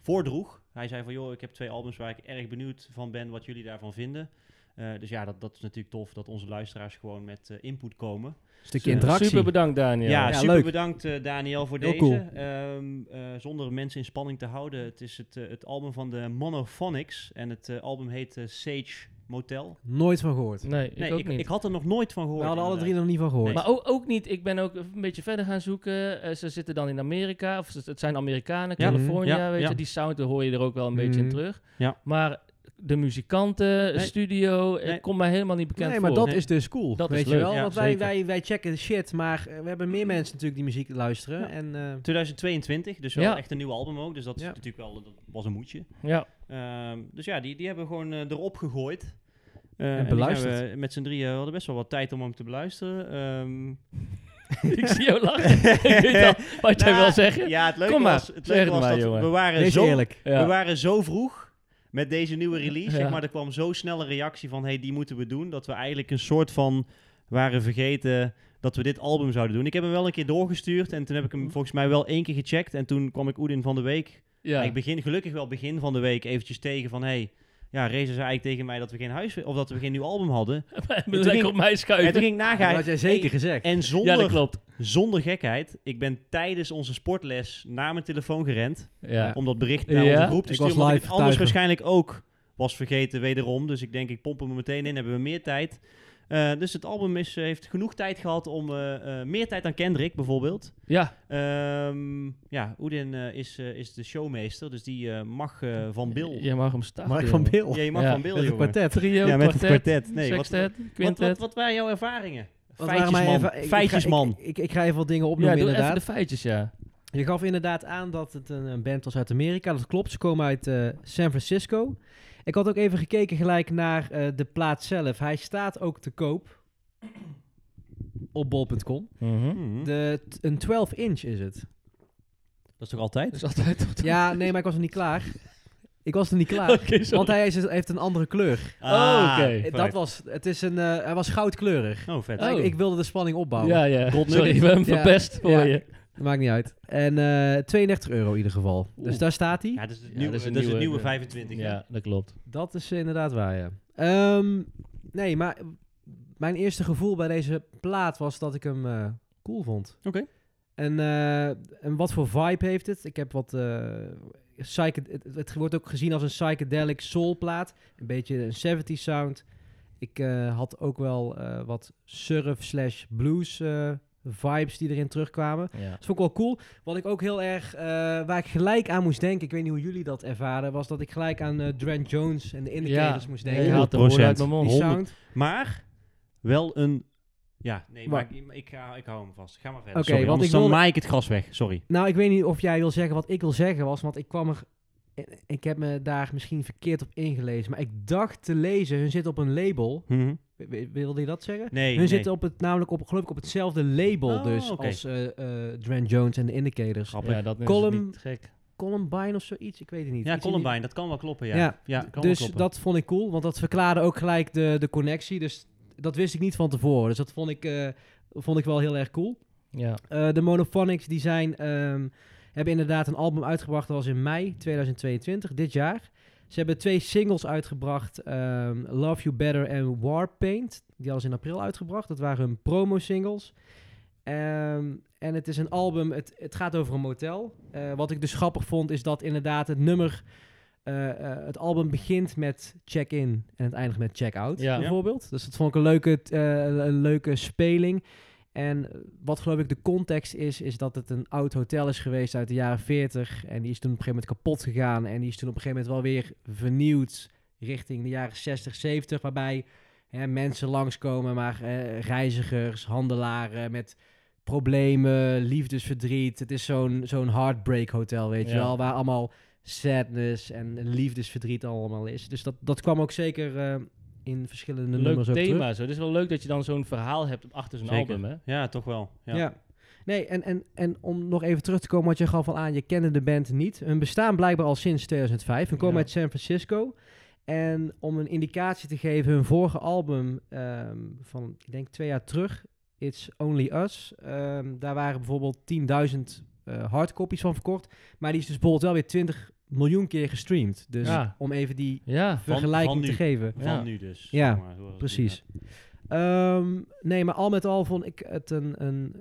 Speaker 3: voordroeg. Hij zei van, joh, ik heb twee albums waar ik erg benieuwd van ben wat jullie daarvan vinden. Eh, dus ja, dat, dat is natuurlijk tof dat onze luisteraars gewoon met eh, input komen.
Speaker 2: Stukje
Speaker 3: Ja.
Speaker 2: interactie.
Speaker 1: Super bedankt, Daniel.
Speaker 3: Ja,
Speaker 2: ja,
Speaker 3: super
Speaker 2: leuk.
Speaker 3: bedankt eh, Daniel voor
Speaker 2: Heel
Speaker 3: deze.
Speaker 2: cool.
Speaker 3: Ehm, eh, zonder mensen in spanning te houden. Het is het, eh, het album van de Monophonics en het eh, album heet eh, Sage Motel.
Speaker 2: Nooit van gehoord.
Speaker 1: Nee, ik
Speaker 3: nee,
Speaker 1: ook
Speaker 3: ik,
Speaker 1: niet.
Speaker 3: ik had er nog nooit van gehoord.
Speaker 2: We hadden alle
Speaker 3: inderdaad.
Speaker 2: drie nog niet van gehoord.
Speaker 1: maar ook, ook niet, ik ben ook een beetje verder gaan zoeken. Eh, ze zitten dan in Amerika, of ze- het zijn Amerikanen,
Speaker 3: Ja. Mhm.
Speaker 1: California,
Speaker 3: Ja,
Speaker 1: weet
Speaker 3: ja.
Speaker 1: je. Die sound daar hoor je er ook wel een beetje in
Speaker 2: Mhm.
Speaker 1: terug.
Speaker 3: Ja.
Speaker 1: Maar de muzikanten, studio, het
Speaker 3: Nee.
Speaker 1: komt mij helemaal niet bekend
Speaker 2: nee, maar
Speaker 1: voor.
Speaker 2: dat
Speaker 3: Nee.
Speaker 2: is dus cool.
Speaker 1: Dat is
Speaker 2: weet je
Speaker 1: leuk,
Speaker 2: wel?
Speaker 3: ja,
Speaker 2: Want wij,
Speaker 1: zeker.
Speaker 2: wij, wij checken shit, maar eh, we hebben meer mensen natuurlijk die muziek luisteren.
Speaker 3: Ja.
Speaker 2: En, eh,
Speaker 3: 2022, dus wel
Speaker 1: Ja.
Speaker 3: echt een nieuw album ook. Dus dat is
Speaker 2: Ja.
Speaker 3: natuurlijk wel, dat was een moedje. [LAUGHS]
Speaker 1: Ja,
Speaker 3: Ehm, dus ja, die, die hebben we gewoon eh, erop gegooid. Eh,
Speaker 2: En
Speaker 3: die zijn
Speaker 2: beluisterd.
Speaker 3: we met z'n drieën we hadden best wel wat tijd om hem te beluisteren. Ehm,
Speaker 1: ik zie jou lachen. [LAUGHS] ik weet al wat jij
Speaker 3: nou,
Speaker 1: wil zeggen.
Speaker 3: Ja, het leuke
Speaker 1: Kom maar,
Speaker 3: was, het
Speaker 1: zeg
Speaker 3: leuke
Speaker 1: het
Speaker 3: was
Speaker 1: maar,
Speaker 3: dat
Speaker 1: jongen.
Speaker 3: we waren,
Speaker 2: wees
Speaker 3: zo,
Speaker 2: eerlijk.
Speaker 1: Ja.
Speaker 3: we waren zo vroeg met deze nieuwe release.
Speaker 1: Ja.
Speaker 3: Zeg maar, er kwam zo snel een reactie van, hey, die moeten we doen. Dat we eigenlijk een soort van waren vergeten dat we dit album zouden doen. Ik heb hem wel een keer doorgestuurd en toen heb ik hem volgens mij wel één keer gecheckt. En toen kwam ik Oedin van de Week
Speaker 1: Mhm. Ja. [LAUGHS]
Speaker 3: Ik begin gelukkig wel begin van de week eventjes tegen van... Hey, ja, Reza zei eigenlijk tegen mij dat we geen huis... Of dat we geen nieuw album hadden.
Speaker 1: Maar
Speaker 3: toen
Speaker 1: lekker
Speaker 3: ging-
Speaker 1: op mij
Speaker 3: En
Speaker 1: schuiven.
Speaker 3: toen ging ik nagaan.
Speaker 2: Dat had jij zeker gezegd.
Speaker 3: En
Speaker 1: Ja, dat
Speaker 3: zonder,
Speaker 1: klopt.
Speaker 3: zonder gekheid. Ik ben tijdens onze sportles naar mijn telefoon gerend.
Speaker 1: Ja.
Speaker 3: Om dat bericht naar
Speaker 1: Ja?
Speaker 3: onze groep te
Speaker 2: Ik
Speaker 3: sturen.
Speaker 2: was
Speaker 3: omdat ik
Speaker 2: live
Speaker 3: het anders
Speaker 2: getuige.
Speaker 3: waarschijnlijk ook was vergeten wederom. Dus ik denk, ik pomp hem meteen in. Hebben we meer tijd. Eh, dus het album is, heeft genoeg tijd gehad om... eh, eh, meer tijd dan Kendrick bijvoorbeeld.
Speaker 1: Ja,
Speaker 3: Ehm, ja, Oedin eh, is, eh, is de showmeester, dus die eh, mag eh, van Bill.
Speaker 1: je mag hem starten.
Speaker 2: Mark van
Speaker 1: jongen.
Speaker 2: Peel.
Speaker 3: Ja, je mag
Speaker 1: Ja,
Speaker 3: van Bill,
Speaker 2: Met het
Speaker 3: jongen.
Speaker 2: kwartet.
Speaker 1: Trio,
Speaker 3: Ja, met het
Speaker 1: kwartet,
Speaker 3: kwartet. Nee, wat-
Speaker 1: sextet,
Speaker 3: Wat,
Speaker 1: quintet.
Speaker 3: wat, wat waren jouw ervaringen?
Speaker 2: Wat waren mijn
Speaker 3: Feitjesman.
Speaker 2: erva- ik- ik ga-
Speaker 3: Feitjesman.
Speaker 2: Ik, ik, ik ga even wat dingen
Speaker 1: ja,
Speaker 2: opnoemen,
Speaker 1: doe even
Speaker 2: inderdaad.
Speaker 1: de feitjes, ja.
Speaker 2: Je gaf inderdaad aan dat het een, een band was uit Amerika. Dat klopt. Ze komen uit eh, San Francisco. Ik had ook even gekeken gelijk naar eh, de plaat zelf. Hij staat ook te
Speaker 1: [CLEARS THROAT]
Speaker 2: koop op bol.com.
Speaker 1: Hm?
Speaker 3: Hmm.
Speaker 2: De, t- een 12 inch is het.
Speaker 3: Dat is toch altijd?
Speaker 2: Oh,
Speaker 1: Dat is altijd tot...
Speaker 2: Ja, nee, maar ik was er niet klaar. Ik was er niet
Speaker 3: Ah,
Speaker 2: klaar.
Speaker 1: Oké, [LAUGHS] sorry.
Speaker 2: Want hij is, heeft een andere kleur.
Speaker 1: Oh, oké.
Speaker 2: Eh,
Speaker 1: Fijn.
Speaker 2: Dat was, het is een, eh, hij was goudkleurig.
Speaker 3: Oh, vet.
Speaker 1: Oh.
Speaker 2: Ik, ik wilde de spanning opbouwen.
Speaker 1: Ja, ja.
Speaker 3: Rot
Speaker 1: Sorry,
Speaker 3: nugget.
Speaker 1: we hebben hem
Speaker 2: Ja.
Speaker 1: verpest voor
Speaker 2: Ja.
Speaker 1: je.
Speaker 2: Dat maakt niet uit. En eh 32 euro in ieder geval. Dus
Speaker 1: Oeh.
Speaker 2: daar staat hij.
Speaker 3: Ja, dat is het
Speaker 1: Ja,
Speaker 3: nieuwe,
Speaker 1: dat is een
Speaker 3: dat is het
Speaker 1: nieuwe,
Speaker 3: nieuwe
Speaker 1: ja.
Speaker 3: 25. hè?
Speaker 1: Ja, dat klopt.
Speaker 2: Dat is inderdaad waar, ja. Ehm, nee, maar mijn eerste gevoel bij deze plaat was dat ik hem eh, cool vond.
Speaker 3: Oké.
Speaker 2: En, eh, en wat voor vibe heeft het? Ik heb wat... eh psyche- het, het wordt ook gezien als een psychedelic soul plaat. Een beetje een 70 sound. Ik eh, had ook wel eh, wat surf slash blues eh, vibes die erin terugkwamen.
Speaker 1: Ja.
Speaker 2: Dat vond ik wel cool. Wat ik ook heel erg, eh, waar ik gelijk aan moest denken, ik weet niet hoe jullie dat ervaren, was dat ik gelijk aan eh Durant Jones en de Indicators moest denken.
Speaker 1: ik haalt de woorden uit mijn
Speaker 2: Die
Speaker 1: mond.
Speaker 2: sound.
Speaker 3: Maar wel een... Ja, nee,
Speaker 2: Maar-
Speaker 3: maar, ik, ik, ga, ik hou hem vast. Ga maar verder.
Speaker 2: Oké,
Speaker 3: Sorry,
Speaker 2: want
Speaker 3: anders
Speaker 2: ik
Speaker 3: dan
Speaker 2: wilde-
Speaker 3: maai ik het gras weg. Sorry.
Speaker 2: Nou, ik weet niet of jij wil zeggen wat ik wil zeggen was, want ik kwam er, eh, ik heb me daar misschien verkeerd op ingelezen, maar ik dacht te lezen, hun zitten op een label. W- w- Wilde je dat zeggen?
Speaker 3: Nee,
Speaker 2: hun
Speaker 3: nee.
Speaker 2: Mhm. zitten op het, namelijk op, geloof ik op hetzelfde label
Speaker 3: Oh,
Speaker 2: dus
Speaker 3: oké.
Speaker 2: als eh eh, Durant Jones en de Indicators.
Speaker 3: Grappig.
Speaker 1: Ja,
Speaker 3: Ja,
Speaker 1: dat is
Speaker 2: Column-
Speaker 1: niet gek.
Speaker 2: Columbine of zoiets, ik weet het niet. Iets in die-
Speaker 3: Columbine, dat kan wel kloppen, ja.
Speaker 2: Ja,
Speaker 3: Ja, kan wel
Speaker 2: dus
Speaker 3: kloppen.
Speaker 2: dat vond ik cool, want dat verklaarde ook gelijk de, de connectie. Dus dat wist ik niet van tevoren. Dus dat vond ik, eh, vond ik wel heel erg cool.
Speaker 1: Ja.
Speaker 2: Eh, de Monophonics die zijn, ehm, hebben inderdaad een album uitgebracht. Dat was in mei 2022, dit jaar. Ze hebben twee singles uitgebracht. ehm, Love You Better en War Paint. Die hadden ze in april uitgebracht. Dat waren hun promo-singles. Ehm, en het is een album, het, het gaat over een motel. Eh, wat ik dus grappig vond, is dat inderdaad het nummer... eh, eh, het album begint met check-in en het eindigt met check-out,
Speaker 1: Ja.
Speaker 2: bijvoorbeeld. Dus dat vond ik een leuke, t- eh, een leuke speling. En wat geloof ik de context is, is dat het een oud hotel is geweest uit de jaren 40. En die is toen op een gegeven moment kapot gegaan. En die is toen op een gegeven moment wel weer vernieuwd richting de jaren 60, 70. Waarbij hè, mensen langskomen, maar eh, reizigers, handelaren met problemen, liefdesverdriet. Het is zo'n zo'n heartbreak hotel, weet je
Speaker 1: Ja.
Speaker 2: wel, waar allemaal sadness en liefdesverdriet allemaal is. Dus dat, dat kwam ook zeker eh, in verschillende
Speaker 1: Leuk
Speaker 2: nummers ook terug.
Speaker 1: thema zo. Het is wel leuk dat je dan zo'n verhaal hebt achter zo'n
Speaker 3: Zeker.
Speaker 1: album, hè?
Speaker 3: Ja, toch wel. Ja.
Speaker 2: Ja. Nee, en, en, en om nog even terug te komen, wat je gaf al aan, je kende de band niet. Hun bestaan blijkbaar al sinds 2005. Hun komen
Speaker 1: Ja.
Speaker 2: uit San Francisco. En om een indicatie te geven, hun vorige album ehm, van, ik denk twee jaar terug, It's Only Us. ehm, daar waren bijvoorbeeld 10.000 eh hardcopies van verkocht. Maar die is dus bijvoorbeeld wel weer 20 miljoen keer gestreamd. Dus
Speaker 1: Ja.
Speaker 2: om even die
Speaker 1: Ja.
Speaker 3: van
Speaker 2: vergelijking te
Speaker 3: nu.
Speaker 2: geven.
Speaker 3: Van
Speaker 1: Ja.
Speaker 3: nu dus.
Speaker 2: Ja,
Speaker 3: zeg maar, zoals het
Speaker 2: Precies.
Speaker 3: nu
Speaker 2: Ehm, nee, maar al met al vond ik het een, een,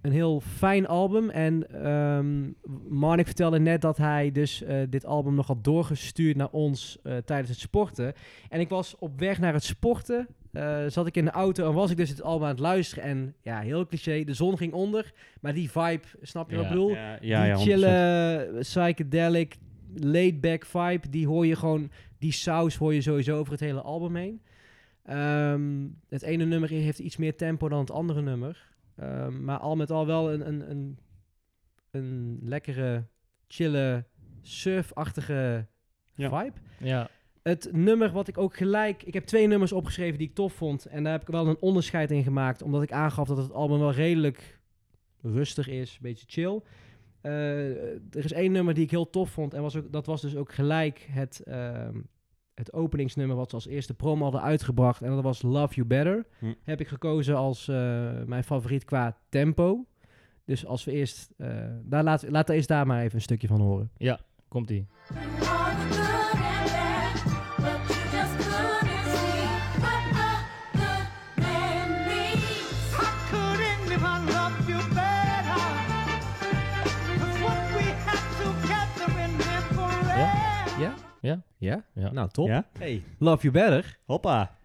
Speaker 2: een heel fijn album. En ehm Marnik vertelde net dat hij dus eh, dit album nog had doorgestuurd naar ons eh, tijdens het sporten. En ik was op weg naar het sporten. eh, zat ik in de auto en was ik dus dit album aan het luisteren. En ja, heel cliché, de zon ging onder. Maar die vibe, snap je wat ik
Speaker 1: Ja,
Speaker 2: bedoel?
Speaker 3: gaat. Ja, ja, ja,
Speaker 2: die
Speaker 3: 100%.
Speaker 2: chille, psychedelic, laid-back vibe, die hoor je gewoon, die saus hoor je sowieso over het hele album heen. Ehm, het ene nummer heeft iets meer tempo dan het andere nummer. Ehm, maar al met al wel een, een, een, een lekkere, chille, surfachtige
Speaker 3: Ja.
Speaker 2: vibe.
Speaker 1: Ja.
Speaker 2: Het nummer wat ik ook gelijk... Ik heb twee nummers opgeschreven die ik tof vond. En daar heb ik wel een onderscheid in gemaakt. Omdat ik aangaf dat het album wel redelijk rustig is. Een beetje chill. Eh, er is één nummer die ik heel tof vond. En was ook, dat was dus ook gelijk het, ehm, het openingsnummer... wat ze als eerste promo hadden uitgebracht. En dat was Love You Better.
Speaker 3: Hm.
Speaker 2: Heb ik gekozen als eh, mijn favoriet qua tempo. Dus als we eerst... eh, daar laat, laat eens daar maar even een stukje van horen.
Speaker 1: Ja. Komt-ie.
Speaker 6: I couldn't if I loved you better. 'Cause what we have together in here forever.
Speaker 2: Ja?
Speaker 1: Ja.
Speaker 2: Ja?
Speaker 1: Ja.
Speaker 2: Nou, top.
Speaker 3: Ja?
Speaker 2: Hey, Love You Better.
Speaker 3: Hoppa.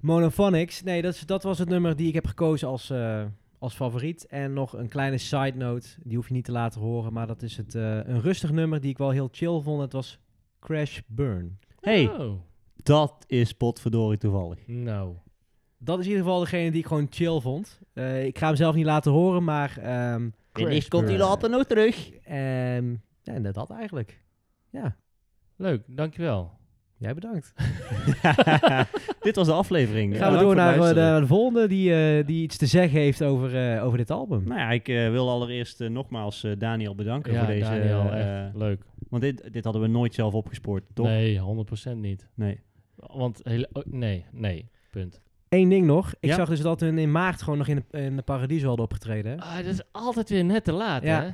Speaker 2: Monophonics. Nee, dat, is- dat was het nummer die ik heb gekozen als, eh, als favoriet. En nog een kleine side note, die hoef je niet te laten horen. Maar dat is het, eh, een rustig nummer die ik wel heel chill vond. Het was Crash Burn.
Speaker 3: hey,
Speaker 1: Oh.
Speaker 3: dat is potverdorie toevallig.
Speaker 1: Nou.
Speaker 2: Dat is in ieder geval degene die ik gewoon chill vond. Eh, ik ga hem zelf niet laten horen, maar... ehm Crash Burn.
Speaker 3: nog terug.
Speaker 2: Ehm, ja, en dat eigenlijk. Ja,
Speaker 1: Leuk. Dankjewel.
Speaker 2: jij bedankt.
Speaker 3: [LAUGHS] Dit was de aflevering.
Speaker 2: gaan we
Speaker 3: Bedankt
Speaker 2: door
Speaker 3: voor het
Speaker 2: naar eh,
Speaker 3: luisteren.
Speaker 2: de, de volgende die, eh, die iets te zeggen heeft over, eh, over dit album.
Speaker 3: Nou ja, ik eh, wil allereerst eh, nogmaals eh, Daniel bedanken
Speaker 1: Ja,
Speaker 3: voor deze...
Speaker 1: Daniel.
Speaker 3: eh,
Speaker 1: echt leuk.
Speaker 3: want dit, dit hadden we nooit zelf opgespoord, toch?
Speaker 1: Nee, 100% niet.
Speaker 3: Nee.
Speaker 1: Want hele, oh, nee, nee. Punt.
Speaker 2: Eén ding nog. Ik
Speaker 3: Ja.
Speaker 2: zag dus dat hun in maart gewoon nog in de, in de Paradiso hadden opgetreden. hè.
Speaker 1: Ah, dat is altijd weer net te laat,
Speaker 2: Ja.
Speaker 1: hè?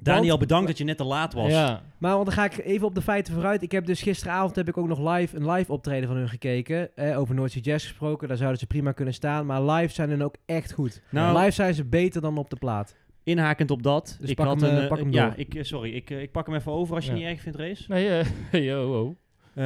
Speaker 3: Daniel, bedankt dat je net te laat was.
Speaker 1: Ja.
Speaker 2: Maar want dan ga ik even op de feiten vooruit. Ik heb dus gisteravond heb ik ook nog live een live optreden van hun gekeken. Eh, over Noordse Jazz gesproken, daar zouden ze prima kunnen staan. Maar live zijn hun ook echt goed.
Speaker 3: Nou,
Speaker 2: live zijn ze beter dan op de plaat.
Speaker 3: inhakend op dat.
Speaker 2: Dus
Speaker 3: ik
Speaker 2: pak
Speaker 3: had
Speaker 2: hem,
Speaker 3: een,
Speaker 2: eh,
Speaker 3: eh,
Speaker 2: pak hem
Speaker 3: ja,
Speaker 2: door.
Speaker 3: ik, eh, sorry, ik, eh, ik pak hem even over als je
Speaker 1: Ja.
Speaker 3: niet erg vindt, Race.
Speaker 1: Nee, eh, [LAUGHS] yo, wow.
Speaker 3: Ehm,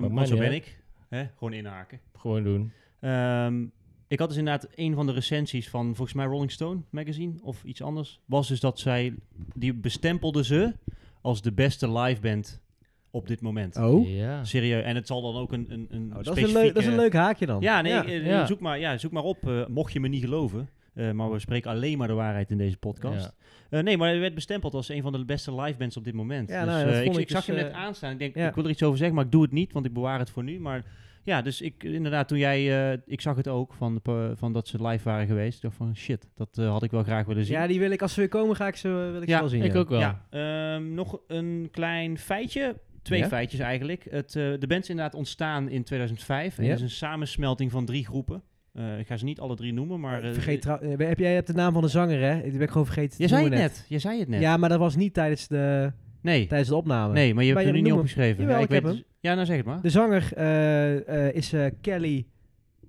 Speaker 1: Maar mij
Speaker 3: want zo
Speaker 1: niet,
Speaker 3: ben
Speaker 1: hè?
Speaker 3: ik. Hè? Gewoon inhaken.
Speaker 1: Gewoon doen.
Speaker 3: Ehm, ik had dus inderdaad een van de recensies van volgens mij Rolling Stone magazine of iets anders. Was dus dat zij, die bestempelde ze als de beste live band op dit moment.
Speaker 2: Oh,
Speaker 1: Ja.
Speaker 3: Serieus. En het zal dan ook een, een, een
Speaker 2: dat, is een leuk, dat is een leuk haakje dan.
Speaker 3: Ja, nee, eh,
Speaker 1: Ja.
Speaker 3: Zoek, maar, ja, zoek maar op, eh, mocht je me niet geloven. Eh, maar we spreken alleen maar de waarheid in deze podcast.
Speaker 1: Ja.
Speaker 3: Eh, nee, maar hij werd bestempeld als een van de beste live bands op dit moment.
Speaker 2: Ja,
Speaker 3: dus,
Speaker 2: nou ja, dat
Speaker 3: eh, ik,
Speaker 2: vond ik
Speaker 3: ik zag
Speaker 2: dus,
Speaker 3: hem net
Speaker 2: eh,
Speaker 3: aanstaan. Ik denk,
Speaker 2: ja.
Speaker 3: ik wil er iets over zeggen, maar ik doe het niet, want ik bewaar het voor nu. Maar ja, dus ik inderdaad, toen jij, eh, ik zag het ook van, de pa- van dat ze live waren geweest. Ik dacht van shit, dat eh, had ik wel graag willen zien.
Speaker 2: Ja, die wil ik, als ze weer komen, ga ik ze, eh, wil ik ze
Speaker 3: Ja,
Speaker 2: wel zien.
Speaker 1: Ik
Speaker 2: ja.
Speaker 1: ook wel.
Speaker 3: Ja, ehm, nog een klein feitje. Twee
Speaker 2: Ja?
Speaker 3: feitjes eigenlijk. Het, eh, de band is inderdaad ontstaan in 2005. En
Speaker 2: Ja.
Speaker 3: dat is een samensmelting van drie groepen. Eh, ik ga ze niet alle drie noemen, maar... eh,
Speaker 2: Vergeet trouw- eh, heb jij hebt de naam van de zanger, hè? Die ben ik gewoon vergeten. te
Speaker 3: Je zei het
Speaker 2: noemen
Speaker 3: net. Je zei het net.
Speaker 2: Ja, maar dat was niet tijdens de,
Speaker 3: Nee.
Speaker 2: tijdens de opname.
Speaker 3: nee, maar je
Speaker 2: Maar
Speaker 3: hebt
Speaker 2: je
Speaker 3: er nu niet
Speaker 2: noemt
Speaker 3: opgeschreven.
Speaker 2: Jawel,
Speaker 3: ja,
Speaker 2: ik heb
Speaker 3: weet- Ja, nou zeg het maar.
Speaker 2: De zanger eh, eh, is eh, Kelly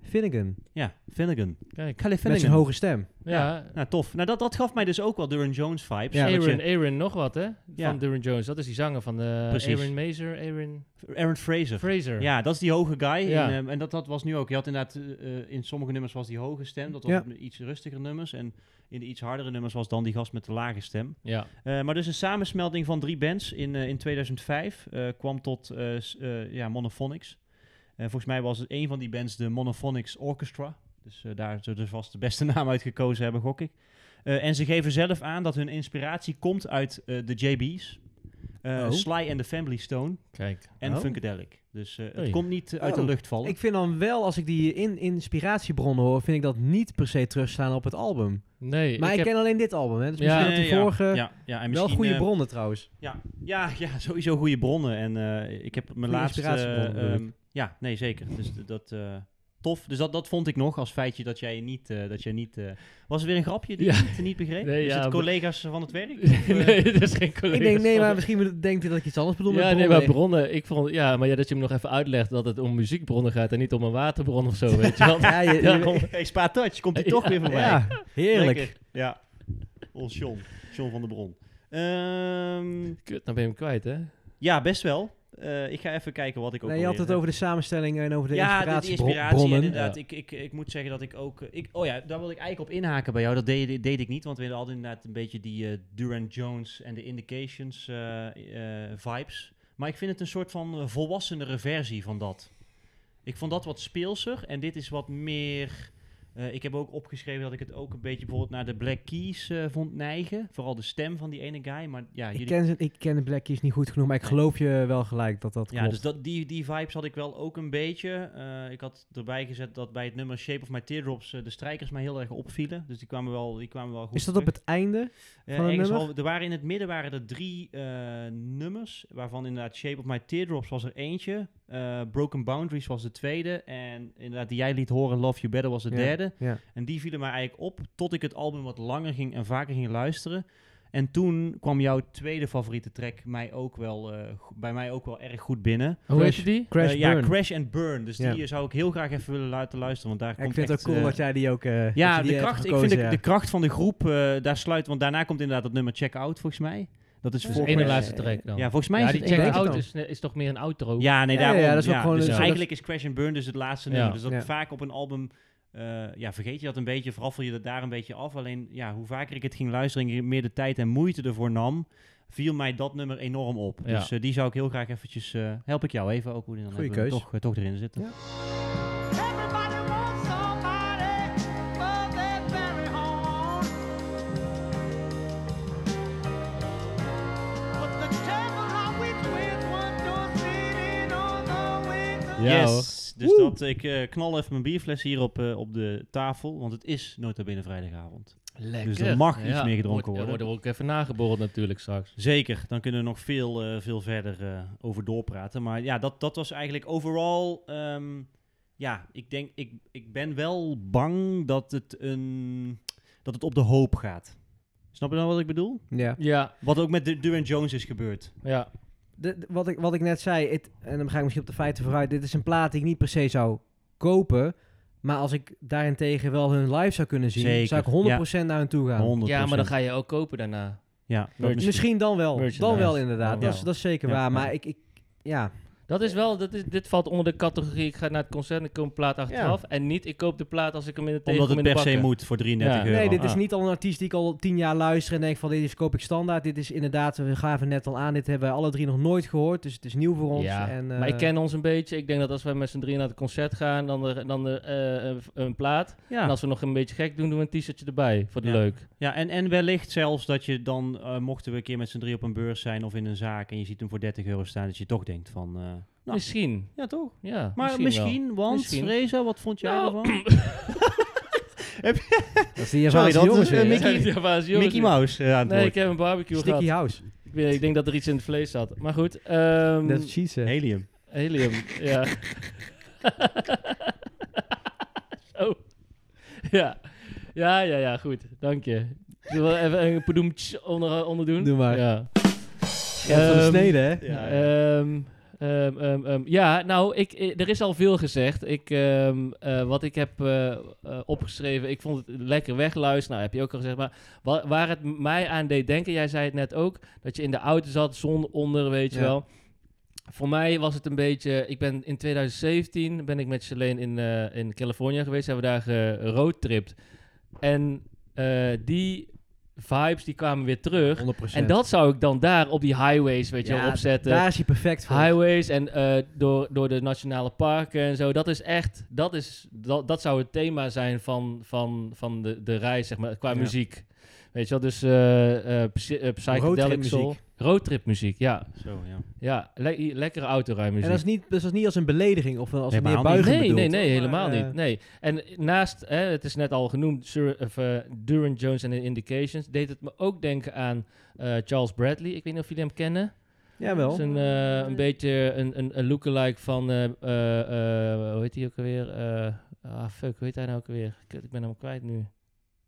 Speaker 2: Finnegan.
Speaker 3: Ja, Finnegan.
Speaker 1: Kijk.
Speaker 3: Kelly
Speaker 2: Met zijn
Speaker 3: Finnegan.
Speaker 2: hoge stem.
Speaker 1: Ja.
Speaker 3: Nou, tof. Nou, dat, dat gaf mij dus ook wel Duran Jones vibes.
Speaker 2: Ja,
Speaker 3: dat
Speaker 1: Aaron,
Speaker 3: je-
Speaker 1: Aaron nog wat, hè?
Speaker 3: Ja.
Speaker 1: Van Duran Jones. Dat is die zanger van eh
Speaker 3: Precies.
Speaker 1: Aaron Mazer, Aaron
Speaker 3: Aaron Fraser.
Speaker 1: Fraser.
Speaker 3: Ja, dat is die hoge guy.
Speaker 1: Ja.
Speaker 3: En, ehm, en dat, dat was nu ook. Je had inderdaad, eh, eh, in sommige nummers was die hoge stem. Dat was
Speaker 2: Ja.
Speaker 3: op de iets rustiger nummers. En in de iets hardere nummers was dan die gast met de lage stem.
Speaker 1: Ja.
Speaker 3: Eh, maar dus een samensmelting van drie bands in, eh, in 2005 eh, kwam tot eh, s- eh, ja, Monophonics. Eh, volgens mij was het een van die bands de Monophonics Orchestra. Dus eh, daar zullen ze vast de beste [LAUGHS] naam uit gekozen hebben, gok ik. Eh, en ze geven zelf aan dat hun inspiratie komt uit eh, de JB's. eh,
Speaker 2: Oh.
Speaker 3: Sly and the Family Stone
Speaker 1: Kijk.
Speaker 3: en
Speaker 2: Oh.
Speaker 3: Funkadelic. Dus eh, het
Speaker 1: Hey.
Speaker 3: komt niet eh, uit de
Speaker 2: Oh,
Speaker 3: lucht vallen.
Speaker 2: Ik vind dan wel, als ik die in inspiratiebronnen hoor, vind ik dat niet per se terugstaan op het album.
Speaker 1: Nee.
Speaker 2: Maar ik,
Speaker 1: ik heb,
Speaker 2: ken alleen dit album, hè. Dus
Speaker 1: Ja,
Speaker 2: misschien
Speaker 3: Eh,
Speaker 2: dat de
Speaker 3: ja,
Speaker 2: vorige...
Speaker 3: ja, ja, en
Speaker 2: Wel
Speaker 3: misschien,
Speaker 2: goede
Speaker 3: eh,
Speaker 2: bronnen
Speaker 3: [LAUGHS]
Speaker 2: trouwens.
Speaker 3: Ja, ja, ja, sowieso goede bronnen. En eh, ik heb mijn
Speaker 2: Goede
Speaker 3: laatste...
Speaker 2: inspiratiebronnen,
Speaker 3: eh,
Speaker 2: bedoel ik.
Speaker 3: ehm, ja, nee, zeker. Dus d- dat... eh, tof. Dus dat, dat vond ik nog als feitje dat jij niet... eh, dat jij niet eh, was er weer een grapje die
Speaker 1: Ja.
Speaker 3: je niet, niet begreep?
Speaker 1: Nee,
Speaker 3: Is
Speaker 1: ja,
Speaker 3: het
Speaker 1: maar-
Speaker 3: collega's van het
Speaker 2: [LAUGHS]
Speaker 3: werk? Of,
Speaker 1: [LAUGHS]
Speaker 3: eh, [LAUGHS]
Speaker 1: nee, dat is geen collega.
Speaker 2: Ik denk, nee, maar misschien denkt hij dat ik iets anders bedoel
Speaker 1: Ja, nee,
Speaker 2: met bronnen.
Speaker 1: maar bronnen. Ik vond, ja, maar ja, dat je hem nog even uitlegt dat het om muziekbronnen gaat en niet om een waterbron of zo, weet je wel.
Speaker 2: Ja,
Speaker 3: [LAUGHS]
Speaker 2: je- je-
Speaker 1: Daarom-
Speaker 3: hey, Spa Touch, komt hij toch weer voorbij.
Speaker 2: ja, [LAUGHS] heerlijk.
Speaker 3: Lekker. Ja. Ons John. John van de Bron. Ehm,
Speaker 1: Kut, dan ben je hem kwijt, hè?
Speaker 3: ja, best wel. Eh, ik ga even kijken wat ik ook
Speaker 2: Nee, je had
Speaker 3: alweer eh,
Speaker 2: het
Speaker 3: heb.
Speaker 2: over de samenstelling eh, en over de
Speaker 3: ja, dit- die inspiratie
Speaker 2: inspiratiebronnen.
Speaker 3: inderdaad.
Speaker 1: Ja.
Speaker 3: Ik, ik, ik moet zeggen dat ik ook... eh, Ik, oh ja, daar wil ik eigenlijk op inhaken bij jou. Dat deed, deed ik niet, want we hadden altijd inderdaad een beetje die eh, Duran Jones en de Indications eh, eh, vibes. Maar ik vind het een soort van eh, volwassenere versie van dat. Ik vond dat wat speelser en dit is wat meer... eh, ik heb ook opgeschreven dat ik het ook een beetje bijvoorbeeld naar de Black Keys eh, vond neigen. Vooral de stem van die ene guy. Maar ja,
Speaker 2: Ik
Speaker 3: jullie
Speaker 2: ken, ze- ik ken de Black Keys niet goed genoeg, maar ik geloof je wel gelijk dat dat
Speaker 3: Ja,
Speaker 2: klopt.
Speaker 3: dus dat, die, die vibes had ik wel ook een beetje. Eh, ik had erbij gezet dat bij het nummer Shape of My Teardrops eh, de strijkers mij heel erg opvielen. Dus die kwamen wel, die kwamen wel goed Eh,
Speaker 2: Is dat op het einde? van een nummer?
Speaker 3: er waren in het midden waren er drie eh, nummers, waarvan inderdaad Shape of My Teardrops was er eentje. eh, Broken Boundaries was de tweede. En inderdaad die jij liet horen, Love You Better was de
Speaker 2: Ja.
Speaker 3: derde. Eh,
Speaker 2: Ja.
Speaker 3: En die vielen mij eigenlijk op tot ik het album wat langer ging en vaker ging luisteren. En toen kwam jouw tweede favoriete track mij ook wel, eh, go- bij mij ook wel erg goed binnen.
Speaker 1: Hoe
Speaker 2: Crash-
Speaker 1: heet die?
Speaker 2: Crash
Speaker 3: Eh,
Speaker 2: Burn.
Speaker 3: Ja, Crash and Burn. Dus
Speaker 2: Ja.
Speaker 3: die eh, zou ik heel graag even willen laten luisteren. Want daar
Speaker 2: Ja, ik
Speaker 3: komt
Speaker 2: vind het
Speaker 3: echt,
Speaker 2: ook cool
Speaker 3: eh,
Speaker 2: dat jij die ook... eh, dat je
Speaker 3: ja,
Speaker 2: die
Speaker 3: de
Speaker 2: hebt
Speaker 3: kracht, ik
Speaker 2: gekozen,
Speaker 3: vind de,
Speaker 2: ja.
Speaker 3: de kracht van de groep eh, daar sluit. Want daarna komt inderdaad dat nummer Check Out, volgens mij. Dat is
Speaker 1: Dat is
Speaker 3: voor
Speaker 1: de ene
Speaker 3: Crash-
Speaker 1: laatste track dan.
Speaker 3: Ja, volgens mij
Speaker 1: Ja,
Speaker 3: is
Speaker 1: die
Speaker 3: het
Speaker 2: denk
Speaker 1: check
Speaker 2: ik
Speaker 1: out
Speaker 2: dan.
Speaker 1: is, is toch meer een outro.
Speaker 3: Ja, nee,
Speaker 2: Ja, ja,
Speaker 3: daarom.
Speaker 2: dat is ook
Speaker 3: ja.
Speaker 2: gewoon
Speaker 3: Dus
Speaker 1: een-
Speaker 3: eigenlijk is Crash and Burn dus het laatste
Speaker 1: Ja.
Speaker 3: nummer. Dus dat
Speaker 2: Ja.
Speaker 3: vaak op een album... eh, ja, vergeet je dat een beetje, verraffel je dat daar een beetje af. Alleen, ja, hoe vaker ik het ging luisteren... en meer de tijd en moeite ervoor nam... viel mij dat nummer enorm op.
Speaker 1: Ja.
Speaker 3: Dus eh, die zou ik heel graag eventjes... eh, help ik jou even ook hoe die dan
Speaker 2: Goeie
Speaker 3: hebben we
Speaker 2: keus.
Speaker 3: Toch, eh, toch erin zitten.
Speaker 2: Ja.
Speaker 6: Everybody wants somebody, but they're very hard. But the devil how we twins want to sit in on the window.
Speaker 1: Ja,
Speaker 3: yes. Dus dat, ik eh, knal even mijn bierfles hier op, eh, op de tafel, want het is nota bene vrijdagavond.
Speaker 1: Lekker.
Speaker 3: Dus er mag iets meer gedronken
Speaker 1: wordt-
Speaker 3: worden.
Speaker 1: Er wordt er ook even nageborreld natuurlijk straks.
Speaker 3: Zeker, dan kunnen we nog veel, eh, veel verder eh, over doorpraten. Maar ja, dat, dat was eigenlijk overal ehm, ja, ik denk, ik, ik ben wel bang dat het, een, dat het op de hoop gaat. Snap je dan wat ik bedoel?
Speaker 2: Ja.
Speaker 1: Ja,
Speaker 3: Wat ook met de Duran Jones is gebeurd.
Speaker 1: ja.
Speaker 2: De, de- wat, ik, wat ik net zei, het- en dan ga ik misschien op de feiten vooruit. Dit is een plaat die ik niet per se zou kopen. Maar als ik daarentegen wel hun live zou kunnen zien,
Speaker 3: Zeker,
Speaker 2: zou ik 100% naar hen toe gaan.
Speaker 3: 100%.
Speaker 1: ja, maar dan ga je ook kopen daarna.
Speaker 3: Ja, dat
Speaker 1: Merch.
Speaker 3: misschien.
Speaker 2: Misschien dan wel.
Speaker 1: Merchandise.
Speaker 2: Dan wel inderdaad.
Speaker 1: Dan
Speaker 2: Dat,
Speaker 1: wel.
Speaker 2: is, dat is zeker
Speaker 3: Ja,
Speaker 2: waar.
Speaker 3: ja.
Speaker 2: Maar ik, ik ja.
Speaker 1: Dat is wel, dat is, dit valt onder de categorie, ik ga naar het concert en ik koop een plaat achteraf. En niet, ik koop de plaat als ik hem in de
Speaker 3: Omdat
Speaker 1: tegenkom in
Speaker 3: het
Speaker 1: de
Speaker 3: per se
Speaker 1: bakken.
Speaker 3: moet voor 33
Speaker 1: Ja.
Speaker 3: euro.
Speaker 2: Nee, dit is
Speaker 3: Ah.
Speaker 2: niet al een artiest die ik al tien jaar luister en denk van dit is koop ik standaard. Dit is inderdaad, we gaven net al aan, dit hebben wij alle drie nog nooit gehoord. Dus het is nieuw voor ons.
Speaker 1: Ja,
Speaker 2: en, eh,
Speaker 1: maar ik ken ons een beetje. Ik denk dat als wij met z'n drieën naar het concert gaan, dan, er, dan er, eh, een, een plaat. En
Speaker 3: Ja.
Speaker 1: als we nog een beetje gek doen, doen we een t-shirtje erbij. Voor de
Speaker 3: Ja. Nou.
Speaker 1: leuk.
Speaker 3: Ja, en, en wellicht zelfs dat je dan, eh, mochten we een keer met z'n drie op een beurs zijn of in een zaak en je ziet hem voor 30 euro staan, dat je toch denkt van, eh, nou,
Speaker 1: Misschien.
Speaker 3: ja toch?
Speaker 1: Ja,
Speaker 3: Maar
Speaker 1: misschien, wel.
Speaker 3: misschien, want,
Speaker 1: Misschien.
Speaker 3: Reza, wat vond jij
Speaker 1: Nou,
Speaker 3: ervan?
Speaker 2: dat is die
Speaker 3: Sorry,
Speaker 2: Javaanse
Speaker 3: dat is,
Speaker 2: jongens
Speaker 3: eh,
Speaker 2: weer,
Speaker 3: Mickey-
Speaker 2: hè?
Speaker 1: [LAUGHS] Ja, waar is Joris
Speaker 3: Mickey
Speaker 1: nu?
Speaker 3: Mouse eh, aan het
Speaker 1: Nee,
Speaker 3: woord.
Speaker 1: ik heb een barbecue gehad.
Speaker 2: Sticky House.
Speaker 1: Ik, weet- ik denk dat er iets in het vlees zat. Maar goed. ehm,
Speaker 2: That's what she said.
Speaker 3: Helium.
Speaker 1: helium, ja.
Speaker 2: [LAUGHS]
Speaker 1: Zo. Ja. Ja, ja, ja, goed. Dank je. Zullen we even een padoemtje onder, onder doen?
Speaker 2: Doe maar.
Speaker 1: Ja.
Speaker 2: Ja, van de
Speaker 1: Ehm,
Speaker 2: snede, hè?
Speaker 3: Ja,
Speaker 1: Ehm, ehm, ehm, ehm, ja, nou, ik, eh, er is al veel gezegd. Ik, ehm, eh, wat ik heb eh, eh, opgeschreven, ik vond het lekker wegluisteren. Nou, heb je ook al gezegd. Maar wa- waar het m- mij aan deed denken, jij zei het net ook, dat je in de auto zat, zon onder, weet je
Speaker 2: Ja.
Speaker 1: wel. Voor mij was het een beetje, ik ben in 2017 ben ik met Charlene in, eh, in Californië geweest, hebben we daar geroadtript. En eh, die vibes, die kwamen weer terug.
Speaker 2: 100%.
Speaker 1: En dat zou ik dan daar op die highways, weet je, wel,
Speaker 2: Ja,
Speaker 1: opzetten.
Speaker 2: Daar is hij perfect voor.
Speaker 1: Highways en eh, door, door de nationale parken en zo. Dat is echt, dat, is, dat, dat zou het thema zijn van, van, van de, de reis, zeg maar, qua
Speaker 3: Ja.
Speaker 1: muziek. Weet je wel, dus eh eh psy- eh, psychedelic
Speaker 2: Roadtripmuziek.
Speaker 1: soul. Roadtrip muziek, ja.
Speaker 3: Zo, ja.
Speaker 1: ja. le- lekkere autorijmuziek.
Speaker 2: En dat is, niet, dus dat is niet als een belediging of als
Speaker 3: Nee,
Speaker 2: een meer
Speaker 3: helemaal niet.
Speaker 2: buiging
Speaker 1: Nee, nee,
Speaker 2: bedoeld,
Speaker 1: nee,
Speaker 2: hoor,
Speaker 1: helemaal
Speaker 2: maar, eh,
Speaker 1: niet. Nee. En naast, hè, het is net al genoemd, Sir, of, eh, Duran Jones en de Indications, deed het me ook denken aan eh, Charles Bradley. Ik weet niet of jullie hem kennen.
Speaker 2: Jawel.
Speaker 1: is een, eh, een beetje een, een, een lookalike van, eh, eh, eh, hoe heet hij ook alweer? Eh, ah, fuck, hoe heet hij nou ook alweer? Kut, ik ben hem kwijt nu.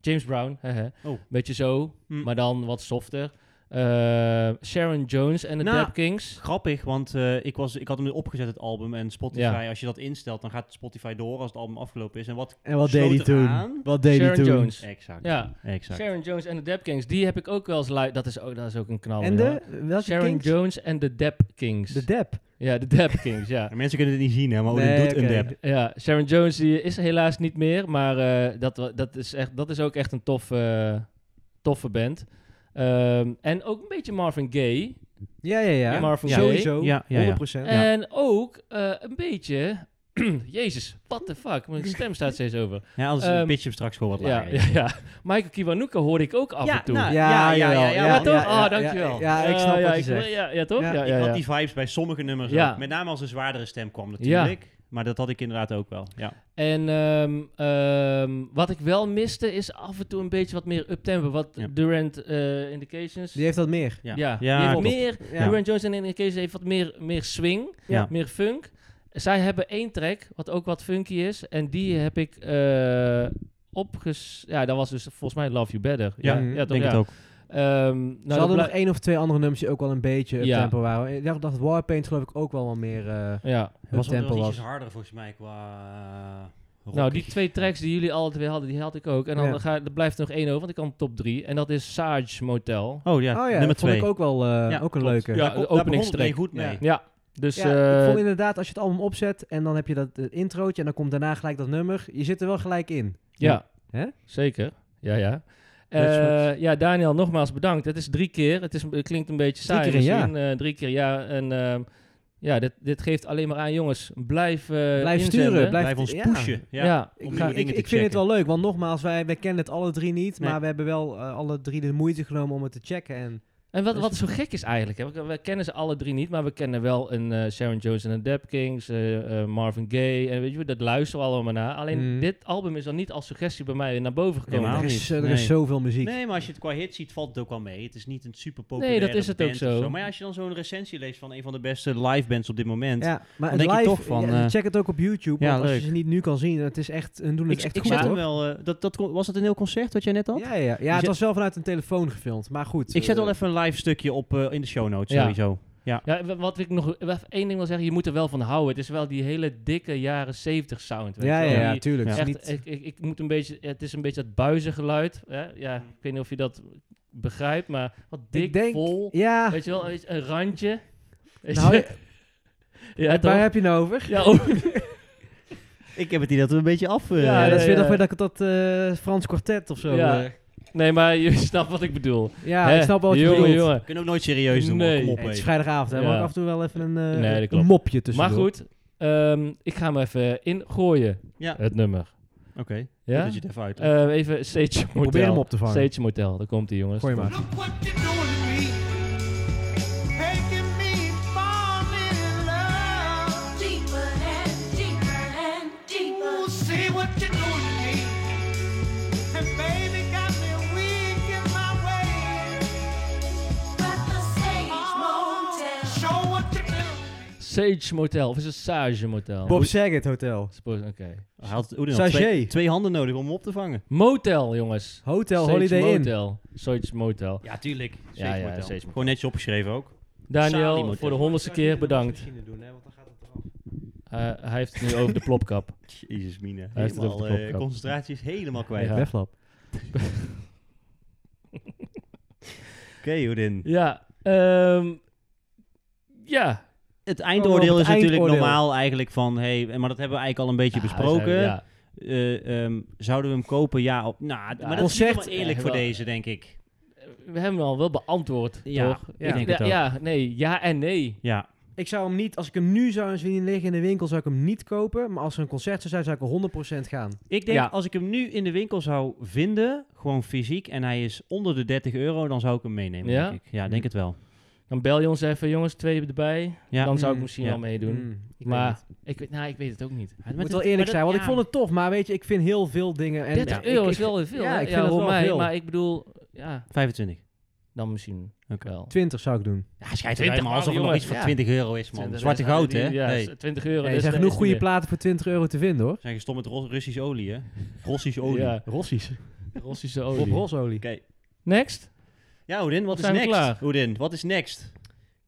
Speaker 1: James Brown, haha.
Speaker 3: Oh.
Speaker 1: Beetje zo,
Speaker 3: Hm.
Speaker 1: maar dan wat softer. Eh, Sharon Jones en de
Speaker 3: Nou,
Speaker 1: Dap Kings.
Speaker 3: Grappig, want eh, ik, was, ik had hem nu opgezet, het album. En Spotify,
Speaker 1: Ja. als
Speaker 3: als je dat instelt, dan gaat Spotify door als het album afgelopen is. En wat...
Speaker 2: En wat
Speaker 3: Sloot
Speaker 2: deed hij
Speaker 3: er
Speaker 2: toen?
Speaker 3: aan.
Speaker 2: Wat deed hij
Speaker 1: Sharon
Speaker 2: toen?
Speaker 1: Jones.
Speaker 3: Exact.
Speaker 1: Ja.
Speaker 3: Exact.
Speaker 1: Sharon Jones en de Dap Kings, die heb ik ook wel eens live. Dat is ook, dat is ook een knal.
Speaker 2: En
Speaker 1: jongen.
Speaker 2: de? Welke
Speaker 1: Sharon
Speaker 2: Kings?
Speaker 1: Jones en de Dap Kings.
Speaker 2: De Dep.
Speaker 1: ja, de Dap Kings,
Speaker 2: [LAUGHS]
Speaker 1: ja.
Speaker 3: En mensen kunnen het niet zien, hè, maar Odin
Speaker 2: Nee,
Speaker 3: Oh, doet
Speaker 2: oké.
Speaker 3: een dab.
Speaker 1: Ja, Sharon Jones die is er helaas niet meer, maar eh, dat, wa- dat, is echt, dat is ook echt een toffe, eh, toffe band. Ehm, en ook een beetje Marvin Gaye.
Speaker 2: Ja, ja, ja.
Speaker 1: Ja, Marvin Gaye.
Speaker 2: Sowieso.
Speaker 3: Ja, ja, ja.
Speaker 2: 100%.
Speaker 1: En ook eh, een beetje... [CLEARS THROAT] Jezus, what the fuck? Mijn
Speaker 2: [LAUGHS]
Speaker 1: stem staat steeds over.
Speaker 3: Ja, anders
Speaker 1: Ehm,
Speaker 3: pitch hem straks gewoon
Speaker 1: Ja,
Speaker 3: wat lager.
Speaker 1: [LAUGHS] ja, ja. Michael Kiwanuka hoorde ik ook af en toe.
Speaker 3: nou,
Speaker 2: Ja, jawel, ja,
Speaker 1: maar toch?
Speaker 2: ja, ja,
Speaker 1: oh, dankjewel.
Speaker 2: ja, ja, ik snap
Speaker 1: Eh,
Speaker 2: wat
Speaker 1: ja,
Speaker 2: je
Speaker 1: ik-
Speaker 2: zegt.
Speaker 1: Ja, ja, toch?
Speaker 2: Ja,
Speaker 1: Ja, ja,
Speaker 3: Ik
Speaker 1: ja.
Speaker 3: had die vibes bij sommige nummers
Speaker 1: Ja.
Speaker 3: ook. Met name als een zwaardere stem kwam natuurlijk. Maar dat had ik inderdaad ook wel. Ja.
Speaker 1: En ehm, ehm, wat ik wel miste is af en toe een beetje wat meer uptempo. Wat
Speaker 3: Ja.
Speaker 1: Durant eh, Indications...
Speaker 2: Die heeft dat meer.
Speaker 1: Ja,
Speaker 3: Ja.
Speaker 1: die heeft
Speaker 3: klopt.
Speaker 1: meer,
Speaker 2: Ja.
Speaker 1: Duran Jones en in Case heeft wat meer, meer swing,
Speaker 3: Ja.
Speaker 1: meer funk. Zij hebben één track, wat ook wat funky is. En die heb ik eh opges... Ja, dat was dus volgens mij Love You Better.
Speaker 3: Ja,
Speaker 1: ja,
Speaker 2: ik
Speaker 1: toch,
Speaker 3: denk
Speaker 1: ja.
Speaker 3: het ook.
Speaker 1: Ehm, nou,
Speaker 2: Ze
Speaker 1: dat
Speaker 2: hadden
Speaker 1: blij-
Speaker 2: nog één of twee andere nummers die ook wel een beetje
Speaker 1: Ja.
Speaker 2: up-tempo waren. Ik dacht dat Warpaint geloof ik ook wel wat meer eh
Speaker 1: Ja.
Speaker 3: Was wel
Speaker 2: up-tempo
Speaker 3: wel
Speaker 2: was.
Speaker 3: iets harder volgens mij qua... eh,
Speaker 1: Nou, die twee tracks die jullie alle twee hadden, die had ik ook. En dan
Speaker 2: Ja.
Speaker 1: ga, er blijft er nog één over, want ik kan top drie. En dat is Sarge Motel.
Speaker 3: Oh ja,
Speaker 2: Oh ja,
Speaker 3: nummer
Speaker 2: dat vond
Speaker 3: twee.
Speaker 2: ik ook wel eh, ook een leuke.
Speaker 1: Ja,
Speaker 3: Ja,
Speaker 1: de
Speaker 3: daar begon het
Speaker 1: openingstrack.
Speaker 3: mee goed mee.
Speaker 2: Ja.
Speaker 1: Ja, dus...
Speaker 2: ja, ik
Speaker 1: eh,
Speaker 2: vond inderdaad, als je het album opzet en dan heb je dat eh, introotje en dan komt daarna gelijk dat nummer. Je zit er wel gelijk in.
Speaker 1: Ja,
Speaker 2: Hè?
Speaker 1: zeker. Ja, ja.
Speaker 2: Dat is
Speaker 1: Eh, ja, Daniel, nogmaals bedankt. Het is drie keer. Het, is, het klinkt een beetje
Speaker 2: Drie
Speaker 1: saai.
Speaker 2: keer een jaar.
Speaker 1: misschien, eh, drie keer, ja. En ehm, ja, dit, dit geeft alleen maar aan, jongens. Blijf eh
Speaker 2: Blijf
Speaker 1: inzenden.
Speaker 2: sturen,
Speaker 3: Blijf ons
Speaker 2: Ja.
Speaker 3: pushen.
Speaker 1: Ja,
Speaker 3: Ja.
Speaker 1: ja.
Speaker 3: Om
Speaker 2: Ik,
Speaker 3: nieuwe
Speaker 2: ik,
Speaker 3: dingen
Speaker 2: ik
Speaker 3: te
Speaker 2: vind het
Speaker 3: checken.
Speaker 2: wel leuk, want nogmaals, wij, wij kennen het alle drie niet.
Speaker 3: Nee.
Speaker 2: Maar we hebben wel eh, alle drie de moeite genomen om het te checken. En
Speaker 1: En wat, wat zo gek is eigenlijk, hè, we, we kennen ze alle drie niet, maar we kennen wel een eh, Sharon Jones en de Dap Kings, eh, eh, Marvin Gaye, en weet je, dat luisteren we allemaal naar. Alleen
Speaker 2: Mm.
Speaker 1: dit album is dan niet als suggestie bij mij naar boven gekomen.
Speaker 3: Helemaal
Speaker 2: er is, eh, er
Speaker 3: niet. Nee.
Speaker 2: is zoveel muziek.
Speaker 3: Nee, maar als je het qua hits ziet, valt het ook wel mee. Het is niet een super populaire
Speaker 1: Nee, dat is het ook
Speaker 3: band of
Speaker 1: zo.
Speaker 3: Maar ja, als je dan zo'n recensie leest van een van de beste live bands op dit moment.
Speaker 2: Ja, maar
Speaker 3: Dan
Speaker 2: het
Speaker 3: denk je
Speaker 2: live,
Speaker 3: toch van,
Speaker 2: ja,
Speaker 3: eh,
Speaker 2: check het ook op YouTube,
Speaker 3: ja,
Speaker 2: want als je
Speaker 3: leuk.
Speaker 2: ze niet nu kan zien, het is echt, hun doen het
Speaker 3: Ik,
Speaker 2: echt
Speaker 3: ik
Speaker 2: goed.
Speaker 3: zet hem
Speaker 2: hoor.
Speaker 3: wel... eh, dat, dat, kon- was dat een heel concert wat jij net had?
Speaker 2: Ja, ja, ja. ja het
Speaker 3: zet-
Speaker 2: was wel vanuit een telefoon gefilmd, maar goed.
Speaker 3: Ik zet
Speaker 2: eh,
Speaker 3: wel even een live stukje op eh, in de show notes
Speaker 1: Ja.
Speaker 3: sowieso.
Speaker 1: Ja, w- wat ik nog wel even één ding wil zeggen, je moet er wel van houden. Het is wel die hele dikke jaren 70 sound. weet
Speaker 2: Ja,
Speaker 1: je wel.
Speaker 2: ja, ja,
Speaker 1: Die-
Speaker 2: tuurlijk. Het is
Speaker 1: Echt,
Speaker 2: niet-
Speaker 1: ik, ik, ik moet een beetje, het is een beetje dat buizengeluid. Hè? Ja, ik weet niet of je dat begrijpt, maar wat dik,
Speaker 2: ik denk,
Speaker 1: vol.
Speaker 2: Ja,
Speaker 1: Weet je wel, een, een randje. Weet
Speaker 2: Nou,
Speaker 1: je? [LAUGHS] ja, toch?
Speaker 2: waar heb je nou over?
Speaker 1: Ja, oh,
Speaker 3: Ik heb het idee dat we een beetje af... eh,
Speaker 1: Ja,
Speaker 2: Ja, dat is weer
Speaker 1: ja.
Speaker 2: nog weer dat, dat eh, Frans kwartet of zo.
Speaker 1: Ja.
Speaker 2: eh.
Speaker 1: nee, maar je [LAUGHS] snapt wat ik bedoel.
Speaker 2: ja
Speaker 1: Hè?
Speaker 2: ik snap wel wat je
Speaker 1: Jongen,
Speaker 2: bedoelt.
Speaker 1: jongen.
Speaker 3: We kunnen ook nooit serieus doen.
Speaker 1: Nee.
Speaker 3: Nee. Kom op,
Speaker 2: Nee, het is
Speaker 3: even.
Speaker 2: vrijdagavond, hè.
Speaker 1: Ja.
Speaker 2: Mag ik af en toe wel even een, eh,
Speaker 1: Nee, dat
Speaker 2: een
Speaker 1: klopt.
Speaker 2: mopje tussen.
Speaker 1: Maar goed, ehm, ik ga hem even ingooien,
Speaker 3: Ja,
Speaker 1: het nummer.
Speaker 3: oké. Goed
Speaker 1: Ja?
Speaker 3: Dat je het even uit.
Speaker 1: Eh, even Stage Motel.
Speaker 2: probeer hem op te vangen.
Speaker 1: Stage Motel, daar komt hij jongens.
Speaker 2: Gooi maar.
Speaker 6: Look what you're doing to me. Making me fall in love.
Speaker 5: Deeper and deeper and deeper.
Speaker 6: Ooh, see what you're doing to me. And baby got me weak in my ways.
Speaker 5: But the stage
Speaker 6: Oh,
Speaker 5: motel.
Speaker 6: show what you do.
Speaker 1: Sage Motel, of is het Sage Motel?
Speaker 2: Bob Saget Hotel.
Speaker 1: Spo- Oké.
Speaker 3: Hij had Oedin al
Speaker 2: Sachet.
Speaker 3: twee, twee handen nodig om hem op te vangen.
Speaker 1: Motel, jongens.
Speaker 2: Hotel
Speaker 1: Sage
Speaker 2: Holiday Inn.
Speaker 1: Motel. Sage Motel.
Speaker 3: Ja, tuurlijk.
Speaker 1: Ja, ja, Sage Motel.
Speaker 3: Gewoon netjes opgeschreven ook. Sali
Speaker 1: Daniel,
Speaker 3: Motel.
Speaker 1: voor de honderdste keer bedankt. Eh, hij heeft het nu over de plopkap.
Speaker 2: [LAUGHS]
Speaker 3: Jezus, mine.
Speaker 1: heeft het op
Speaker 3: Helemaal,
Speaker 1: de
Speaker 3: eh,
Speaker 1: kop gehad.
Speaker 3: concentratie is helemaal kwijt.
Speaker 1: Ja.
Speaker 3: Oké,
Speaker 2: Weflap.
Speaker 3: Oedin.
Speaker 1: Ja, ehm, ja.
Speaker 3: Het
Speaker 2: Oh,
Speaker 3: eindoordeel
Speaker 2: het
Speaker 3: is natuurlijk
Speaker 2: eindoordeel.
Speaker 3: normaal eigenlijk van... Hey, maar dat hebben we eigenlijk al een beetje besproken.
Speaker 1: Ja,
Speaker 3: Eh, ehm, zouden we hem kopen? Ja. Op, nou, d-
Speaker 1: Ja,
Speaker 3: maar dat is
Speaker 2: concert-
Speaker 3: niet helemaal eerlijk
Speaker 1: Ja,
Speaker 3: voor
Speaker 1: wel.
Speaker 3: deze, denk ik.
Speaker 1: we hebben hem al wel beantwoord,
Speaker 3: Ja,
Speaker 1: toch?
Speaker 3: ik denk
Speaker 1: ja,
Speaker 3: het ook.
Speaker 1: ja, nee, ja en nee.
Speaker 3: Ja,
Speaker 2: Ik zou hem niet, als ik hem nu zou eens zien liggen in de winkel, zou ik hem niet kopen. Maar als er een concert zou zijn, zou ik er 100% gaan.
Speaker 3: ik denk
Speaker 1: Ja.
Speaker 3: als ik hem nu in de winkel zou vinden, gewoon fysiek, en hij is onder de 30 euro, dan zou ik hem meenemen.
Speaker 1: Ja?
Speaker 3: denk ik. Ja, denk het wel.
Speaker 1: Dan bel je ons even, jongens, twee erbij.
Speaker 3: Ja.
Speaker 1: Dan zou ik
Speaker 2: Mm,
Speaker 1: misschien
Speaker 3: ja.
Speaker 1: wel meedoen.
Speaker 2: Mm, ik weet
Speaker 1: maar
Speaker 2: niet.
Speaker 1: ik weet, nou, ik weet het ook niet.
Speaker 2: Ik moet wel eerlijk zijn, want ik vond het tof. Maar weet je, ik vind heel veel dingen... En
Speaker 1: 30
Speaker 2: ja,
Speaker 1: euro
Speaker 2: ik-
Speaker 1: is wel weer veel.
Speaker 2: ja,
Speaker 1: hè?
Speaker 2: ik vind dat
Speaker 1: voor
Speaker 2: wel
Speaker 1: mij,
Speaker 2: veel.
Speaker 1: Maar ik bedoel, ja,
Speaker 3: 25.
Speaker 1: dan misschien
Speaker 3: Oké.
Speaker 1: wel.
Speaker 2: 20 zou ik doen.
Speaker 3: Ja, schijt
Speaker 1: €20,
Speaker 3: eruit, maar alsof er nog
Speaker 1: jongen.
Speaker 3: iets voor
Speaker 1: Ja.
Speaker 3: 20 euro is, man.
Speaker 1: 20
Speaker 3: Zwarte
Speaker 1: is-
Speaker 3: goud,
Speaker 1: die-
Speaker 3: hè?
Speaker 1: Ja,
Speaker 3: nee.
Speaker 1: is 20 euro.
Speaker 2: Nee, er
Speaker 1: is-
Speaker 2: zijn
Speaker 1: is
Speaker 2: genoeg
Speaker 1: niet
Speaker 2: goede
Speaker 1: meer.
Speaker 2: platen voor 20 euro te vinden, hoor.
Speaker 3: Zijn gestopt met Ros- Russisch olie, hè? Russisch olie.
Speaker 1: Ja,
Speaker 2: Rossies.
Speaker 1: Russische
Speaker 2: Of
Speaker 1: olie.
Speaker 2: rosolie.
Speaker 3: Oké.
Speaker 1: Next?
Speaker 3: Ja, Oedin, wat
Speaker 1: We
Speaker 3: is
Speaker 1: zijn
Speaker 3: next?
Speaker 1: klaar.
Speaker 3: Oedin, wat is next?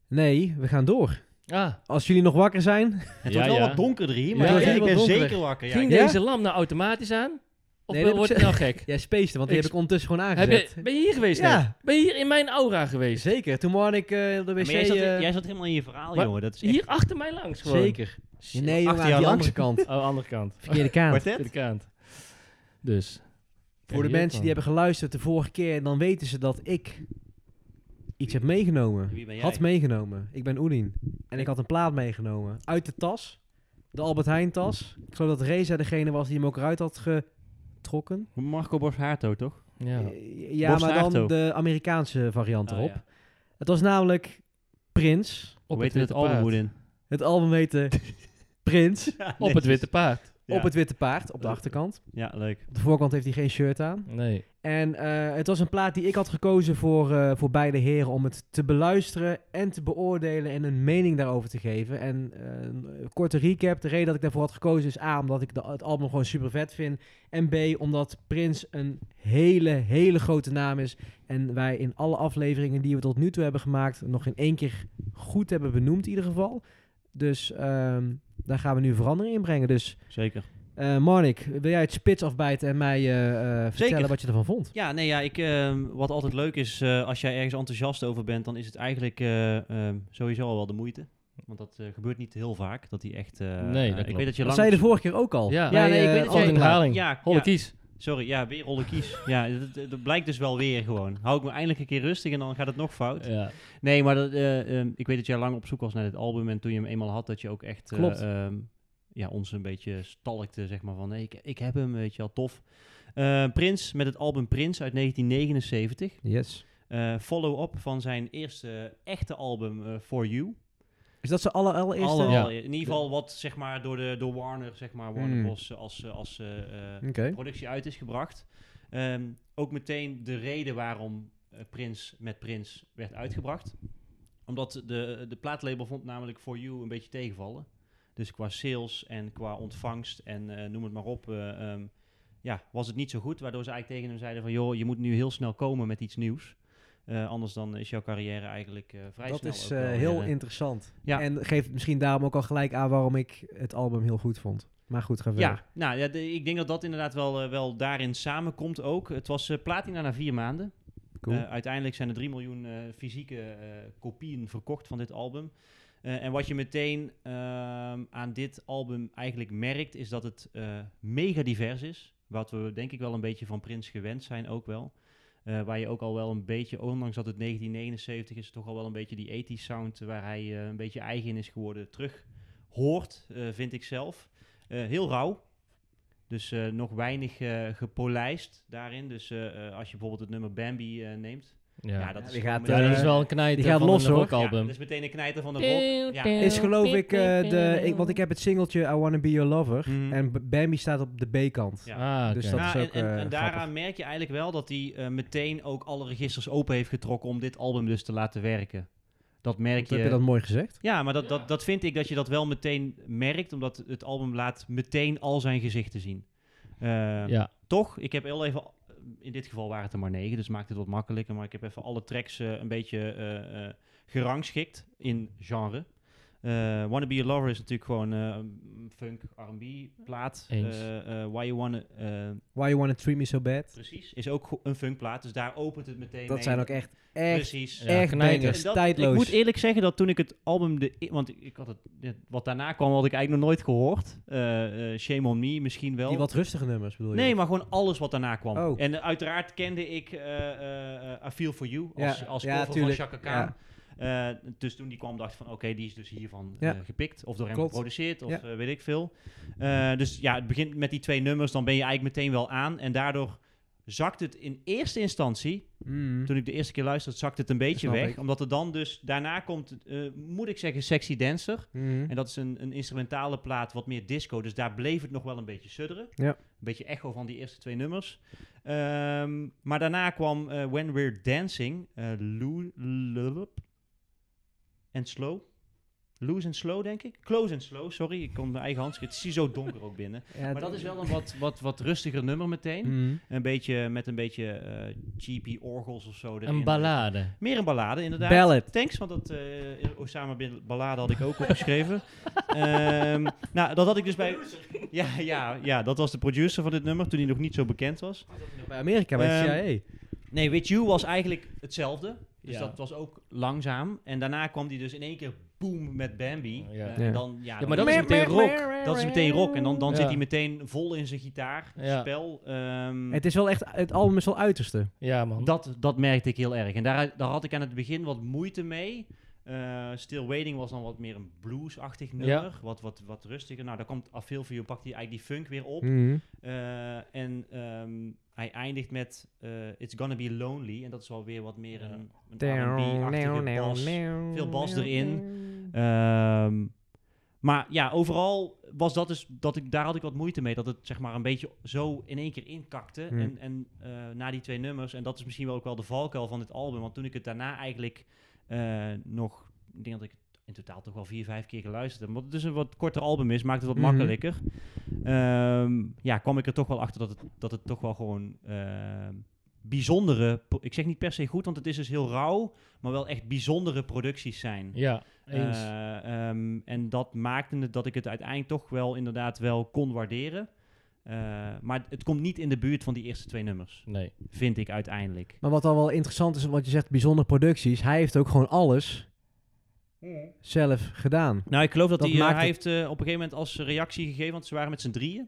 Speaker 2: Nee, we gaan door.
Speaker 1: Ah,
Speaker 2: Als jullie nog wakker zijn,
Speaker 3: Het
Speaker 1: Ja,
Speaker 3: wordt wel
Speaker 1: ja.
Speaker 3: wat donkerder hier,
Speaker 1: Ja,
Speaker 3: maar
Speaker 1: ja.
Speaker 3: ik ben
Speaker 2: Wat donkerder.
Speaker 3: zeker wakker. Ja,
Speaker 1: ging
Speaker 3: ik-
Speaker 1: deze lamp nou automatisch aan? Of
Speaker 2: Nee, dat
Speaker 1: wordt
Speaker 2: heb
Speaker 1: het
Speaker 2: ik
Speaker 1: nou gek?
Speaker 2: Jij spaced, want die
Speaker 1: Ik-
Speaker 2: heb ik ondertussen gewoon
Speaker 1: Heb
Speaker 2: aangezet.
Speaker 1: je, ben je hier geweest?
Speaker 2: Ja.
Speaker 1: net? Ben je hier in mijn aura geweest?
Speaker 2: Zeker. Toen morgen ik eh, op de
Speaker 3: Maar
Speaker 2: wc...
Speaker 3: jij, zat,
Speaker 2: eh,
Speaker 3: jij zat helemaal in je verhaal,
Speaker 1: Maar
Speaker 3: jongen. Dat is echt...
Speaker 1: Hier achter mij langs gewoon.
Speaker 2: zeker.
Speaker 1: Shit.
Speaker 2: Nee, jongen,
Speaker 3: Achter
Speaker 2: aan
Speaker 3: jou
Speaker 2: die
Speaker 3: langs.
Speaker 2: andere kant.
Speaker 1: Oh, andere kant.
Speaker 2: Verkeerde kaart.
Speaker 3: Kwartet?
Speaker 1: [LAUGHS] Verkeerde kant. Dus.
Speaker 2: Voor de
Speaker 1: Ja, hier
Speaker 2: mensen die
Speaker 1: kwam.
Speaker 2: hebben geluisterd de vorige keer, dan weten ze dat ik iets heb meegenomen.
Speaker 3: Wie ben jij?
Speaker 2: Had meegenomen. Ik ben Oedien. En ik had een plaat meegenomen. Uit de tas. De Albert Heijn tas. Ik geloof dat Reza degene was die hem ook eruit had getrokken.
Speaker 3: Marco Borsato, toch?
Speaker 1: Ja.
Speaker 2: Eh, Ja,
Speaker 3: Bos
Speaker 2: maar dan
Speaker 3: Naarto.
Speaker 2: de Amerikaanse variant
Speaker 3: Oh,
Speaker 2: erop.
Speaker 3: ja.
Speaker 2: Het was namelijk Prins.
Speaker 1: Op
Speaker 3: Hoe heet
Speaker 1: het
Speaker 3: het
Speaker 1: witte
Speaker 3: album,
Speaker 1: paard.
Speaker 3: Oedin?
Speaker 2: Het album heette Prins.
Speaker 3: [LAUGHS]
Speaker 1: Op het witte paard.
Speaker 3: Ja.
Speaker 2: Op het witte paard, op de achterkant.
Speaker 3: Ja, leuk.
Speaker 2: Op de voorkant heeft hij geen shirt aan.
Speaker 1: Nee.
Speaker 2: En eh, het was een plaat die ik had gekozen voor, eh, voor beide heren om het te beluisteren en te beoordelen en een mening daarover te geven. En eh, een korte recap, de reden dat ik daarvoor had gekozen is A, omdat ik de- het album gewoon super vet vind. En B, omdat Prins een hele, hele grote naam is. En wij in alle afleveringen die we tot nu toe hebben gemaakt nog in één keer goed hebben benoemd in ieder geval. Dus ehm, daar gaan we nu verandering in brengen. Dus
Speaker 3: Zeker.
Speaker 2: eh Marnik, wil jij het spits afbijten en mij eh, eh, vertellen
Speaker 3: Zeker.
Speaker 2: wat je ervan vond?
Speaker 3: Ja, nee, ja, ik, ehm, wat altijd leuk is, eh, als jij ergens enthousiast over bent, dan is het eigenlijk eh, ehm, sowieso al wel de moeite. Want dat eh, gebeurt niet heel vaak, dat die echt... eh,
Speaker 1: Nee, dat
Speaker 3: eh, Ik
Speaker 1: klopt.
Speaker 3: weet dat je
Speaker 2: Dat
Speaker 3: lang...
Speaker 2: zei je de vorige keer ook al.
Speaker 1: Ja.
Speaker 2: Bij,
Speaker 3: nee, ik
Speaker 2: eh,
Speaker 3: weet het,
Speaker 1: Altijd in
Speaker 2: Alderplaat.
Speaker 1: herhaling.
Speaker 3: Ja,
Speaker 1: Holle
Speaker 3: ja.
Speaker 1: kies.
Speaker 3: Sorry, ja, weer rollen [LAUGHS] kies. ja, dat, dat- dat blijkt dus wel weer gewoon. Hou ik me eindelijk een keer rustig en dan gaat het nog fout.
Speaker 1: Ja.
Speaker 3: Nee, maar dat, eh, ehm, ik weet dat jij lang op zoek was naar dit album. En toen je hem eenmaal had, dat je ook echt eh,
Speaker 1: Klopt.
Speaker 3: ehm, ja, ons een beetje stalkte, zeg maar. Van, nee, ik, ik heb hem, weet je wel, tof. Eh, Prins, met het album Prins uit 1979.
Speaker 2: Yes.
Speaker 3: Eh, eh, follow-up van zijn eerste echte album eh, For You.
Speaker 2: Is dat zijn aller, allereerste?
Speaker 3: Alle,
Speaker 1: Ja.
Speaker 3: alle- in ieder geval wat zeg maar door, de, door Warner, zeg maar, Warner
Speaker 2: Hmm.
Speaker 3: Bros. eh, als, eh, als eh, eh,
Speaker 2: Oké.
Speaker 3: productie uit is gebracht. Ehm, ook meteen de reden waarom eh, Prins met Prins werd uitgebracht. Omdat de, de plaatlabel vond namelijk For You een beetje tegenvallen. Dus qua sales en qua ontvangst en eh, noem het maar op, eh, ehm, ja, was het niet zo goed. Waardoor ze eigenlijk tegen hem zeiden van, joh, je moet nu heel snel komen met iets nieuws. Eh, anders dan is jouw carrière eigenlijk eh, vrij
Speaker 2: Dat
Speaker 3: snel.
Speaker 2: is
Speaker 3: ook wel
Speaker 2: eh,
Speaker 3: weer,
Speaker 2: heel
Speaker 3: eh,
Speaker 2: interessant.
Speaker 3: Ja.
Speaker 2: En geeft misschien daarom ook al gelijk aan waarom ik het album heel goed vond. Maar goed, ga verder.
Speaker 3: Ja, nou ja, de- ik denk dat dat inderdaad wel, eh, wel daarin samenkomt ook. Het was eh, platina na vier maanden.
Speaker 2: Cool.
Speaker 3: Eh, uiteindelijk zijn er 3 miljoen eh, fysieke eh, kopieën verkocht van dit album. Eh, en wat je meteen ehm, aan dit album eigenlijk merkt, is dat het eh, mega divers is. Wat we denk ik wel een beetje van Prins gewend zijn ook wel. Eh, waar je ook al wel een beetje, ondanks dat het 1979 is, toch al wel een beetje die 80s sound eh, waar hij eh, een beetje eigen in is geworden terug hoort, eh, vind ik zelf. Eh, heel rauw, dus eh, nog weinig eh, gepolijst daarin. Dus eh, eh, als je bijvoorbeeld het nummer Bambi eh, neemt.
Speaker 1: Ja.
Speaker 3: Ja, eh, dat is,
Speaker 2: die
Speaker 3: gewoon
Speaker 2: gaat, eh,
Speaker 1: Ja,
Speaker 3: meteen-
Speaker 1: dat is wel een knijter
Speaker 2: die gaat
Speaker 1: van
Speaker 2: los,
Speaker 1: een
Speaker 2: hoor.
Speaker 3: Ja, dus-
Speaker 1: rockalbum.
Speaker 3: dat is meteen een knijter van de rock. Ja.
Speaker 2: Is geloof ik eh, de... Ik, want ik heb het singeltje I Wanna Be Your Lover.
Speaker 1: Mm.
Speaker 3: Mhm.
Speaker 2: En B- Bambi staat op de B-kant.
Speaker 3: Ja.
Speaker 1: Ah, oké.
Speaker 2: Dus dat-
Speaker 3: Ja,
Speaker 2: is ook,
Speaker 3: en, en,
Speaker 2: eh,
Speaker 3: en daaraan
Speaker 2: grappig.
Speaker 3: merk je eigenlijk wel dat hij eh, meteen ook alle registers open heeft getrokken om dit album dus te laten werken. Dat merk
Speaker 2: Dat Heb je
Speaker 3: je
Speaker 2: dat mooi gezegd?
Speaker 3: Ja, maar dat, dat, dat vind ik dat je dat wel meteen merkt, omdat het album laat meteen al zijn gezichten zien. Eh,
Speaker 1: ja.
Speaker 3: Toch, ik heb heel even, in dit geval waren het er maar negen, dus maakt het wat makkelijker, maar ik heb even alle tracks eh, een beetje eh, eh, gerangschikt in genre. Eh Wanna Be A Lover is natuurlijk gewoon eh, een funk, R&B, plaat.
Speaker 1: Eens.
Speaker 3: Eh, eh, Why You Wanna, eh,
Speaker 2: Why You Wanna Treat Me So Bad.
Speaker 3: precies, is ook go- een funkplaat, dus daar opent het meteen
Speaker 2: Dat
Speaker 3: mee.
Speaker 2: zijn ook echt, echt,
Speaker 3: Precies.
Speaker 1: Ja,
Speaker 2: echt
Speaker 1: knijters.
Speaker 2: bangers.
Speaker 3: En dat-
Speaker 2: Tijdloos.
Speaker 3: Ik moet eerlijk zeggen dat toen ik het album... De, i- want ik- ik had het, dit- wat daarna kwam had ik eigenlijk nog nooit gehoord. Eh, eh, Shame on Me misschien wel.
Speaker 2: Die wat rustige nummers bedoel je? Mm.
Speaker 3: nee, maar gewoon alles wat daarna kwam.
Speaker 2: Oh.
Speaker 3: En eh, uiteraard kende ik eh, eh, eh, I Feel For You als,
Speaker 2: Ja,
Speaker 3: als
Speaker 2: ja,
Speaker 3: cover van
Speaker 2: tuurlijk.
Speaker 3: Chaka Khan.
Speaker 2: Ja.
Speaker 3: Eh, dus toen die kwam dacht ik van oké, die is dus hiervan
Speaker 2: Ja.
Speaker 3: eh, gepikt. Of door hem
Speaker 2: Klopt.
Speaker 3: geproduceerd of
Speaker 2: Ja.
Speaker 3: eh, weet ik veel. Eh, dus ja, het begint met die twee nummers. Dan ben je eigenlijk meteen wel aan. En daardoor zakt het in eerste instantie
Speaker 2: Mm.
Speaker 3: toen ik de eerste keer luisterde, zakt het een beetje
Speaker 2: Snap
Speaker 3: weg.
Speaker 2: ik.
Speaker 3: Omdat er dan dus daarna komt, eh, moet ik zeggen, Sexy Dancer.
Speaker 2: Mm.
Speaker 3: En dat is een, een instrumentale plaat, wat meer disco. Dus daar bleef het nog wel een beetje sudderen.
Speaker 2: Ja.
Speaker 3: Een beetje echo van die eerste twee nummers. Ehm, maar daarna kwam eh, When We're Dancing, eh Lou- Lulup en Slow. Loose and Slow, denk ik. Close and Slow, sorry. Ik kom mijn eigen handschrift. Het is hier zo donker ook binnen.
Speaker 2: Ja,
Speaker 3: Maar dat is wel een wat, wat, wat rustiger nummer meteen.
Speaker 2: Mm.
Speaker 3: Een beetje met een beetje eh cheapy orgels of zo. erin.
Speaker 1: Een ballade.
Speaker 3: Meer een ballade, inderdaad.
Speaker 2: Ballad.
Speaker 3: Thanks, want dat eh Osama Bin Ballade had ik ook [LAUGHS] opgeschreven. Ehm, nou, dat had ik dus bij... Ja, ja, ja, dat was de producer van dit nummer toen hij nog niet zo bekend was.
Speaker 2: Bij Amerika, bij
Speaker 3: Ehm,
Speaker 2: het CIA.
Speaker 3: Nee, With You was eigenlijk hetzelfde. Dus
Speaker 1: Ja.
Speaker 3: dat was ook langzaam. En daarna kwam die dus in één keer boom met Bambi.
Speaker 1: Ja.
Speaker 3: Eh,
Speaker 2: Ja.
Speaker 3: En dan, ja,
Speaker 1: Ja,
Speaker 3: dan
Speaker 1: maar dat is meteen rock.
Speaker 3: dat is meteen rock. En dan, dan
Speaker 1: Ja.
Speaker 3: zit hij meteen vol in zijn gitaar,
Speaker 1: Ja.
Speaker 3: spel. ehm,
Speaker 2: Het is wel echt, het album is wel uiterste.
Speaker 1: Ja, man.
Speaker 3: Dat, dat merkte ik heel erg. En daar, daar had ik aan het begin wat moeite mee. Eh, Still Waiting was dan wat meer een bluesachtig nummer. Wat, wat, wat rustiger. Nou, daar komt veel voor je pakt hij eigenlijk die funk weer op.
Speaker 2: Mm.
Speaker 3: Eh, en ehm, hij eindigt met eh, It's Gonna Be Lonely. En dat is wel weer wat meer een, een R&B-achtige bas. Veel bas erin. Ehm, maar ja, overal was dat dus dat ik daar had ik wat moeite mee dat het zeg maar een beetje zo in één keer inkakte
Speaker 2: Hmm.
Speaker 3: en, en eh, na die twee nummers en dat is misschien wel ook wel de valkuil van dit album, want toen ik het daarna eigenlijk eh, nog, ik denk dat ik het in totaal toch wel vier vijf keer geluisterd heb, want het dus een wat korter album is, maakt het wat
Speaker 2: Mhm.
Speaker 3: makkelijker. Ehm, ja, kwam ik er toch wel achter dat het dat het toch wel gewoon ehm, bijzondere, pro- ik zeg niet per se goed, want het is dus heel rauw, maar wel echt bijzondere producties zijn.
Speaker 1: Ja, eens.
Speaker 3: Eh, ehm, en dat maakte het dat ik het uiteindelijk toch wel inderdaad wel kon waarderen. Eh, maar het komt niet in de buurt van die eerste twee nummers,
Speaker 1: nee.
Speaker 3: vind ik uiteindelijk.
Speaker 2: Maar wat dan wel interessant is, wat je zegt, bijzondere producties. Hij heeft ook gewoon alles zelf gedaan.
Speaker 3: Nou, ik geloof dat,
Speaker 2: Dat
Speaker 3: hij, eh,
Speaker 2: maakt
Speaker 3: hij
Speaker 2: het-
Speaker 3: heeft eh, op een gegeven moment als reactie gegeven, want ze waren met z'n drieën.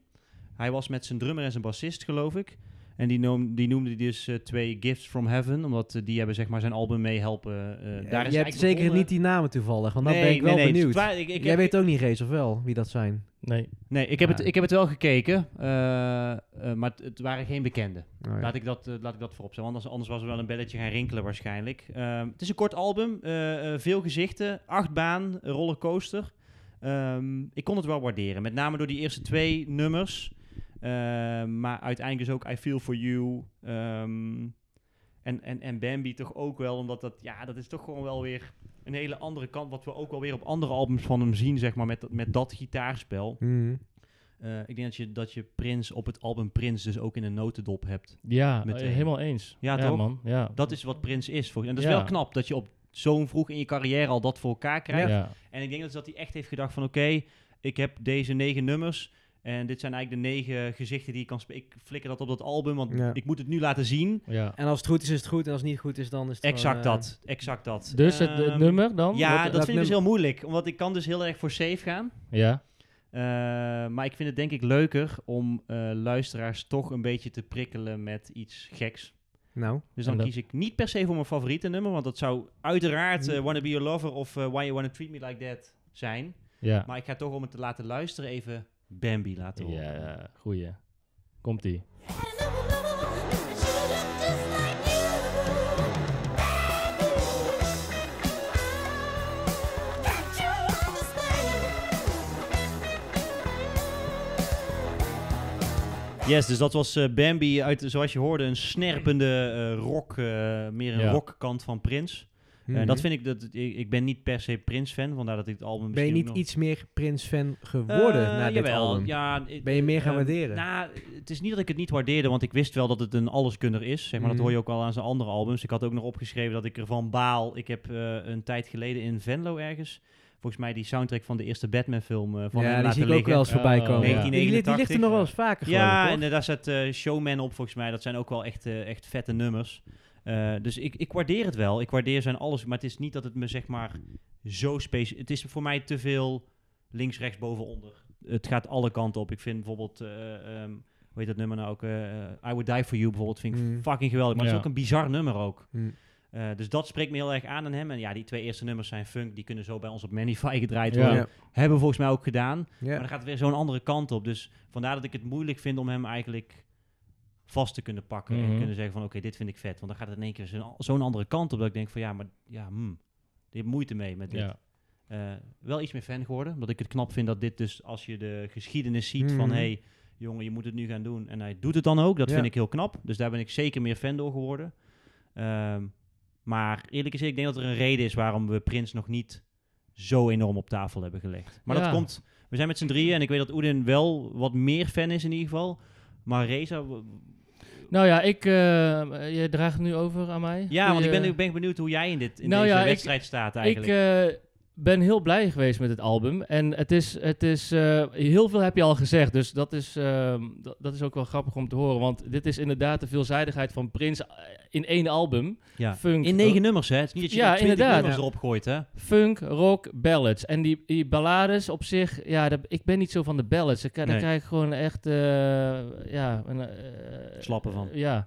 Speaker 3: Hij was met zijn drummer en zijn bassist, geloof ik. En die, noem, die noemde hij dus eh, twee Gifts from Heaven, omdat eh, die hebben zeg maar zijn album mee helpen. eh, daar is het
Speaker 2: je hebt
Speaker 3: eigenlijk
Speaker 2: zeker
Speaker 3: begonnen.
Speaker 2: niet die namen toevallig, want dan
Speaker 3: Nee,
Speaker 2: ben ik wel
Speaker 3: nee, nee, het is
Speaker 2: benieuwd.
Speaker 3: waar, ik, ik
Speaker 2: Jij
Speaker 3: heb,
Speaker 2: weet ook niet, Rees, of wel, wie dat zijn?
Speaker 1: Nee.
Speaker 3: Nee, ik heb,
Speaker 2: Ja.
Speaker 3: het, ik heb het wel gekeken, eh, eh, maar het, het waren geen bekenden.
Speaker 2: Oh, ja.
Speaker 3: Laat, ik dat, eh, laat ik dat voorop zijn, want anders, anders was er wel een belletje gaan rinkelen waarschijnlijk. Ehm, het is een kort album, eh, eh, veel gezichten, acht baan, eh, rollercoaster. Ehm, ik kon het wel waarderen, met name door die eerste twee nummers. Ehm, maar uiteindelijk dus ook I Feel For You ehm, en, en, en Bambi toch ook wel, omdat dat, ja, dat is toch gewoon wel weer een hele andere kant, wat we ook wel weer op andere albums van hem zien, zeg maar, met, dat- met dat gitaarspel.
Speaker 2: Mhm.
Speaker 3: Eh, ik denk dat je, dat je Prins op het album Prins dus ook in een notendop hebt.
Speaker 1: Ja,
Speaker 3: Meteen.
Speaker 1: eh, helemaal eens.
Speaker 3: Ja, toch?
Speaker 1: man. Ja.
Speaker 3: Dat is wat Prins is. Voor, en dat is
Speaker 1: Ja.
Speaker 3: wel knap dat je op zo'n vroeg in je carrière al dat voor elkaar krijgt.
Speaker 1: Ja.
Speaker 3: En ik denk dat, dat hij echt heeft gedacht van oké, ik heb deze negen nummers. En dit zijn eigenlijk de negen gezichten die ik kan spelen. Ik flikker dat op dat album, want
Speaker 2: Ja.
Speaker 3: ik moet het nu laten zien.
Speaker 1: ja.
Speaker 2: En als het goed is, is het goed. En als het niet goed is, dan is het
Speaker 3: Exact
Speaker 2: gewoon, eh,
Speaker 3: dat, exact dat.
Speaker 1: Dus het, het
Speaker 3: Ehm,
Speaker 1: nummer dan?
Speaker 3: Ja,
Speaker 1: Wat-
Speaker 3: dat
Speaker 2: welk
Speaker 3: vind ik
Speaker 2: nummer?
Speaker 3: dus heel moeilijk. Omdat ik kan dus heel erg voor safe gaan.
Speaker 1: ja.
Speaker 3: Eh, maar ik vind het denk ik leuker om eh, luisteraars toch een beetje te prikkelen met iets geks.
Speaker 2: Nou,
Speaker 3: Dus dan
Speaker 1: En dat-
Speaker 3: kies ik niet per se voor mijn favoriete nummer, want dat zou uiteraard eh, Wanna Be Your Lover of eh, Why You Wanna Treat Me Like That zijn.
Speaker 1: Ja.
Speaker 3: Maar ik ga toch om het te laten luisteren even Bambi laten horen.
Speaker 1: Ja, goeie. Komt-ie.
Speaker 3: Yes, dus dat was eh, Bambi uit, zoals je hoorde, een snerpende eh, rock, eh, meer een
Speaker 1: Ja.
Speaker 3: rockkant van Prins. En
Speaker 2: mhm.
Speaker 3: Eh, dat vind ik, dat, ik, ik ben niet per se Prins-fan, vandaar dat ik het album
Speaker 2: ben je
Speaker 3: misschien ook
Speaker 2: niet
Speaker 3: nog-
Speaker 2: iets meer Prins-fan geworden
Speaker 3: Eh,
Speaker 2: na dit
Speaker 3: jawel,
Speaker 2: album?
Speaker 3: Ja, ik-
Speaker 2: Ben je meer gaan
Speaker 3: eh,
Speaker 2: waarderen?
Speaker 3: Nou, het is niet dat ik het niet waardeerde, want ik wist wel dat het een alleskunner is. Zeg maar,
Speaker 2: Mhm.
Speaker 3: Dat hoor je ook al aan zijn andere albums. Ik had ook nog opgeschreven dat ik ervan baal. Ik heb eh, een tijd geleden in Venlo ergens, volgens mij die soundtrack van de eerste Batman-film eh, van
Speaker 2: ja,
Speaker 3: hem
Speaker 2: die
Speaker 3: laten
Speaker 2: zie ik ook
Speaker 3: liggen.
Speaker 2: wel eens
Speaker 1: liggen.
Speaker 2: voorbij
Speaker 1: Oh,
Speaker 2: komen.
Speaker 1: ja.
Speaker 2: Die, li- die ligt er
Speaker 3: 1989,
Speaker 2: nog wel eens vaker,
Speaker 3: Ja,
Speaker 2: geloof ik,
Speaker 3: en eh, daar zat eh, Showman op volgens mij. Dat zijn ook wel echt, eh, echt vette nummers. Eh, dus ik, ik waardeer het wel. Ik waardeer zijn alles. Maar het is niet dat het me zeg maar zo specifiek... Het is voor mij te veel links, rechts, boven, onder. Het gaat alle kanten op. Ik vind bijvoorbeeld... eh, ehm, hoe heet dat nummer nou ook? eh, eh, I Would Die For You bijvoorbeeld vind ik
Speaker 2: Mm.
Speaker 3: fucking geweldig. Maar het
Speaker 1: Ja.
Speaker 3: is ook een bizar nummer ook.
Speaker 2: Mm.
Speaker 3: Eh, dus dat spreekt me heel erg aan aan hem. En ja, die twee eerste nummers zijn funk. Die kunnen zo bij ons op Manify gedraaid
Speaker 1: Ja.
Speaker 3: worden.
Speaker 2: Ja.
Speaker 3: Hebben we volgens mij ook gedaan.
Speaker 2: Ja.
Speaker 3: Maar dan gaat het weer zo'n andere kant op. Dus vandaar dat ik het moeilijk vind om hem eigenlijk vast te kunnen pakken. En
Speaker 1: Mhm.
Speaker 3: kunnen zeggen van oké, dit vind ik vet. Want dan gaat het in één keer zo'n- zo'n andere kant op. Dat ik denk van ja, maar ja, hmm, die heeft moeite mee met dit.
Speaker 1: Ja.
Speaker 3: Eh, wel iets meer fan geworden. Omdat ik het knap vind dat dit dus als je de geschiedenis ziet van
Speaker 2: Mhm.
Speaker 3: hé, hey, jongen, je moet het nu gaan doen. En hij doet het dan ook. Dat
Speaker 2: Ja.
Speaker 3: vind ik heel knap. Dus daar ben ik zeker meer fan door geworden. Ehm, maar eerlijk gezegd, ik denk dat er een reden is waarom we Prins nog niet zo enorm op tafel hebben gelegd. Maar dat
Speaker 1: Ja.
Speaker 3: komt we zijn met z'n drieën en ik weet dat Oedin wel wat meer fan is in ieder geval. Maar Reza... w-
Speaker 1: Nou ja, ik, eh, je draagt het nu over aan mij.
Speaker 3: Ja, want ik ben,
Speaker 1: nu
Speaker 3: ik ben benieuwd hoe jij in, dit, in
Speaker 1: Nou
Speaker 3: deze
Speaker 1: ja, ik-
Speaker 3: wedstrijd staat eigenlijk.
Speaker 1: Ik eh, ben heel blij geweest met het album. En het is, het is eh, heel veel heb je al gezegd. Dus dat is, ehm, dat, dat is ook wel grappig om te horen. Want dit is inderdaad de veelzijdigheid van Prins eh, in één album.
Speaker 3: ja.
Speaker 1: Funk,
Speaker 3: In negen nummers, hè? Het is niet dat je
Speaker 1: Ja,
Speaker 3: ja,
Speaker 1: inderdaad,
Speaker 3: nummers
Speaker 1: ja. Eh,
Speaker 3: erop gooit, hè?
Speaker 1: funk, rock, ballads. En die, die ballades op zich, ja, dat- ik ben niet zo van de ballads. Ik, eh, daar
Speaker 3: Nee.
Speaker 1: krijg ik gewoon echt, eh, ja... Een, eh,
Speaker 3: Slappen van.
Speaker 1: Ja.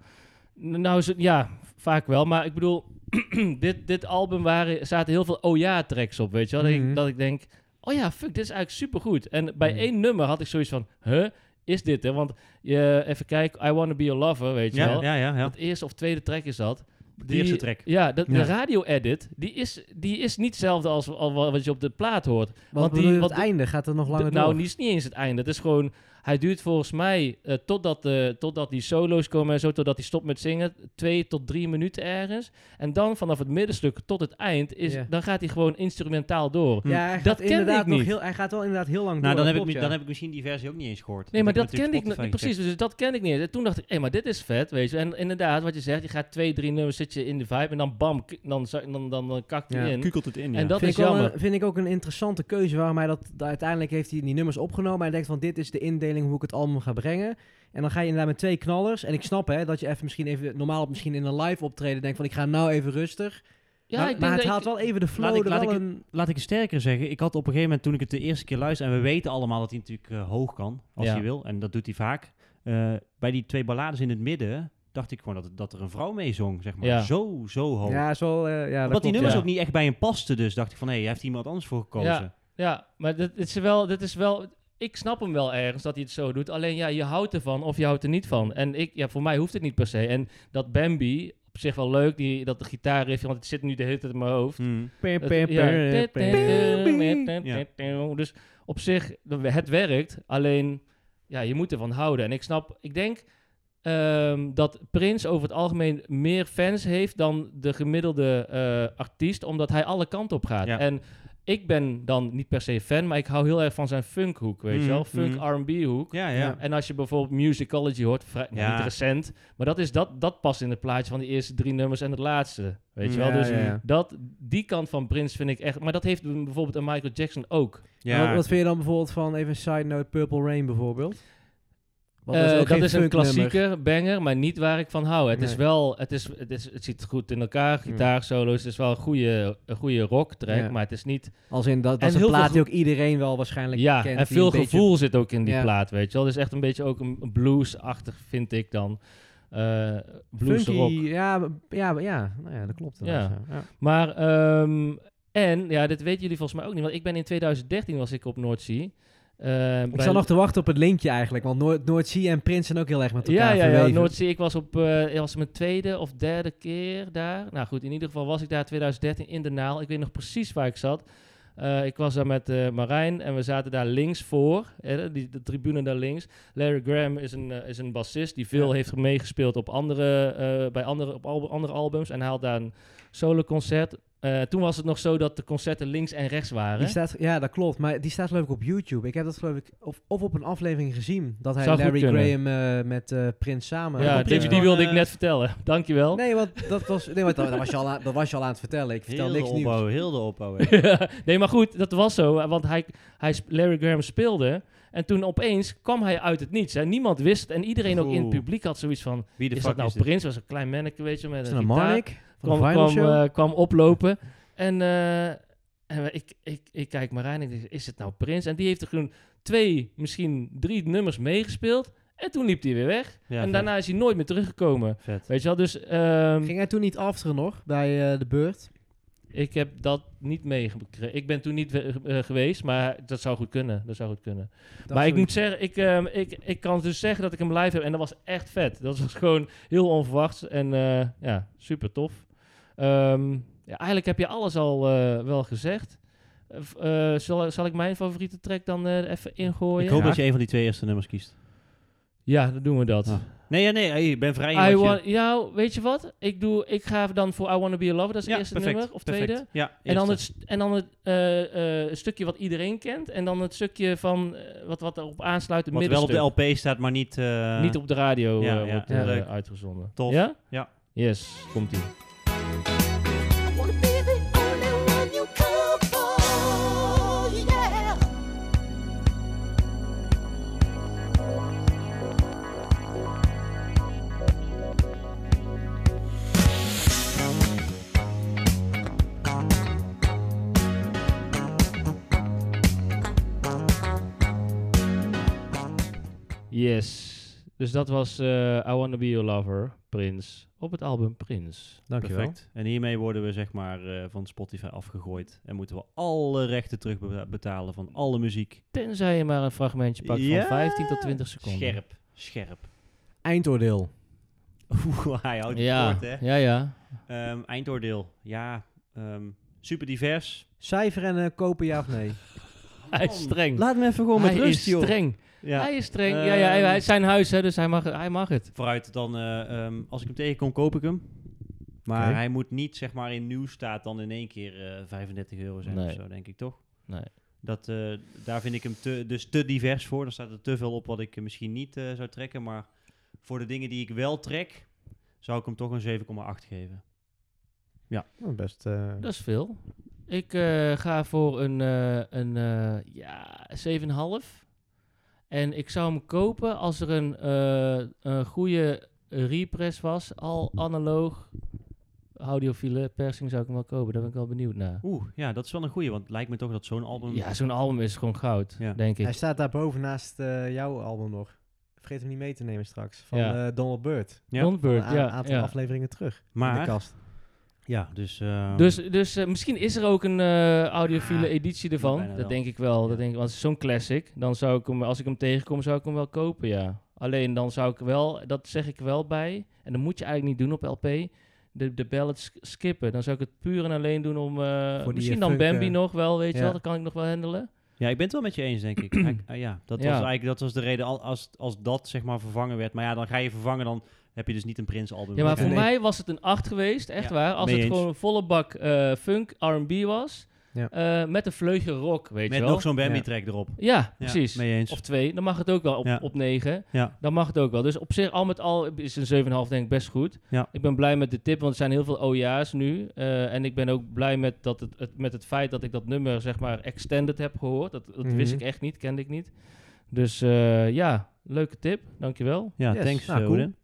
Speaker 1: N- Nou, zo- ja, vaak wel. Maar ik bedoel, [CLEARS THROAT] dit, dit album waren, zaten heel veel oh ja tracks op, weet je wel. Dat ik-
Speaker 2: Mhm.
Speaker 1: Dat, ik, denk, oh ja, fuck, dit is eigenlijk supergoed. En bij
Speaker 2: Mhm.
Speaker 1: één nummer had ik zoiets van, huh, is dit hè? Want je, even kijken, I Wanna Be Your Lover, weet je
Speaker 3: Ja,
Speaker 1: wel.
Speaker 3: ja, ja. ja.
Speaker 1: Het eerste of tweede track is dat.
Speaker 3: De eerste track.
Speaker 1: Ja, dat,
Speaker 3: Ja.
Speaker 1: de radio-edit, die is, die is niet hetzelfde als, als wat je op de plaat hoort.
Speaker 2: Want
Speaker 1: want die-
Speaker 2: bedoel je,
Speaker 1: want
Speaker 2: het
Speaker 1: de-
Speaker 2: einde gaat er nog langer
Speaker 1: D- nou,
Speaker 2: door.
Speaker 1: niet is niet eens het einde. Het is gewoon, hij duurt volgens mij eh, totdat, eh, totdat die solo's komen en zo, totdat hij stopt met zingen, twee tot drie minuten ergens. En dan vanaf het middenstuk tot het eind, is,
Speaker 2: Ja. Hm.
Speaker 1: dan gaat hij gewoon instrumentaal door.
Speaker 2: Ja, hij gaat
Speaker 1: Hm. dat kende
Speaker 2: inderdaad
Speaker 1: ik
Speaker 2: nog
Speaker 1: niet.
Speaker 2: Heel, hij gaat wel inderdaad heel lang
Speaker 3: Nou,
Speaker 2: door.
Speaker 3: dan heb, ik,
Speaker 2: klopt,
Speaker 3: mi-
Speaker 2: ja.
Speaker 3: dan heb ik misschien die versie ook niet eens gehoord.
Speaker 1: Nee, maar
Speaker 3: heb
Speaker 1: dat kende ik
Speaker 3: natuurlijk
Speaker 1: niet.
Speaker 3: Spotify
Speaker 1: Precies, dus dat kende ik niet. En toen dacht ik, hé, maar dit is vet, weet je. En inderdaad, wat je zegt, je gaat twee, drie nummers, zit je in de vibe en dan bam, k- dan, za- dan, dan, dan kakt hij
Speaker 2: Ja.
Speaker 3: gecheckt.
Speaker 1: in.
Speaker 3: Kukelt het in, ja.
Speaker 1: En dat
Speaker 2: vind,
Speaker 1: is
Speaker 2: ik wel
Speaker 1: jammer.
Speaker 2: een, vind ik ook een interessante keuze waarom hij dat... da- Uiteindelijk heeft hij die nummers opgenomen. Hij denkt van dit is de indeling hoe ik het album ga brengen. En dan ga je inderdaad met twee knallers. En ik snap hè, dat je even misschien even... Normaal op misschien in een live optreden denkt van ik ga nou even rustig.
Speaker 1: Ja,
Speaker 2: maar
Speaker 1: ik denk
Speaker 2: maar
Speaker 1: dat
Speaker 2: het
Speaker 1: ik-
Speaker 2: haalt wel even de flow
Speaker 3: ik-
Speaker 2: er
Speaker 3: laat
Speaker 2: wel
Speaker 3: ik-
Speaker 2: een...
Speaker 3: Laat ik het sterker zeggen. Ik had op een gegeven moment, toen ik het de eerste keer luisterde... En we weten allemaal dat hij natuurlijk eh, hoog kan, als
Speaker 1: Ja.
Speaker 3: hij wil. En dat doet hij vaak. eh, bij die twee ballades in het midden dacht ik gewoon dat, dat er een vrouw mee zong, zeg maar.
Speaker 1: Ja.
Speaker 3: Zo, zo hoog.
Speaker 2: Ja, is wel... eh, ja, dat
Speaker 3: Omdat die
Speaker 2: klopt,
Speaker 3: nummers
Speaker 1: ja.
Speaker 3: ook niet echt bij hem pasten, dus dacht ik van, hé, hey, heeft iemand anders voor gekozen.
Speaker 1: Ja, maar dit, dit is wel, dit is wel... Ik snap hem wel ergens dat hij het zo doet. Alleen ja, je houdt ervan of je houdt er niet van. En ik, ja, voor mij hoeft het niet per se. En dat Bambi, op zich wel leuk, die, dat de gitaarriffje, want het zit nu de hele tijd in mijn hoofd.
Speaker 3: Hmm.
Speaker 1: Het- ja. Dus op zich, het werkt. Alleen, ja, je moet ervan houden. En ik snap, ik denk ehm, dat Prins over het algemeen meer fans heeft dan de gemiddelde eh, artiest, omdat hij alle kanten op gaat.
Speaker 3: Ja.
Speaker 1: En ik ben dan niet per se fan, maar ik hou heel erg van zijn funkhoek, weet je
Speaker 3: Mhm,
Speaker 1: wel? Funk
Speaker 3: mhm.
Speaker 1: R&B hoek.
Speaker 3: Ja, ja.
Speaker 1: En als je bijvoorbeeld Musicology hoort, vrij, nou,
Speaker 3: Ja.
Speaker 1: niet recent, maar dat, is dat, dat past in het plaatje van die eerste drie nummers en het laatste. Weet je
Speaker 3: Ja,
Speaker 1: wel? Dus
Speaker 2: ja, ja.
Speaker 1: Dat, die kant van Prins vind ik echt... Maar dat heeft bijvoorbeeld een Michael Jackson ook.
Speaker 3: Ja.
Speaker 2: Wat, wat vind je dan bijvoorbeeld van, even een side note, Purple Rain bijvoorbeeld? Want
Speaker 1: Eh,
Speaker 2: ook
Speaker 1: dat
Speaker 2: geen
Speaker 1: is een
Speaker 2: funknummer.
Speaker 1: klassieke banger, maar niet waar ik van hou. Het is
Speaker 2: Nee.
Speaker 1: wel... Het, is, het, is, het zit goed in elkaar. Gitaarsolo's. Het is wel een goede, een goede rock track,
Speaker 2: Ja.
Speaker 1: maar het is niet...
Speaker 2: Als in, dat,
Speaker 1: En
Speaker 2: dat is een
Speaker 1: heel veel
Speaker 2: plaat die
Speaker 1: ge-
Speaker 2: ook iedereen wel waarschijnlijk
Speaker 1: ja,
Speaker 2: kent.
Speaker 1: en
Speaker 2: die
Speaker 1: veel
Speaker 2: een beetje-
Speaker 1: gevoel zit ook in die
Speaker 2: Ja.
Speaker 1: plaat, weet je wel. Het is echt een beetje ook een blues-achtig, vind ik dan. eh blues rock.
Speaker 2: Funky, ja, b- ja, b- ja, nou ja, dat klopt. inderdaad,
Speaker 1: Ja.
Speaker 2: Ja. Ja.
Speaker 1: Maar, ehm, en, ja, dit weten jullie volgens mij ook niet. Want ik ben in 2013 was ik op Noordzee. Eh,
Speaker 2: Ik
Speaker 1: bij-
Speaker 2: zat nog te wachten op het linkje eigenlijk, want Noord, Noordzee en Prins zijn ook heel erg met
Speaker 1: Ja,
Speaker 2: elkaar
Speaker 1: ja, ja.
Speaker 2: verweven.
Speaker 1: Noordzee, ik was op, eh, ik was mijn tweede of derde keer daar. Nou goed, in ieder geval was ik daar 2013 in de Naal. Ik weet nog precies waar ik zat. Eh, ik was daar met eh, Marijn en we zaten daar links voor, hè, die, de tribune daar links. Larry Graham is een, eh, is een bassist die veel heeft meegespeeld op andere, eh, bij andere, op al, andere albums. En hij had daar een soloconcert. Eh, toen was het nog zo dat de concerten links en rechts waren.
Speaker 2: Die staat, ja, dat klopt. Maar die staat geloof ik op YouTube. Ik heb dat geloof ik of, of op een aflevering gezien. Dat hij
Speaker 1: Zou goed
Speaker 2: Larry
Speaker 1: kunnen.
Speaker 2: Graham eh, met eh, Prins samen...
Speaker 1: ja,
Speaker 2: op,
Speaker 1: die,
Speaker 2: eh,
Speaker 1: die wilde
Speaker 3: eh,
Speaker 1: ik net vertellen. Dankjewel.
Speaker 2: Nee, want dat was, nee, want dat, dat was je al aan, dat was je al aan het vertellen. Ik vertel
Speaker 3: Heel de
Speaker 2: niks
Speaker 3: opbouw,
Speaker 2: nieuws.
Speaker 3: heel de opbouw. hè.
Speaker 1: [LAUGHS] nee, maar goed, dat was zo. eh, Want hij, hij, sp- Larry Graham speelde. En toen opeens kwam hij uit het niets. En niemand wist het. En iedereen ook in het
Speaker 3: Oeh.
Speaker 1: publiek had zoiets van...
Speaker 3: Wie de
Speaker 1: is
Speaker 3: fuck
Speaker 1: dat nou
Speaker 3: is dit?
Speaker 1: Prins? was een klein manneke, weet je, met
Speaker 2: Is
Speaker 1: een
Speaker 2: dat een
Speaker 1: gitaar.
Speaker 2: Marnik? Van
Speaker 1: Kwam,
Speaker 2: de Vinyl
Speaker 1: kwam,
Speaker 2: Show?
Speaker 1: eh, kwam oplopen. En, eh, en we- ik, ik, ik kijk Marijn en ik denk, is het nou Prins? En die heeft er gewoon twee, misschien drie nummers meegespeeld. En toen liep hij weer weg.
Speaker 3: Ja,
Speaker 1: en
Speaker 3: vet,
Speaker 1: daarna is hij nooit meer teruggekomen.
Speaker 3: Vet.
Speaker 1: Weet je wel, dus ehm,
Speaker 2: Ging hij toen niet after nog, bij eh, de beurt?
Speaker 1: ik heb dat niet meegekregen. Ik ben toen niet we- eh, geweest, maar dat zou goed kunnen. Dat zou goed kunnen.
Speaker 2: Dat
Speaker 1: maar ik
Speaker 2: zoiets.
Speaker 1: moet zeggen, ik, ehm, ik, ik kan dus zeggen dat ik hem live heb. En dat was echt vet. Dat was [LAUGHS] gewoon heel onverwachts. En eh, ja, super tof. Ehm, ja, eigenlijk heb je alles al eh, wel gezegd. Eh, v- eh, zal, zal ik mijn favoriete track dan eh, even ingooien?
Speaker 3: Ik hoop
Speaker 1: ja.
Speaker 3: dat je een van die twee eerste nummers kiest.
Speaker 1: ja, dan doen we dat.
Speaker 3: Ah. Nee, ja, nee, hey, ik ben vrij. in
Speaker 1: I
Speaker 3: wat je-
Speaker 1: want, ja, weet je wat? Ik, doe, ik ga dan voor I Wanna Be A Lover. Dat is het
Speaker 3: Ja,
Speaker 1: eerste
Speaker 3: perfect,
Speaker 1: nummer. Of
Speaker 3: perfect.
Speaker 1: tweede.
Speaker 3: Ja,
Speaker 1: En dan het,
Speaker 3: eerste.
Speaker 1: st- en dan het eh, eh, stukje wat iedereen kent. En dan het stukje van eh, wat, wat erop aansluit. Het
Speaker 3: Wat wel op
Speaker 1: middenstuk.
Speaker 3: de LP staat, maar niet... eh,
Speaker 1: Niet op de radio
Speaker 3: ja,
Speaker 1: eh,
Speaker 3: ja,
Speaker 1: wordt
Speaker 3: ja.
Speaker 1: eh,
Speaker 3: Leuk.
Speaker 1: uitgezonden.
Speaker 3: Tof.
Speaker 1: Ja?
Speaker 3: Ja.
Speaker 1: Yes, komt ie.
Speaker 8: wanna be the only one you come for, yeah.
Speaker 1: Yes. Dus dat was eh, I Wanna Be Your Lover, Prins. Op het album Prins.
Speaker 2: Dankjewel.
Speaker 3: Perfect. En hiermee worden we zeg maar eh, van Spotify afgegooid. En moeten we alle rechten terugbetalen van alle muziek.
Speaker 1: Tenzij je maar een fragmentje pakt
Speaker 3: Ja.
Speaker 1: van 15 tot 20 seconden.
Speaker 3: Scherp. Scherp. [LAUGHS]
Speaker 2: Eindoordeel.
Speaker 3: Oeh, hij houdt het
Speaker 1: Ja,
Speaker 3: kort, hè.
Speaker 1: ja, ja.
Speaker 3: Ehm, eindoordeel. Ja, ehm, super divers.
Speaker 2: Cijfer en eh, kopen ja of nee?
Speaker 1: Hij is streng.
Speaker 3: Laat me even gewoon
Speaker 1: hij
Speaker 3: met rust,
Speaker 1: is streng.
Speaker 3: Ja.
Speaker 1: Hij is streng. ja, ja, hij,
Speaker 3: Ehm.
Speaker 1: het is zijn huis, hè, dus hij mag, het- hij mag het.
Speaker 3: Vooruit dan, eh, ehm, als ik hem tegenkom, koop ik hem. Maar
Speaker 2: Oké.
Speaker 3: hij moet niet, zeg maar, in nieuw staat dan in één keer eh, 35 euro zijn
Speaker 1: Nee.
Speaker 3: of zo, denk ik toch?
Speaker 1: Nee.
Speaker 3: Dat, eh, daar vind ik hem te, dus te divers voor. Dan staat er te veel op wat ik eh, misschien niet eh, zou trekken. Maar voor de dingen die ik wel trek, zou ik hem toch een 7,8 geven.
Speaker 2: best...
Speaker 1: Dat is veel. Ik eh, ga voor een, eh, een eh, ja, 7,5. En ik zou hem kopen als er een, eh, een goede repress was. Al analoog. Audiofiele persing zou ik hem wel kopen. Daar ben ik wel benieuwd naar.
Speaker 3: Oeh, ja, dat is wel een goeie. Want het lijkt me toch dat zo'n album...
Speaker 1: Ja, zo'n album is gewoon goud,
Speaker 3: Ja.
Speaker 1: denk
Speaker 2: Hij
Speaker 1: ik.
Speaker 2: staat daar boven naast eh, jouw album nog. Vergeet hem niet mee te nemen straks. Van
Speaker 1: Ja.
Speaker 2: eh, Donald Bird.
Speaker 3: Ja.
Speaker 1: Ron Bird,
Speaker 2: Een a-
Speaker 1: ja,
Speaker 2: aantal
Speaker 1: ja.
Speaker 2: afleveringen terug in de
Speaker 3: Maar,
Speaker 2: kast.
Speaker 3: ja, dus... ehm,
Speaker 1: Dus, dus eh, misschien is er ook een eh, audiofiele
Speaker 3: Ah,
Speaker 1: editie ervan.
Speaker 3: bijna
Speaker 1: Dat
Speaker 3: wel.
Speaker 1: denk ik wel.
Speaker 3: Ja.
Speaker 1: Dat denk ik, want het is zo'n classic. Dan zou ik hem, als ik hem tegenkom, zou ik hem wel kopen, ja. Alleen dan zou ik wel, dat zeg ik wel bij, en dat moet je eigenlijk niet doen op LP, de, de ballads sk- skippen. Dan zou ik het puur en alleen doen om, eh,
Speaker 2: die,
Speaker 1: misschien
Speaker 2: eh,
Speaker 1: dan
Speaker 2: funk,
Speaker 1: Bambi
Speaker 2: eh,
Speaker 1: nog wel, weet je
Speaker 2: ja.
Speaker 1: wel. Dat kan ik nog wel handelen.
Speaker 3: Ja, ik ben het wel met je eens,
Speaker 1: [CLEARS THROAT]
Speaker 3: denk ik. Hij- ah, ja, dat was
Speaker 1: Ja.
Speaker 3: eigenlijk dat was de reden al- als, als dat zeg maar vervangen werd. Maar ja, dan ga je vervangen, dan heb je dus niet een Prins album.
Speaker 1: Ja, maar
Speaker 3: Ja.
Speaker 1: voor
Speaker 2: Nee.
Speaker 1: mij was het een 8 geweest, echt
Speaker 3: Ja,
Speaker 1: waar. Als
Speaker 3: mee
Speaker 1: het
Speaker 3: eens.
Speaker 1: gewoon een volle bak eh, funk, R&B was,
Speaker 2: Ja.
Speaker 1: eh, met een vleugje rock, weet
Speaker 3: met
Speaker 1: je wel.
Speaker 3: nog zo'n Bambi
Speaker 2: Ja.
Speaker 3: track erop.
Speaker 1: ja,
Speaker 3: Ja,
Speaker 1: precies.
Speaker 3: Mee eens.
Speaker 1: Of twee, dan mag het ook wel op,
Speaker 3: Ja.
Speaker 1: op negen.
Speaker 3: ja.
Speaker 1: Dan mag het ook wel. Dus op zich, al met al, is een 7,5 denk ik best goed.
Speaker 3: Ja.
Speaker 1: Ik ben blij met de tip, want er zijn heel veel OJ's nu. Eh, en ik ben ook blij met, dat het, het- met het feit dat ik dat nummer, zeg maar, extended heb gehoord. Dat, dat wist
Speaker 2: Mhm.
Speaker 1: ik echt niet, kende ik niet. Dus eh, ja, leuke tip. Dankjewel.
Speaker 3: Ja,
Speaker 2: Yes.
Speaker 3: thanks,
Speaker 2: Nou,
Speaker 3: eh,
Speaker 2: cool.
Speaker 3: Oeden.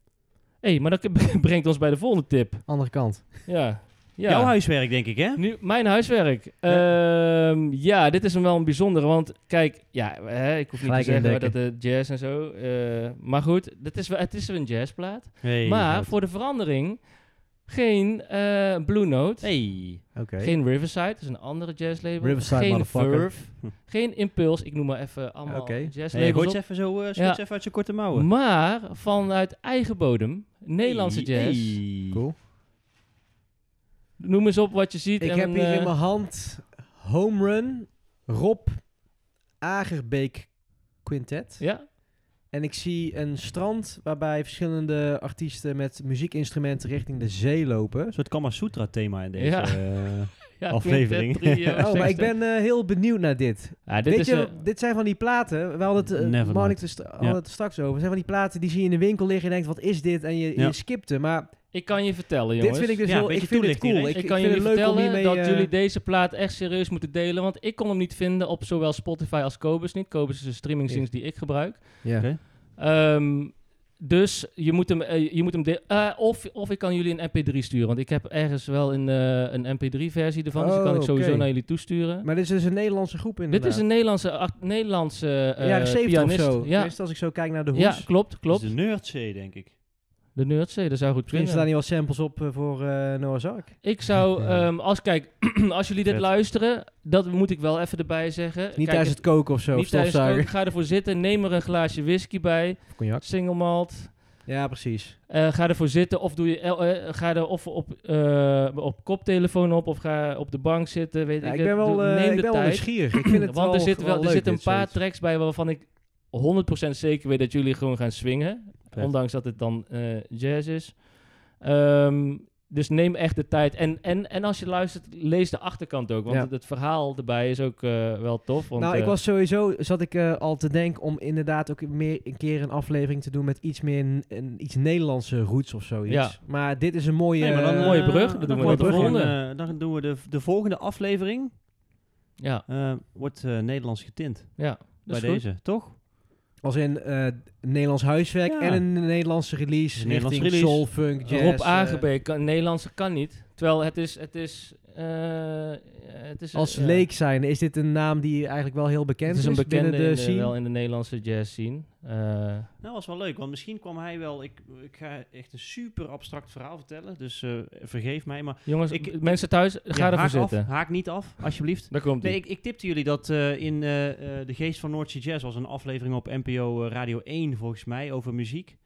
Speaker 1: Hé, hey, maar dat [LAUGHS] ke- brengt ons bij de volgende tip.
Speaker 2: Andere kant.
Speaker 1: Ja. ja.
Speaker 3: Jouw huiswerk, denk ik, hè?
Speaker 1: Nu, mijn huiswerk. Ehm, ja, dit is hem wel een bijzondere. Want kijk, ja, hè, ik hoef niet
Speaker 2: Gelijk
Speaker 1: te zeggen dat
Speaker 2: indekken.
Speaker 1: de jazz en zo. eh, maar goed, dit is wel, het is wel een jazzplaat.
Speaker 3: Hey,
Speaker 1: Maar
Speaker 3: goud.
Speaker 1: voor de verandering geen eh, Blue Note,
Speaker 3: Hey.
Speaker 2: Oké.
Speaker 1: geen Riverside, dat is een andere jazzlabel,
Speaker 2: Riverside,
Speaker 1: geen
Speaker 2: motherfucker.
Speaker 1: Verve, geen Impuls, ik noem maar even allemaal
Speaker 2: Oké.
Speaker 3: Hey,
Speaker 1: jazzlabels
Speaker 3: gooi eens
Speaker 1: op.
Speaker 3: even zo, eh, schiet
Speaker 1: Ja.
Speaker 3: eens even uit zijn korte mouwen.
Speaker 1: Maar vanuit eigen bodem, Nederlandse
Speaker 3: Hey,
Speaker 1: jazz,
Speaker 3: hey.
Speaker 2: Cool.
Speaker 1: noem eens op wat je ziet.
Speaker 2: Ik
Speaker 1: en,
Speaker 2: heb hier
Speaker 1: eh,
Speaker 2: in mijn hand Home Run Rob Agerbeek Quintet. [LAUGHS]
Speaker 1: Ja,
Speaker 2: En ik zie een strand waarbij verschillende artiesten met muziekinstrumenten richting de zee lopen.
Speaker 3: Een soort Kamasutra-thema in deze.
Speaker 1: Ja.
Speaker 3: eh,
Speaker 1: ja
Speaker 3: Aflevering.
Speaker 1: quintet, trio,
Speaker 2: Oh, maar ik
Speaker 1: sextet.
Speaker 2: ben eh, heel benieuwd naar dit.
Speaker 1: Ja, dit
Speaker 2: Weet
Speaker 1: is,
Speaker 2: je,
Speaker 1: eh,
Speaker 2: dit zijn van die platen. We hadden het, eh,
Speaker 3: Nevermind.
Speaker 2: Marnik er stra- hadden het er straks over. Het zijn van die platen die zie je in de winkel liggen en je denkt, wat is dit? En je,
Speaker 3: Ja.
Speaker 2: je skipt hem. Maar
Speaker 1: ik kan je vertellen, jongens.
Speaker 2: dit vind ik dus
Speaker 3: Ja, een
Speaker 2: heel...
Speaker 3: beetje
Speaker 2: Ik vind het
Speaker 3: toelichting,
Speaker 2: cool.
Speaker 3: hè?
Speaker 2: Ik,
Speaker 1: Ik
Speaker 2: ik
Speaker 1: kan
Speaker 2: vind
Speaker 1: jullie
Speaker 2: het leuk om
Speaker 1: vertellen
Speaker 2: hiermee...
Speaker 1: dat
Speaker 2: eh,
Speaker 1: jullie deze plaat echt serieus moeten delen. Want ik kon hem niet vinden op zowel Spotify als Kobus niet. Kobus is een streamingdienst die ik gebruik.
Speaker 2: Ja.
Speaker 3: Oké.
Speaker 1: Ehm, dus je moet hem, eh, je moet hem de- eh, of, of ik kan jullie een MP3 sturen. Want ik heb ergens wel een, eh, een MP3-versie ervan. dus die kan
Speaker 2: Oh,
Speaker 1: ik sowieso
Speaker 2: oké.
Speaker 1: naar jullie toesturen.
Speaker 2: Maar dit is dus een Nederlandse groep
Speaker 1: Dit
Speaker 2: inderdaad.
Speaker 1: is een Nederlandse, act- Nederlandse eh
Speaker 2: jaren 70
Speaker 1: pianist.
Speaker 2: of zo.
Speaker 1: Ja,
Speaker 2: Tenminste, als ik zo kijk naar de hoes.
Speaker 1: ja klopt,
Speaker 3: Klopt.
Speaker 1: klopt.
Speaker 3: de Nerdzee, denk ik.
Speaker 1: De Nerdzee, dat zou goed
Speaker 2: Misschien
Speaker 1: kunnen.
Speaker 2: staan hier wel samples op eh, voor eh Noah's Ark.
Speaker 1: Ik zou,
Speaker 2: Ja.
Speaker 1: ehm, als, kijk, [CLEARS THROAT] als jullie dit
Speaker 3: Vet.
Speaker 1: luisteren, dat moet ik wel even erbij zeggen.
Speaker 2: Niet
Speaker 1: Kijk,
Speaker 2: tijdens het koken of zo, of
Speaker 1: niet tijdens het
Speaker 2: stofzuigen.
Speaker 1: koken. Ga ervoor zitten, neem er een glaasje whisky bij,
Speaker 2: Of cognac.
Speaker 1: single malt.
Speaker 2: Ja, precies.
Speaker 1: Eh, ga ervoor zitten of doe je, el- eh, ga er of op, eh, op koptelefoon op of ga op de bank zitten. Weet
Speaker 2: Ja,
Speaker 1: ik,
Speaker 2: ik
Speaker 1: het.
Speaker 2: ben wel,
Speaker 1: Doe-
Speaker 2: eh,
Speaker 1: neem
Speaker 2: ik
Speaker 1: de
Speaker 2: ben wel
Speaker 1: tijd. [CLEARS THROAT]
Speaker 2: nieuwsgierig. Ik vind
Speaker 1: Want
Speaker 2: het wel,
Speaker 1: er zitten wel,
Speaker 2: wel
Speaker 1: er
Speaker 2: leuk,
Speaker 1: zitten een
Speaker 2: dit
Speaker 1: paar
Speaker 2: soort.
Speaker 1: tracks bij waarvan ik 100% zeker weet dat jullie gewoon gaan swingen.
Speaker 3: Vet.
Speaker 1: Ondanks dat het dan eh, jazz is. Ehm, dus neem echt de tijd. En, en, en als je luistert, lees de achterkant ook. Want
Speaker 2: Ja.
Speaker 1: het, het verhaal erbij is ook eh, wel tof. Want,
Speaker 2: nou, ik
Speaker 1: eh,
Speaker 2: was sowieso, zat ik eh, al te denken om inderdaad ook meer een keer een aflevering te doen met iets meer, n- een, iets Nederlandse roots of zoiets.
Speaker 1: Ja.
Speaker 2: Maar dit is een mooie...
Speaker 3: Nee, maar dan,
Speaker 2: eh,
Speaker 1: een mooie
Speaker 3: eh,
Speaker 1: brug, dat
Speaker 3: dan
Speaker 1: doen we
Speaker 3: wordt
Speaker 2: dat
Speaker 3: het
Speaker 2: de
Speaker 3: gewoon,
Speaker 1: volgende.
Speaker 3: eh, Dan doen we de, de volgende aflevering.
Speaker 1: Ja,
Speaker 3: eh, wordt eh, Nederlands getint.
Speaker 1: ja.
Speaker 3: bij
Speaker 2: dus
Speaker 1: Dat is goed.
Speaker 3: deze, toch?
Speaker 2: Als in eh, Nederlands huiswerk
Speaker 3: Ja.
Speaker 2: en een Nederlandse release
Speaker 3: Een Nederlandse
Speaker 2: richting
Speaker 3: release.
Speaker 2: soul, funk, jazz.
Speaker 1: Rob
Speaker 2: eh,
Speaker 1: Agebeek, kan, Nederlandse kan niet. Terwijl het is... Het is, eh, het is eh,
Speaker 2: als
Speaker 1: ja.
Speaker 2: leek zijn, is dit een naam die eigenlijk wel heel bekend
Speaker 1: Het
Speaker 2: is,
Speaker 1: is een bekende
Speaker 2: binnen de
Speaker 1: in de-
Speaker 2: scene?
Speaker 1: wel in de Nederlandse jazz scene. Eh,
Speaker 3: Nou, was wel leuk, want misschien kwam hij wel... Ik, ik ga echt een super abstract verhaal vertellen, dus eh, vergeef mij. Maar
Speaker 1: jongens,
Speaker 3: Ik-
Speaker 1: b- mensen thuis, ga
Speaker 3: Ja,
Speaker 1: ervoor
Speaker 3: haak, af,
Speaker 1: zitten.
Speaker 3: haak niet af, alsjeblieft.
Speaker 1: Daar komt
Speaker 3: Nee, ik, ik tipte jullie dat eh, in eh, eh, De Geest van Noordzee Jazz was een aflevering op NPO eh, Radio 1, volgens mij, over muziek.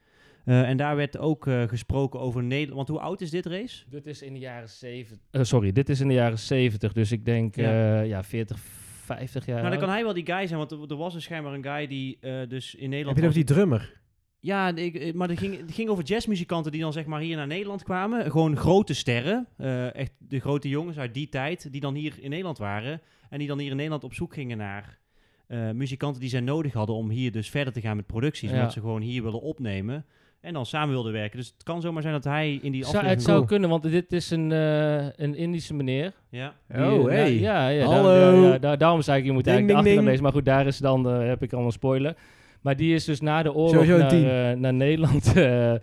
Speaker 3: Eh, en daar werd ook eh, gesproken over Nederland. Want hoe oud is dit race?
Speaker 1: Dit is in de jaren 70. eh, sorry, dit is in de jaren 70. Dus ik denk
Speaker 3: Ja.
Speaker 1: ja, ja 40, 50 jaar.
Speaker 3: nou, dan kan
Speaker 1: oud.
Speaker 3: hij wel die guy zijn, want er, er was dus schijnbaar een guy die eh, dus in
Speaker 2: Eh, Heb
Speaker 3: Nederland...
Speaker 2: je het over
Speaker 3: was-
Speaker 2: die drummer?
Speaker 3: Ja, ik, eh, maar het ging, het ging over jazzmuzikanten die dan zeg maar hier naar Nederland kwamen. Gewoon grote sterren. eh, echt de grote jongens uit die tijd. Die dan hier in Nederland waren. En die dan hier in Nederland op zoek gingen naar eh, muzikanten die zij nodig hadden. Om hier dus verder te gaan met producties.
Speaker 1: Ja.
Speaker 3: Omdat ze gewoon hier willen opnemen. En dan samen wilden werken. Dus het kan zomaar zijn dat hij in die
Speaker 1: Zou-
Speaker 3: aflevering...
Speaker 1: het zou
Speaker 2: Cool.
Speaker 1: kunnen, want dit is een, eh, een Indische meneer.
Speaker 3: Ja.
Speaker 1: die, eh, nou, ja, ja,
Speaker 2: Oh, Hallo.
Speaker 1: daar- ja, ja, daar- daarom zei ik, je moet
Speaker 2: Ding,
Speaker 1: eigenlijk
Speaker 2: ding,
Speaker 1: achter
Speaker 2: ding.
Speaker 1: lezen. Maar goed, daar is dan, eh, heb ik allemaal spoiler. Maar die is dus na de oorlog
Speaker 2: Sowieso een
Speaker 1: naar,
Speaker 2: tien.
Speaker 1: eh, naar Nederland. [LAUGHS] [LAUGHS] eh,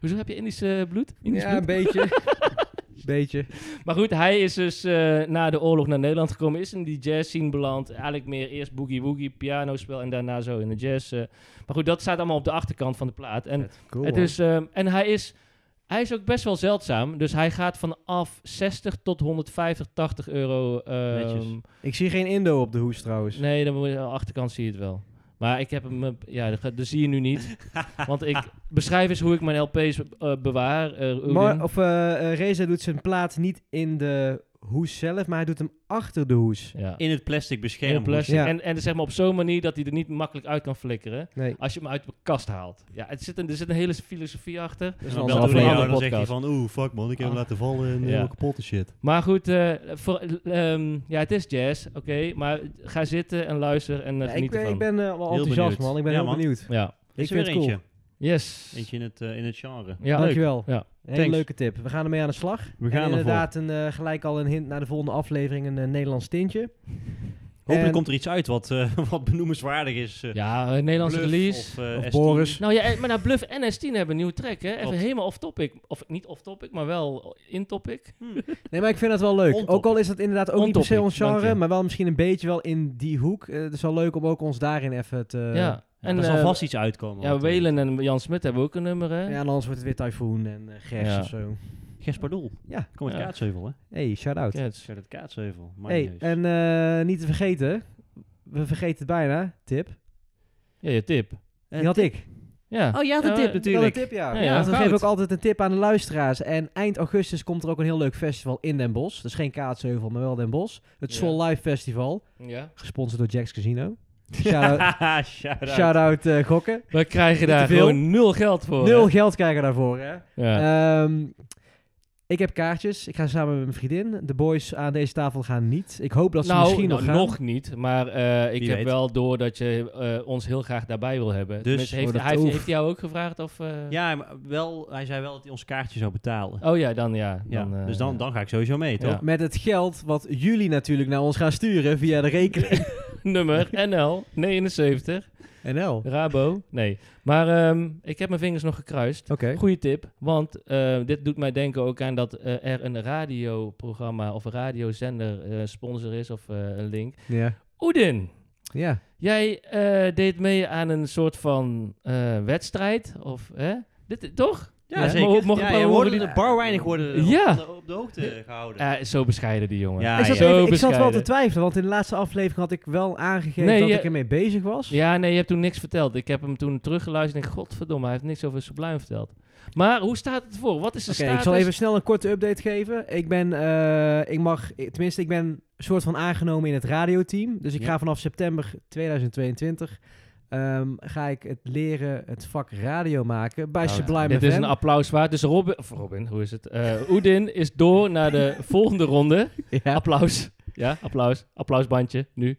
Speaker 1: Hoezo heb je Indische bloed? Indisch bloed?
Speaker 2: beetje. Beetje.
Speaker 1: Maar goed, hij is dus eh, na de oorlog naar Nederland gekomen. Is in die jazz scene beland. Eigenlijk meer eerst boogie woogie, pianospel en daarna zo in de jazz. eh. Maar goed, dat staat allemaal op de achterkant van de plaat. En, het is, ehm, en hij, is, hij is ook best wel zeldzaam. Dus hij gaat vanaf 60 tot 150, 80 euro. ehm,
Speaker 3: Netjes.
Speaker 2: Ik zie geen Indo op de hoes trouwens.
Speaker 1: nee, dan moet je, aan de achterkant zie je het wel. Maar ik heb hem, eh, ja, dat, ga- dat zie je nu niet. Want ik beschrijf eens hoe ik mijn LP's eh, bewaar. eh, Udin.
Speaker 2: Maar, of eh eh, Reza doet zijn plaat niet in de hoes zelf, maar hij doet hem achter de hoes.
Speaker 1: ja.
Speaker 3: In het plastic beschermd.
Speaker 1: In plastic.
Speaker 2: Ja.
Speaker 1: En, en zeg maar op zo'n manier dat hij er niet makkelijk uit kan flikkeren.
Speaker 2: Nee.
Speaker 1: Als je hem uit de kast haalt. Ja, het zit een, er zit een hele filosofie achter.
Speaker 2: Dat
Speaker 3: En
Speaker 2: is
Speaker 3: dan
Speaker 2: een
Speaker 1: wel
Speaker 3: belt
Speaker 2: andere
Speaker 3: hij jou
Speaker 1: andere
Speaker 3: en dan zegt hij
Speaker 1: podcast.
Speaker 3: van, oeh, fuck man, ik heb hem
Speaker 1: Ah.
Speaker 3: laten vallen en
Speaker 1: Ja.
Speaker 3: helemaal kapotte shit.
Speaker 1: Maar goed, eh, voor, ehm, ja, het is jazz, oké. maar ga zitten en luister en eh,
Speaker 2: Ja, ik,
Speaker 1: geniet
Speaker 2: ben-
Speaker 1: ervan.
Speaker 2: ik ben eh, wel enthousiast,
Speaker 3: benieuwd.
Speaker 2: man. Ik ben
Speaker 3: Ja,
Speaker 2: heel
Speaker 3: man.
Speaker 2: benieuwd.
Speaker 1: Ja,
Speaker 3: Is er
Speaker 2: vind
Speaker 3: weer
Speaker 2: het cool.
Speaker 3: eentje.
Speaker 1: yes.
Speaker 3: Eentje in het, eh, in het genre.
Speaker 1: Ja,
Speaker 2: Dankjewel.
Speaker 1: Ja.
Speaker 2: Hele
Speaker 3: Thanks.
Speaker 2: leuke tip. We gaan ermee aan de slag.
Speaker 3: We
Speaker 2: en
Speaker 3: gaan ervoor.
Speaker 2: inderdaad een, eh, gelijk al een hint naar de volgende aflevering, een eh, Nederlands tintje.
Speaker 3: Hopelijk
Speaker 2: En-
Speaker 3: komt er iets uit wat, eh, [LAUGHS] wat benoemenswaardig is. eh,
Speaker 1: Ja, eh, Nederlandse
Speaker 3: Bluff
Speaker 1: release.
Speaker 3: Of, eh,
Speaker 2: Of
Speaker 3: S10.
Speaker 2: Boris.
Speaker 1: Nou ja, eh, maar nou, Bluff en S10 hebben een nieuwe track, hè. Even
Speaker 3: Klopt.
Speaker 1: helemaal off-topic. Of niet off-topic, maar wel in-topic.
Speaker 2: Nee, maar ik vind dat wel leuk.
Speaker 3: On-topic.
Speaker 2: Ook al is dat inderdaad ook niet per se
Speaker 1: On-topic,
Speaker 2: ons
Speaker 1: dank
Speaker 2: genre,
Speaker 1: je.
Speaker 2: maar wel misschien een beetje wel in die hoek. Eh, het is wel leuk om ook ons daarin even te...
Speaker 1: ja.
Speaker 3: En er zal
Speaker 1: eh,
Speaker 3: vast iets uitkomen.
Speaker 1: Ja,
Speaker 3: want, eh,
Speaker 1: Welen en Jan Smit hebben ook een nummer, hè.
Speaker 2: Ja, en anders wordt het weer Typhoon en eh, Gers
Speaker 1: Ja.
Speaker 2: of zo.
Speaker 3: Gerspardoel.
Speaker 2: Ja.
Speaker 3: Kom uit
Speaker 1: Ja.
Speaker 3: Kaatsheuvel, hè?
Speaker 2: Hey, shout-out.
Speaker 1: Kids.
Speaker 3: Shout uit Kaatsheuvel. Maar
Speaker 2: hey,
Speaker 3: [LAUGHS]
Speaker 2: en eh, niet te vergeten, we vergeten het bijna, tip.
Speaker 1: Ja, je tip.
Speaker 2: Die had ik.
Speaker 1: Ja.
Speaker 3: Oh, jij had een
Speaker 1: Ja,
Speaker 3: tip
Speaker 1: we-
Speaker 2: Ik had een
Speaker 3: natuurlijk.
Speaker 2: tip, ja.
Speaker 1: Ja,
Speaker 2: ja,
Speaker 1: ja,
Speaker 2: want we
Speaker 1: goud.
Speaker 2: geven ook altijd een tip aan de luisteraars. En eind augustus komt er ook een heel leuk festival in Den Bosch. Dus geen Kaatsheuvel, maar wel Den Bosch. Het
Speaker 1: Ja.
Speaker 2: Soul Live Festival,
Speaker 1: Ja.
Speaker 2: gesponsord door Jack's
Speaker 1: [LAUGHS]
Speaker 2: Casino. Shout-out
Speaker 3: Shout out.
Speaker 2: shout-out, eh, gokken.
Speaker 1: We krijgen
Speaker 2: Niet
Speaker 1: daar
Speaker 2: te veel.
Speaker 1: gewoon nul geld voor.
Speaker 2: Nul
Speaker 1: hè?
Speaker 2: geld krijgen daarvoor, hè.
Speaker 1: Ja.
Speaker 2: Ehm, ik heb kaartjes. Ik ga samen met mijn vriendin. De boys aan deze tafel gaan niet. Ik hoop dat ze
Speaker 1: nou,
Speaker 2: misschien
Speaker 1: nou,
Speaker 2: nog
Speaker 1: nog,
Speaker 2: gaan.
Speaker 1: niet, maar eh, ik
Speaker 3: Wie
Speaker 1: heb
Speaker 3: weet.
Speaker 1: wel door dat je eh, ons heel graag daarbij wil hebben.
Speaker 3: Dus-
Speaker 1: Dus heeft,
Speaker 2: Oh, dat
Speaker 1: hij, heeft,
Speaker 2: oef.
Speaker 1: heeft hij jou ook gevraagd? Of, eh,
Speaker 3: Ja, maar wel, hij zei wel dat hij ons kaartje zou betalen.
Speaker 1: Oh ja, dan ja.
Speaker 3: ja,
Speaker 1: Dan, eh,
Speaker 3: dus dan, dan ga ik sowieso mee, toch?
Speaker 1: Ja.
Speaker 2: Met het geld wat jullie natuurlijk naar ons gaan sturen via de
Speaker 1: [LAUGHS]
Speaker 2: rekening.
Speaker 1: Nummer NL 79,
Speaker 2: NL. Oké.
Speaker 1: Rabo. Nee, maar ehm, ik heb mijn vingers nog gekruist. Goeie tip, want eh, dit doet mij denken ook aan dat eh, er een radioprogramma of een radiozender eh, sponsor is of eh, een link.
Speaker 2: Ja.
Speaker 1: Oedin!
Speaker 2: Ja.
Speaker 1: Jij eh, deed mee aan een soort van eh, wedstrijd, of hè? Dit, toch?
Speaker 3: Ja,
Speaker 1: Ja,
Speaker 3: zeker.
Speaker 1: mogen- mogen
Speaker 3: ja,
Speaker 1: we-
Speaker 3: je
Speaker 1: mogen
Speaker 3: worden
Speaker 1: die-
Speaker 3: de bar weinig worden eh,
Speaker 1: Ja.
Speaker 3: op, de, op de hoogte gehouden.
Speaker 1: Eh, zo bescheiden die jongen.
Speaker 3: Ja,
Speaker 2: ik, zat
Speaker 1: Ah, Zo
Speaker 2: even- ik zat wel te
Speaker 1: bescheiden.
Speaker 2: twijfelen, want in de laatste aflevering had ik wel aangegeven
Speaker 1: Nee,
Speaker 2: dat
Speaker 1: je-
Speaker 2: ik ermee bezig was.
Speaker 1: Ja, nee, je hebt toen niks verteld. Ik heb hem toen teruggeluisterd en ik, godverdomme, hij heeft niks over Sublime verteld. Maar hoe staat het voor? Wat is de
Speaker 2: Oké,
Speaker 1: status?
Speaker 2: ik zal even snel een korte update geven. Ik ben, eh, ik mag, ik- tenminste, ik ben een soort van aangenomen in het radioteam. Dus ik
Speaker 3: Ja.
Speaker 2: ga vanaf september 2022 ehm, ga ik het leren, het vak radio maken bij
Speaker 3: Nou,
Speaker 2: Sublime
Speaker 1: Dit
Speaker 2: FM.
Speaker 1: is een applaus waard. Dus Robin, of Robin hoe is het? Eh Oedin is door naar
Speaker 2: [LAUGHS]
Speaker 1: de volgende ronde.
Speaker 2: [LAUGHS] Ja,
Speaker 1: Applaus. Ja, applaus. Applausbandje, nu.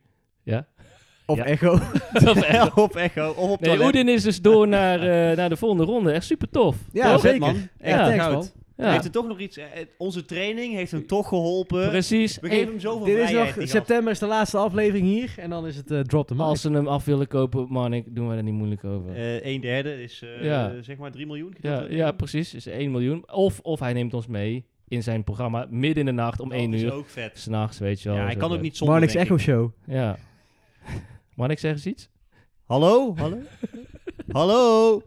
Speaker 2: of echo.
Speaker 1: Dat is echt-
Speaker 3: [LAUGHS] op echo, of op
Speaker 1: Nee,
Speaker 3: toilet.
Speaker 1: Oedin is dus door naar, eh, naar de volgende ronde. Echt super tof.
Speaker 2: Ja,
Speaker 3: Toch?
Speaker 2: zeker.
Speaker 3: man. Echt
Speaker 1: Ja.
Speaker 2: thanks,
Speaker 3: goud.
Speaker 2: man.
Speaker 1: Ja,
Speaker 3: Heeft het toch nog iets... eh, het- onze training heeft hem toch geholpen.
Speaker 1: precies.
Speaker 3: We
Speaker 1: Hey,
Speaker 3: geven hem zoveel
Speaker 2: Dit is
Speaker 3: vrijheid.
Speaker 2: nog,
Speaker 3: die gast.
Speaker 2: september is de laatste aflevering hier. En dan is het eh, Drop the
Speaker 1: Maar
Speaker 2: Mic.
Speaker 1: als ze hem af willen kopen, Marnik, doen we er niet moeilijk over.
Speaker 3: Eh, een derde is eh,
Speaker 1: Ja.
Speaker 3: zeg maar 3 miljoen. eh, gedeeld
Speaker 1: ja,
Speaker 3: door
Speaker 1: ja,
Speaker 3: één.
Speaker 1: precies. Is 1 miljoen. Of, of hij neemt ons mee in zijn programma midden in de nacht om
Speaker 3: Dat
Speaker 1: 1
Speaker 3: is
Speaker 1: uur.
Speaker 3: ook vet.
Speaker 1: S'nachts, weet je wel.
Speaker 3: Ja,
Speaker 1: is
Speaker 3: hij kan ook
Speaker 1: leuk.
Speaker 3: niet zonder.
Speaker 2: Marnix
Speaker 3: denk
Speaker 2: Echo
Speaker 3: ik.
Speaker 2: Show.
Speaker 1: Ja. [LAUGHS] Marnik, zeg eens iets.
Speaker 3: Hallo?
Speaker 2: [LAUGHS]
Speaker 3: Hallo? Hallo?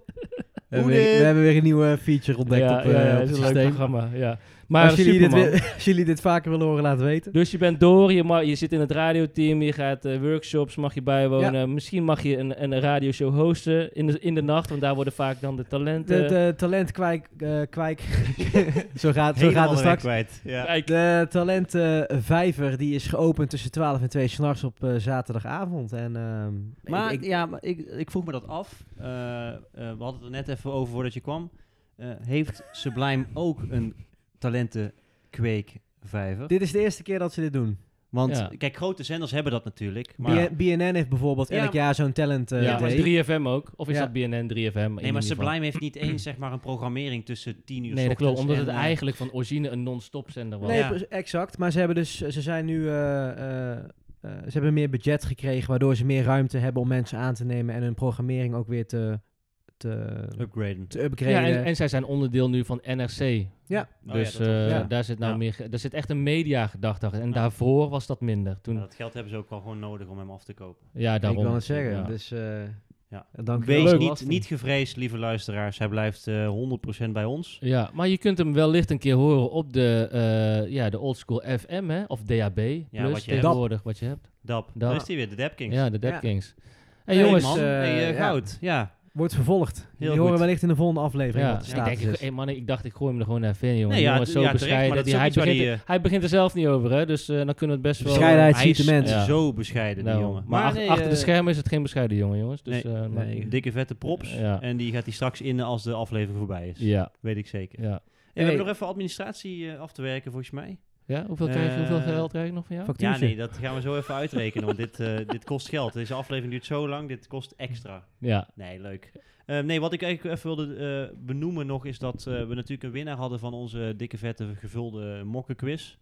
Speaker 2: We hebben, weer, we hebben weer een nieuwe feature ontdekt
Speaker 1: ja,
Speaker 2: op,
Speaker 1: ja,
Speaker 2: eh,
Speaker 1: ja,
Speaker 2: op
Speaker 1: is
Speaker 2: het
Speaker 1: een leuk
Speaker 2: systeem.
Speaker 1: programma. Ja. Maar
Speaker 2: als, jullie dit,
Speaker 1: Superman.
Speaker 2: [LAUGHS] weer- als jullie dit vaker willen horen, laten weten.
Speaker 1: Dus je bent door, je, ma- je zit in het radioteam, je gaat eh, workshops, mag je bijwonen. Misschien mag je een, een radioshow hosten in de, in de nacht, want daar worden vaak dan de talenten...
Speaker 2: De, de talent kwijk... eh, [LAUGHS] kwijk. zo gaat, zo gaat het
Speaker 3: Helemaal de weg
Speaker 2: straks.
Speaker 3: kwijt. Ja.
Speaker 1: Kijk,
Speaker 2: De talent eh, vijver die is geopend tussen 12 en 2 s'nachts op eh, zaterdagavond. En, ehm,
Speaker 3: Maar,
Speaker 2: ik- ik-
Speaker 3: ja, maar ik, ik vroeg me dat af. Eh, eh, we hadden het er net even over voordat je kwam. Eh, heeft Sublime ook een talentenkweekvijver?
Speaker 2: dit is de eerste keer dat ze dit doen.
Speaker 3: Want
Speaker 1: Ja.
Speaker 3: kijk, grote zenders hebben dat natuurlijk. Maar,
Speaker 2: B- BNN heeft bijvoorbeeld
Speaker 3: Ja,
Speaker 2: elk jaar zo'n talent eh,
Speaker 1: ja, maar
Speaker 2: day.
Speaker 1: is 3FM ook. Of is
Speaker 2: Ja.
Speaker 1: dat BNN 3FM?
Speaker 3: nee, maar Sublime heeft
Speaker 1: [CLEARS THROAT]
Speaker 3: niet eens zeg maar, een programmering tussen 10 uur
Speaker 1: Nee, dat klopt.
Speaker 3: ochtends
Speaker 1: Omdat
Speaker 3: en,
Speaker 1: het
Speaker 3: eh,
Speaker 1: eigenlijk van origine een non-stop zender was.
Speaker 2: Nee,
Speaker 3: Ja.
Speaker 2: pre- exact. Maar ze hebben dus, ze zijn nu, eh, eh, eh, ze hebben meer budget gekregen, waardoor ze meer ruimte hebben om mensen aan te nemen en hun programmering ook weer te, te,
Speaker 3: Upgraden.
Speaker 2: te upgraden.
Speaker 1: Ja, en, en zij zijn onderdeel nu van NRC.
Speaker 2: Ja.
Speaker 3: Oh ja,
Speaker 1: Dus
Speaker 3: dat was-
Speaker 1: eh,
Speaker 2: ja.
Speaker 1: daar zit nou
Speaker 3: Ja.
Speaker 1: meer... ge- Daar zit echt een media-gedachte achter. En daarvoor was dat minder. Toen,
Speaker 3: Ja,
Speaker 1: ja,
Speaker 3: dat geld hebben ze ook wel gewoon nodig om hem af te kopen.
Speaker 1: daarom.
Speaker 2: ik wil het zeggen.
Speaker 1: Ja.
Speaker 2: Dus eh
Speaker 3: Ja.
Speaker 2: dank u
Speaker 3: Wees
Speaker 2: wel.
Speaker 3: niet,
Speaker 1: lastig.
Speaker 3: niet gevreesd, lieve luisteraars. Hij blijft eh 100% bij ons.
Speaker 1: Ja, maar je kunt hem wellicht een keer horen op de, eh ja, de oldschool FM, hè? Of DAB, plus
Speaker 3: wat je hebt.
Speaker 1: tegenwoordig wat je hebt.
Speaker 3: Dap.
Speaker 1: Dap.
Speaker 3: Daar is hij weer, de Dapkings.
Speaker 1: Ja, de
Speaker 2: Ja.
Speaker 1: Dead Kings. Hé
Speaker 3: Hey,
Speaker 1: jongens,
Speaker 3: man.
Speaker 2: eh,
Speaker 3: Hey, eh,
Speaker 2: ja.
Speaker 3: goud. Ja.
Speaker 2: Wordt vervolgd. Die
Speaker 3: goed.
Speaker 2: horen wellicht in de volgende aflevering
Speaker 1: Ja,
Speaker 2: wat de
Speaker 1: ik,
Speaker 2: status
Speaker 1: denk, ik,
Speaker 2: is.
Speaker 1: hey, mannen, ik dacht, ik gooi hem er gewoon even in, jongen.
Speaker 3: Nee,
Speaker 1: Die
Speaker 3: ja,
Speaker 1: jongen is
Speaker 3: d-
Speaker 1: zo
Speaker 3: ja, terecht,
Speaker 1: bescheiden.
Speaker 3: maar dat
Speaker 1: die,
Speaker 3: is ook
Speaker 1: hij,
Speaker 3: iets waar
Speaker 1: begint,
Speaker 3: die, eh,
Speaker 1: er- hij begint er zelf niet over, hè. Dus eh, dan kunnen we het best wel...
Speaker 2: Bescheidenheid
Speaker 3: Hij
Speaker 2: ziet
Speaker 3: is dus
Speaker 2: de mens.
Speaker 1: Ja.
Speaker 3: zo bescheiden, die
Speaker 1: Nou,
Speaker 3: jongen.
Speaker 1: Maar, ach-
Speaker 3: nee,
Speaker 1: achter de
Speaker 3: eh,
Speaker 1: schermen is het geen bescheiden jongen, jongens. Dus,
Speaker 3: nee,
Speaker 1: eh, maar-
Speaker 2: nee.
Speaker 3: Dikke vette props.
Speaker 1: Ja.
Speaker 3: En die gaat hij straks in als de aflevering voorbij is.
Speaker 1: Ja,
Speaker 3: Weet ik zeker.
Speaker 1: ja.
Speaker 3: Hey, we
Speaker 2: Hey.
Speaker 3: hebben nog even administratie eh, af te werken, volgens mij.
Speaker 1: Ja, hoeveel, krijg je, hoeveel
Speaker 3: Eh,
Speaker 1: geld krijg ik nog van jou?
Speaker 2: Factuurtje.
Speaker 3: Ja, nee, dat gaan we zo even uitrekenen, want dit, eh, dit kost geld. Deze aflevering duurt zo lang, dit kost extra.
Speaker 1: Ja, [LAUGHS]
Speaker 3: Nee, leuk. Eh, nee, wat ik eigenlijk even wilde eh, benoemen nog is dat eh, we natuurlijk een winnaar hadden van onze dikke vette gevulde mokkenquiz.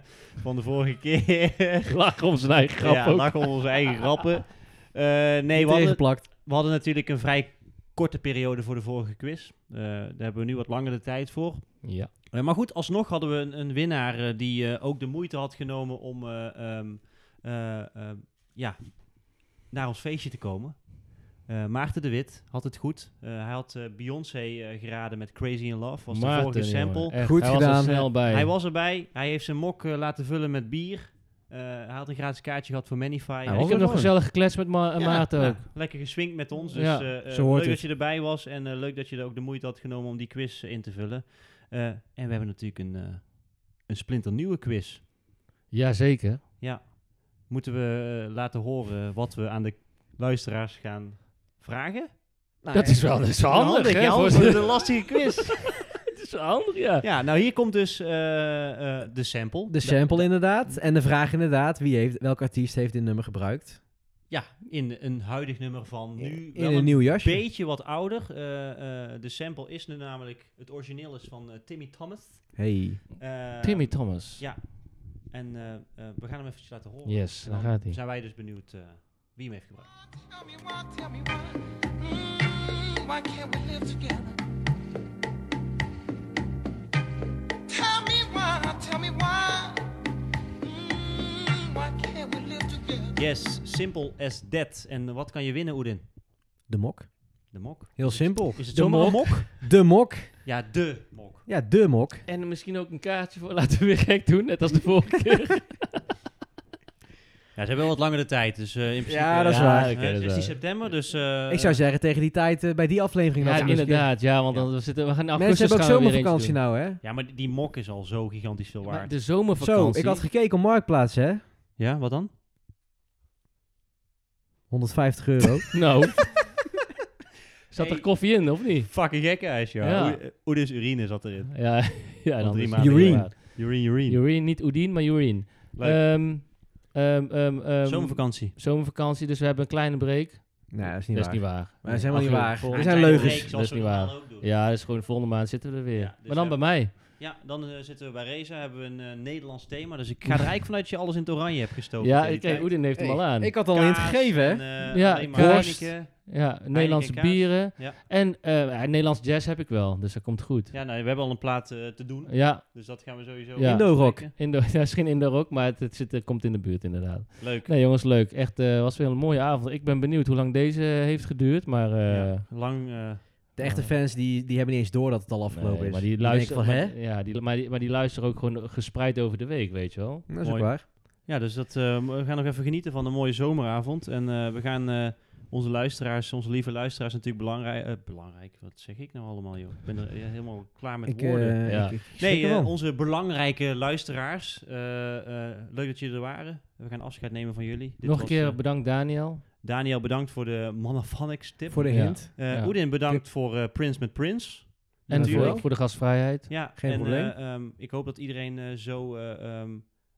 Speaker 3: [LAUGHS] van de vorige keer.
Speaker 1: lach om zijn eigen grap
Speaker 3: ja,
Speaker 1: ook.
Speaker 3: lachen om onze eigen grappen. Eh, nee, we hadden,
Speaker 2: Tegenplakt.
Speaker 3: we hadden natuurlijk een vrij korte periode voor de vorige quiz. Eh, daar hebben we nu wat langere tijd voor.
Speaker 1: Ja.
Speaker 3: Eh, maar goed, alsnog hadden we een, een winnaar eh, die eh, ook de moeite had genomen om eh, ehm, eh, ehm, ja, naar ons feestje te komen. Eh, Maarten de Wit had het goed. Eh, hij had eh, Beyoncé eh, geraden met Crazy in Love, was
Speaker 1: Maarten,
Speaker 3: de vorige sample.
Speaker 1: jongen, echt,
Speaker 2: Goed
Speaker 1: hij was
Speaker 2: gedaan.
Speaker 1: er snel bij.
Speaker 3: Hij was erbij, hij heeft zijn mok eh, laten vullen met bier. Eh, hij had een gratis kaartje gehad voor Manify. Hij
Speaker 1: ik heb
Speaker 3: heeft
Speaker 1: nog
Speaker 3: gewonnen.
Speaker 1: gezellig gekletst met Ma
Speaker 3: Ja,
Speaker 1: Maarten
Speaker 3: nou,
Speaker 1: ook.
Speaker 3: lekker geswingt met ons. Dus
Speaker 1: Ja,
Speaker 3: eh, eh,
Speaker 2: zo hoort
Speaker 3: leuk dat
Speaker 2: het.
Speaker 3: je erbij was en eh, leuk dat je er ook de moeite had genomen om die quiz eh, in te vullen. Eh, en we hebben natuurlijk een, eh een splinternieuwe quiz.
Speaker 1: Jazeker.
Speaker 3: Ja, moeten we eh, laten horen wat we aan de luisteraars gaan vragen? Nou,
Speaker 1: dat, is wel, dat is wel handig, hè,
Speaker 3: ja,
Speaker 1: voor- [LAUGHS]
Speaker 3: voor [LAUGHS] de lastige quiz. [LAUGHS]
Speaker 1: Dat is wel handig, ja.
Speaker 3: ja, nou hier komt dus eh, eh, de sample.
Speaker 2: De sample inderdaad. En de vraag inderdaad, wie heeft, welke artiest heeft dit nummer gebruikt?
Speaker 3: Ja, in een huidig nummer van nu. wel
Speaker 2: In een nieuw jasje.
Speaker 3: beetje wat ouder. Eh, eh, de sample is nu namelijk, het origineel is van eh, Timmy Thomas.
Speaker 2: Hey.
Speaker 3: Eh,
Speaker 1: Timmy Thomas.
Speaker 3: Ja. En eh, eh, we gaan hem eventjes laten horen.
Speaker 1: Yes,
Speaker 3: En
Speaker 1: daar
Speaker 3: dan
Speaker 1: gaat hij.
Speaker 3: zijn wij dus benieuwd eh, wie hem heeft gebruikt.
Speaker 8: Tell me why, tell me why. Mm, why can't we live together? Tell me why, tell me why. Mm, why can't we live together?
Speaker 3: Yes, simple as that. En eh, wat kan je winnen, Oedin?
Speaker 2: De mok.
Speaker 3: De mok.
Speaker 2: Heel simpel.
Speaker 3: Is het
Speaker 1: De
Speaker 3: zomaar een mok?
Speaker 2: De mok.
Speaker 3: Ja, de mok.
Speaker 2: Ja, de mok.
Speaker 1: En misschien ook een kaartje voor laten we weer gek doen, net als de
Speaker 2: [LAUGHS]
Speaker 1: vorige keer.
Speaker 3: Ja, ze hebben wel wat langere tijd, dus eh, in principe...
Speaker 2: Ja, dat is waar.
Speaker 3: eh,
Speaker 1: Oké, dat is
Speaker 3: 16
Speaker 1: waar.
Speaker 3: september, dus... eh,
Speaker 2: Ik zou zeggen, tegen die tijd eh, bij die aflevering...
Speaker 1: Ja,
Speaker 2: laten we eens een keer-
Speaker 1: inderdaad. Ja, want dan we zitten, we gaan in augustus
Speaker 2: Mensen hebben ook
Speaker 1: gaan we weer
Speaker 2: zomervakantie
Speaker 1: eentje
Speaker 2: nou, hè?
Speaker 3: Ja, maar die- die mok is al zo gigantisch veel
Speaker 1: doen. Maar
Speaker 3: waard.
Speaker 1: de
Speaker 2: Zo,
Speaker 1: zomervakantie.
Speaker 2: ik had gekeken op Marktplaats, hè?
Speaker 3: Ja, wat dan?
Speaker 1: [LAUGHS]
Speaker 2: 150 euro.
Speaker 1: [LAUGHS]
Speaker 2: [LAUGHS]
Speaker 1: Nou, zat
Speaker 3: Hey.
Speaker 1: er koffie in, of niet?
Speaker 3: Fucking gekke ijs, joh.
Speaker 1: Ja.
Speaker 3: Oe- Oedin's urine zat erin.
Speaker 1: Ja, [LAUGHS] ja dan
Speaker 3: drie
Speaker 1: is het
Speaker 3: maanden
Speaker 1: weer
Speaker 2: Urine.
Speaker 1: waard.
Speaker 3: Urine, urine.
Speaker 1: Urine, niet Oedien, maar urine.
Speaker 3: Leuk.
Speaker 1: Ehm, ehm, ehm, ehm,
Speaker 3: Zomervakantie.
Speaker 1: zomervakantie, dus we hebben een kleine break.
Speaker 2: nee, dat is
Speaker 1: Dat
Speaker 2: niet
Speaker 1: is
Speaker 2: waar.
Speaker 1: niet waar.
Speaker 2: Maar dat is helemaal niet
Speaker 1: Ach,
Speaker 2: waar.
Speaker 1: joh,
Speaker 2: Er
Speaker 1: vol-
Speaker 2: zijn leugens.
Speaker 1: Dat is niet waar. Ja, dat is gewoon volgende maand zitten we er weer.
Speaker 3: Ja, dus
Speaker 1: maar dan
Speaker 3: ja.
Speaker 1: bij mij.
Speaker 3: Ja, dan eh, zitten we bij Reza, hebben we een eh, Nederlands thema. Dus ik ga er eigenlijk vanuit dat je alles in het oranje hebt gestoken.
Speaker 1: Ja,
Speaker 3: tegen die
Speaker 1: kijk,
Speaker 3: tijd.
Speaker 1: Oedin heeft hem al aan.
Speaker 2: Ik had al een hint gegeven, hè?
Speaker 3: Kaas en, eh,
Speaker 1: Ja,
Speaker 3: alleen maar
Speaker 1: kaas.
Speaker 3: Heineken.
Speaker 1: Ja, Nederlandse
Speaker 3: kaas.
Speaker 1: bieren.
Speaker 3: Ja.
Speaker 1: En eh, ja, Nederlands jazz heb ik wel, dus dat komt goed.
Speaker 3: Ja, nou, we hebben al een plaat eh, te doen.
Speaker 1: Ja,
Speaker 3: Dus dat gaan we sowieso...
Speaker 1: Ja.
Speaker 2: Indo-rock.
Speaker 3: bespreken.
Speaker 1: Indo, [LAUGHS] ja, is geen Indo-rock, maar het, het zit, eh, komt in de buurt inderdaad.
Speaker 3: Leuk.
Speaker 1: Nee jongens, leuk. Echt, eh, was weer een mooie avond. Ik ben benieuwd hoe lang deze heeft geduurd, maar... eh,
Speaker 3: Ja, lang... eh,
Speaker 2: De echte fans die, die hebben niet eens door dat het al afgelopen
Speaker 1: nee,
Speaker 2: is.
Speaker 1: maar die
Speaker 2: Dan denk ik
Speaker 1: luisteren,
Speaker 2: van, hè?
Speaker 1: maar, ja, die, maar, die, maar die luisteren ook gewoon gespreid over de week, weet je wel.
Speaker 2: Dat is ook
Speaker 3: Mooi.
Speaker 2: waar.
Speaker 3: ja, dus dat, eh, we gaan nog even genieten van een mooie zomeravond. En eh, we gaan eh, onze luisteraars, onze lieve luisteraars natuurlijk belangrijk... eh, belangrijk, wat zeg ik nou allemaal, joh? Ik ben er eh, helemaal klaar met
Speaker 2: Ik,
Speaker 3: woorden.
Speaker 2: eh,
Speaker 1: Ja.
Speaker 2: ik- ik schrik
Speaker 3: Nee, eh,
Speaker 2: ervan.
Speaker 3: onze belangrijke luisteraars. eh, eh, leuk dat jullie er waren. We gaan afscheid nemen van jullie. Dit
Speaker 1: Nog een
Speaker 3: was,
Speaker 1: keer
Speaker 3: eh,
Speaker 1: bedankt Daniel.
Speaker 3: Daniel, bedankt voor de Manaphonics tip.
Speaker 2: Voor de
Speaker 1: Ja.
Speaker 2: hint.
Speaker 3: Eh,
Speaker 1: Ja.
Speaker 3: Oedin, bedankt voor eh, Prince met Prince.
Speaker 1: En
Speaker 2: Natuurlijk.
Speaker 1: voor, voor de gastvrijheid.
Speaker 3: Ja,
Speaker 2: Geen
Speaker 3: en,
Speaker 2: probleem.
Speaker 3: eh, ehm, ik hoop dat iedereen eh, zo eh, ehm,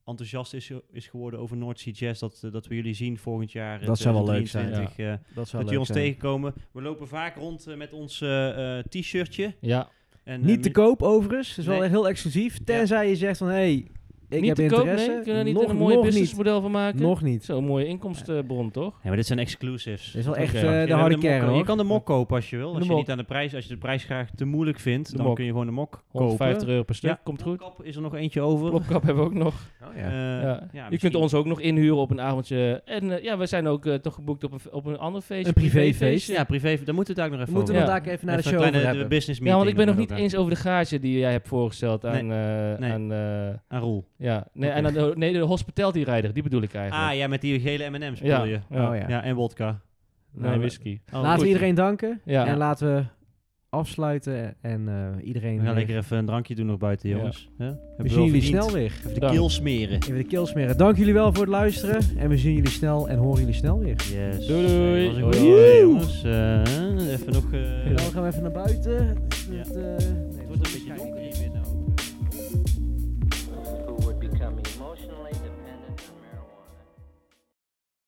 Speaker 3: enthousiast is, is geworden over North Sea Jazz. Dat, eh, dat we jullie zien volgend jaar. eh,
Speaker 2: Dat zou wel leuk zijn.
Speaker 3: 2023, eh,
Speaker 2: Dat zou
Speaker 3: dat
Speaker 2: leuk
Speaker 3: jullie ons
Speaker 2: zijn.
Speaker 3: tegenkomen. We lopen vaak rond eh, met ons eh, eh, t-shirtje.
Speaker 1: Ja,
Speaker 3: En, eh,
Speaker 2: Niet te
Speaker 3: mi-
Speaker 2: koop overigens, dat is wel
Speaker 3: Nee.
Speaker 2: heel exclusief. Tenzij je zegt van, hé, hey, Ik
Speaker 1: niet
Speaker 2: heb
Speaker 1: te koop,
Speaker 2: interesse.
Speaker 1: nee? Kunnen we daar niet
Speaker 2: nog,
Speaker 1: een mooi
Speaker 2: nog niet.
Speaker 1: businessmodel van maken?
Speaker 2: Nog niet.
Speaker 1: Zo'n mooie inkomstenbron, toch?
Speaker 3: Ja, maar dit zijn exclusives.
Speaker 2: Dit is wel echt
Speaker 1: Oké.
Speaker 2: eh,
Speaker 1: Ja,
Speaker 2: de harde
Speaker 3: mok-
Speaker 2: kern hoor.
Speaker 3: Je kan de mok kopen als je wil. Als
Speaker 1: De
Speaker 3: je,
Speaker 1: mok.
Speaker 3: niet aan de prijs, als je de prijs graag te moeilijk vindt,
Speaker 1: De
Speaker 3: dan
Speaker 1: mok.
Speaker 3: kun je gewoon de mok
Speaker 1: 150
Speaker 3: kopen.
Speaker 1: euro per stuk,
Speaker 3: Ja,
Speaker 1: komt goed.
Speaker 3: Kap is er nog eentje over.
Speaker 1: Plopkap hebben we ook nog.
Speaker 2: Oh,
Speaker 3: Eh,
Speaker 2: ja.
Speaker 1: ja. je
Speaker 3: misschien-
Speaker 1: kunt ons ook nog inhuren op een avondje. En eh, ja, we zijn ook eh, toch geboekt op een, op een ander feest.
Speaker 2: Een privéfeest.
Speaker 1: privéfeestje.
Speaker 3: Ja, privé, daar moeten we het eigenlijk nog
Speaker 2: We
Speaker 3: even
Speaker 2: moeten
Speaker 1: Ja.
Speaker 2: nog
Speaker 3: over
Speaker 2: daar even naar de
Speaker 3: Even
Speaker 2: show
Speaker 3: een
Speaker 2: over
Speaker 3: kleine
Speaker 2: hebben.
Speaker 3: business meeting.
Speaker 1: Ja, want ik ben nog
Speaker 3: doen
Speaker 1: niet
Speaker 3: we
Speaker 1: eens over de garage die jij hebt voorgesteld aan... eh,
Speaker 3: nee.
Speaker 1: aan eh,
Speaker 3: ook Aan Roel.
Speaker 1: ja, nee,
Speaker 3: Oké.
Speaker 1: en aan de, nee, de hospitality-rijder, die bedoel ik eigenlijk.
Speaker 3: Ah ja, met die gele M&M's bedoel je.
Speaker 1: ja. ja.
Speaker 2: Oh, ja.
Speaker 3: Ja, en wodka.
Speaker 1: Nee, whisky.
Speaker 3: Oh,
Speaker 2: Laten
Speaker 3: goed.
Speaker 2: we iedereen danken.
Speaker 1: Ja.
Speaker 2: En laten we afsluiten. En eh, iedereen.
Speaker 3: We gaan
Speaker 2: eh,
Speaker 3: lekker even een drankje doen nog buiten,
Speaker 1: Ja.
Speaker 3: jongens. Ja. Hebben
Speaker 2: We
Speaker 3: wel
Speaker 2: zien jullie
Speaker 3: verdiend.
Speaker 2: snel weer.
Speaker 3: Even de
Speaker 1: Dank.
Speaker 3: keel smeren.
Speaker 2: Even de keel smeren. Dank jullie wel voor het luisteren. En we zien jullie snel en horen jullie snel weer.
Speaker 3: Yes.
Speaker 1: Doei, doei.
Speaker 3: Eh, was ik
Speaker 1: Hoi.
Speaker 3: wel, eh, jongens. Eh, even nog... eh,
Speaker 2: Nou, we gaan even naar buiten.
Speaker 3: Ja.
Speaker 2: Het, eh,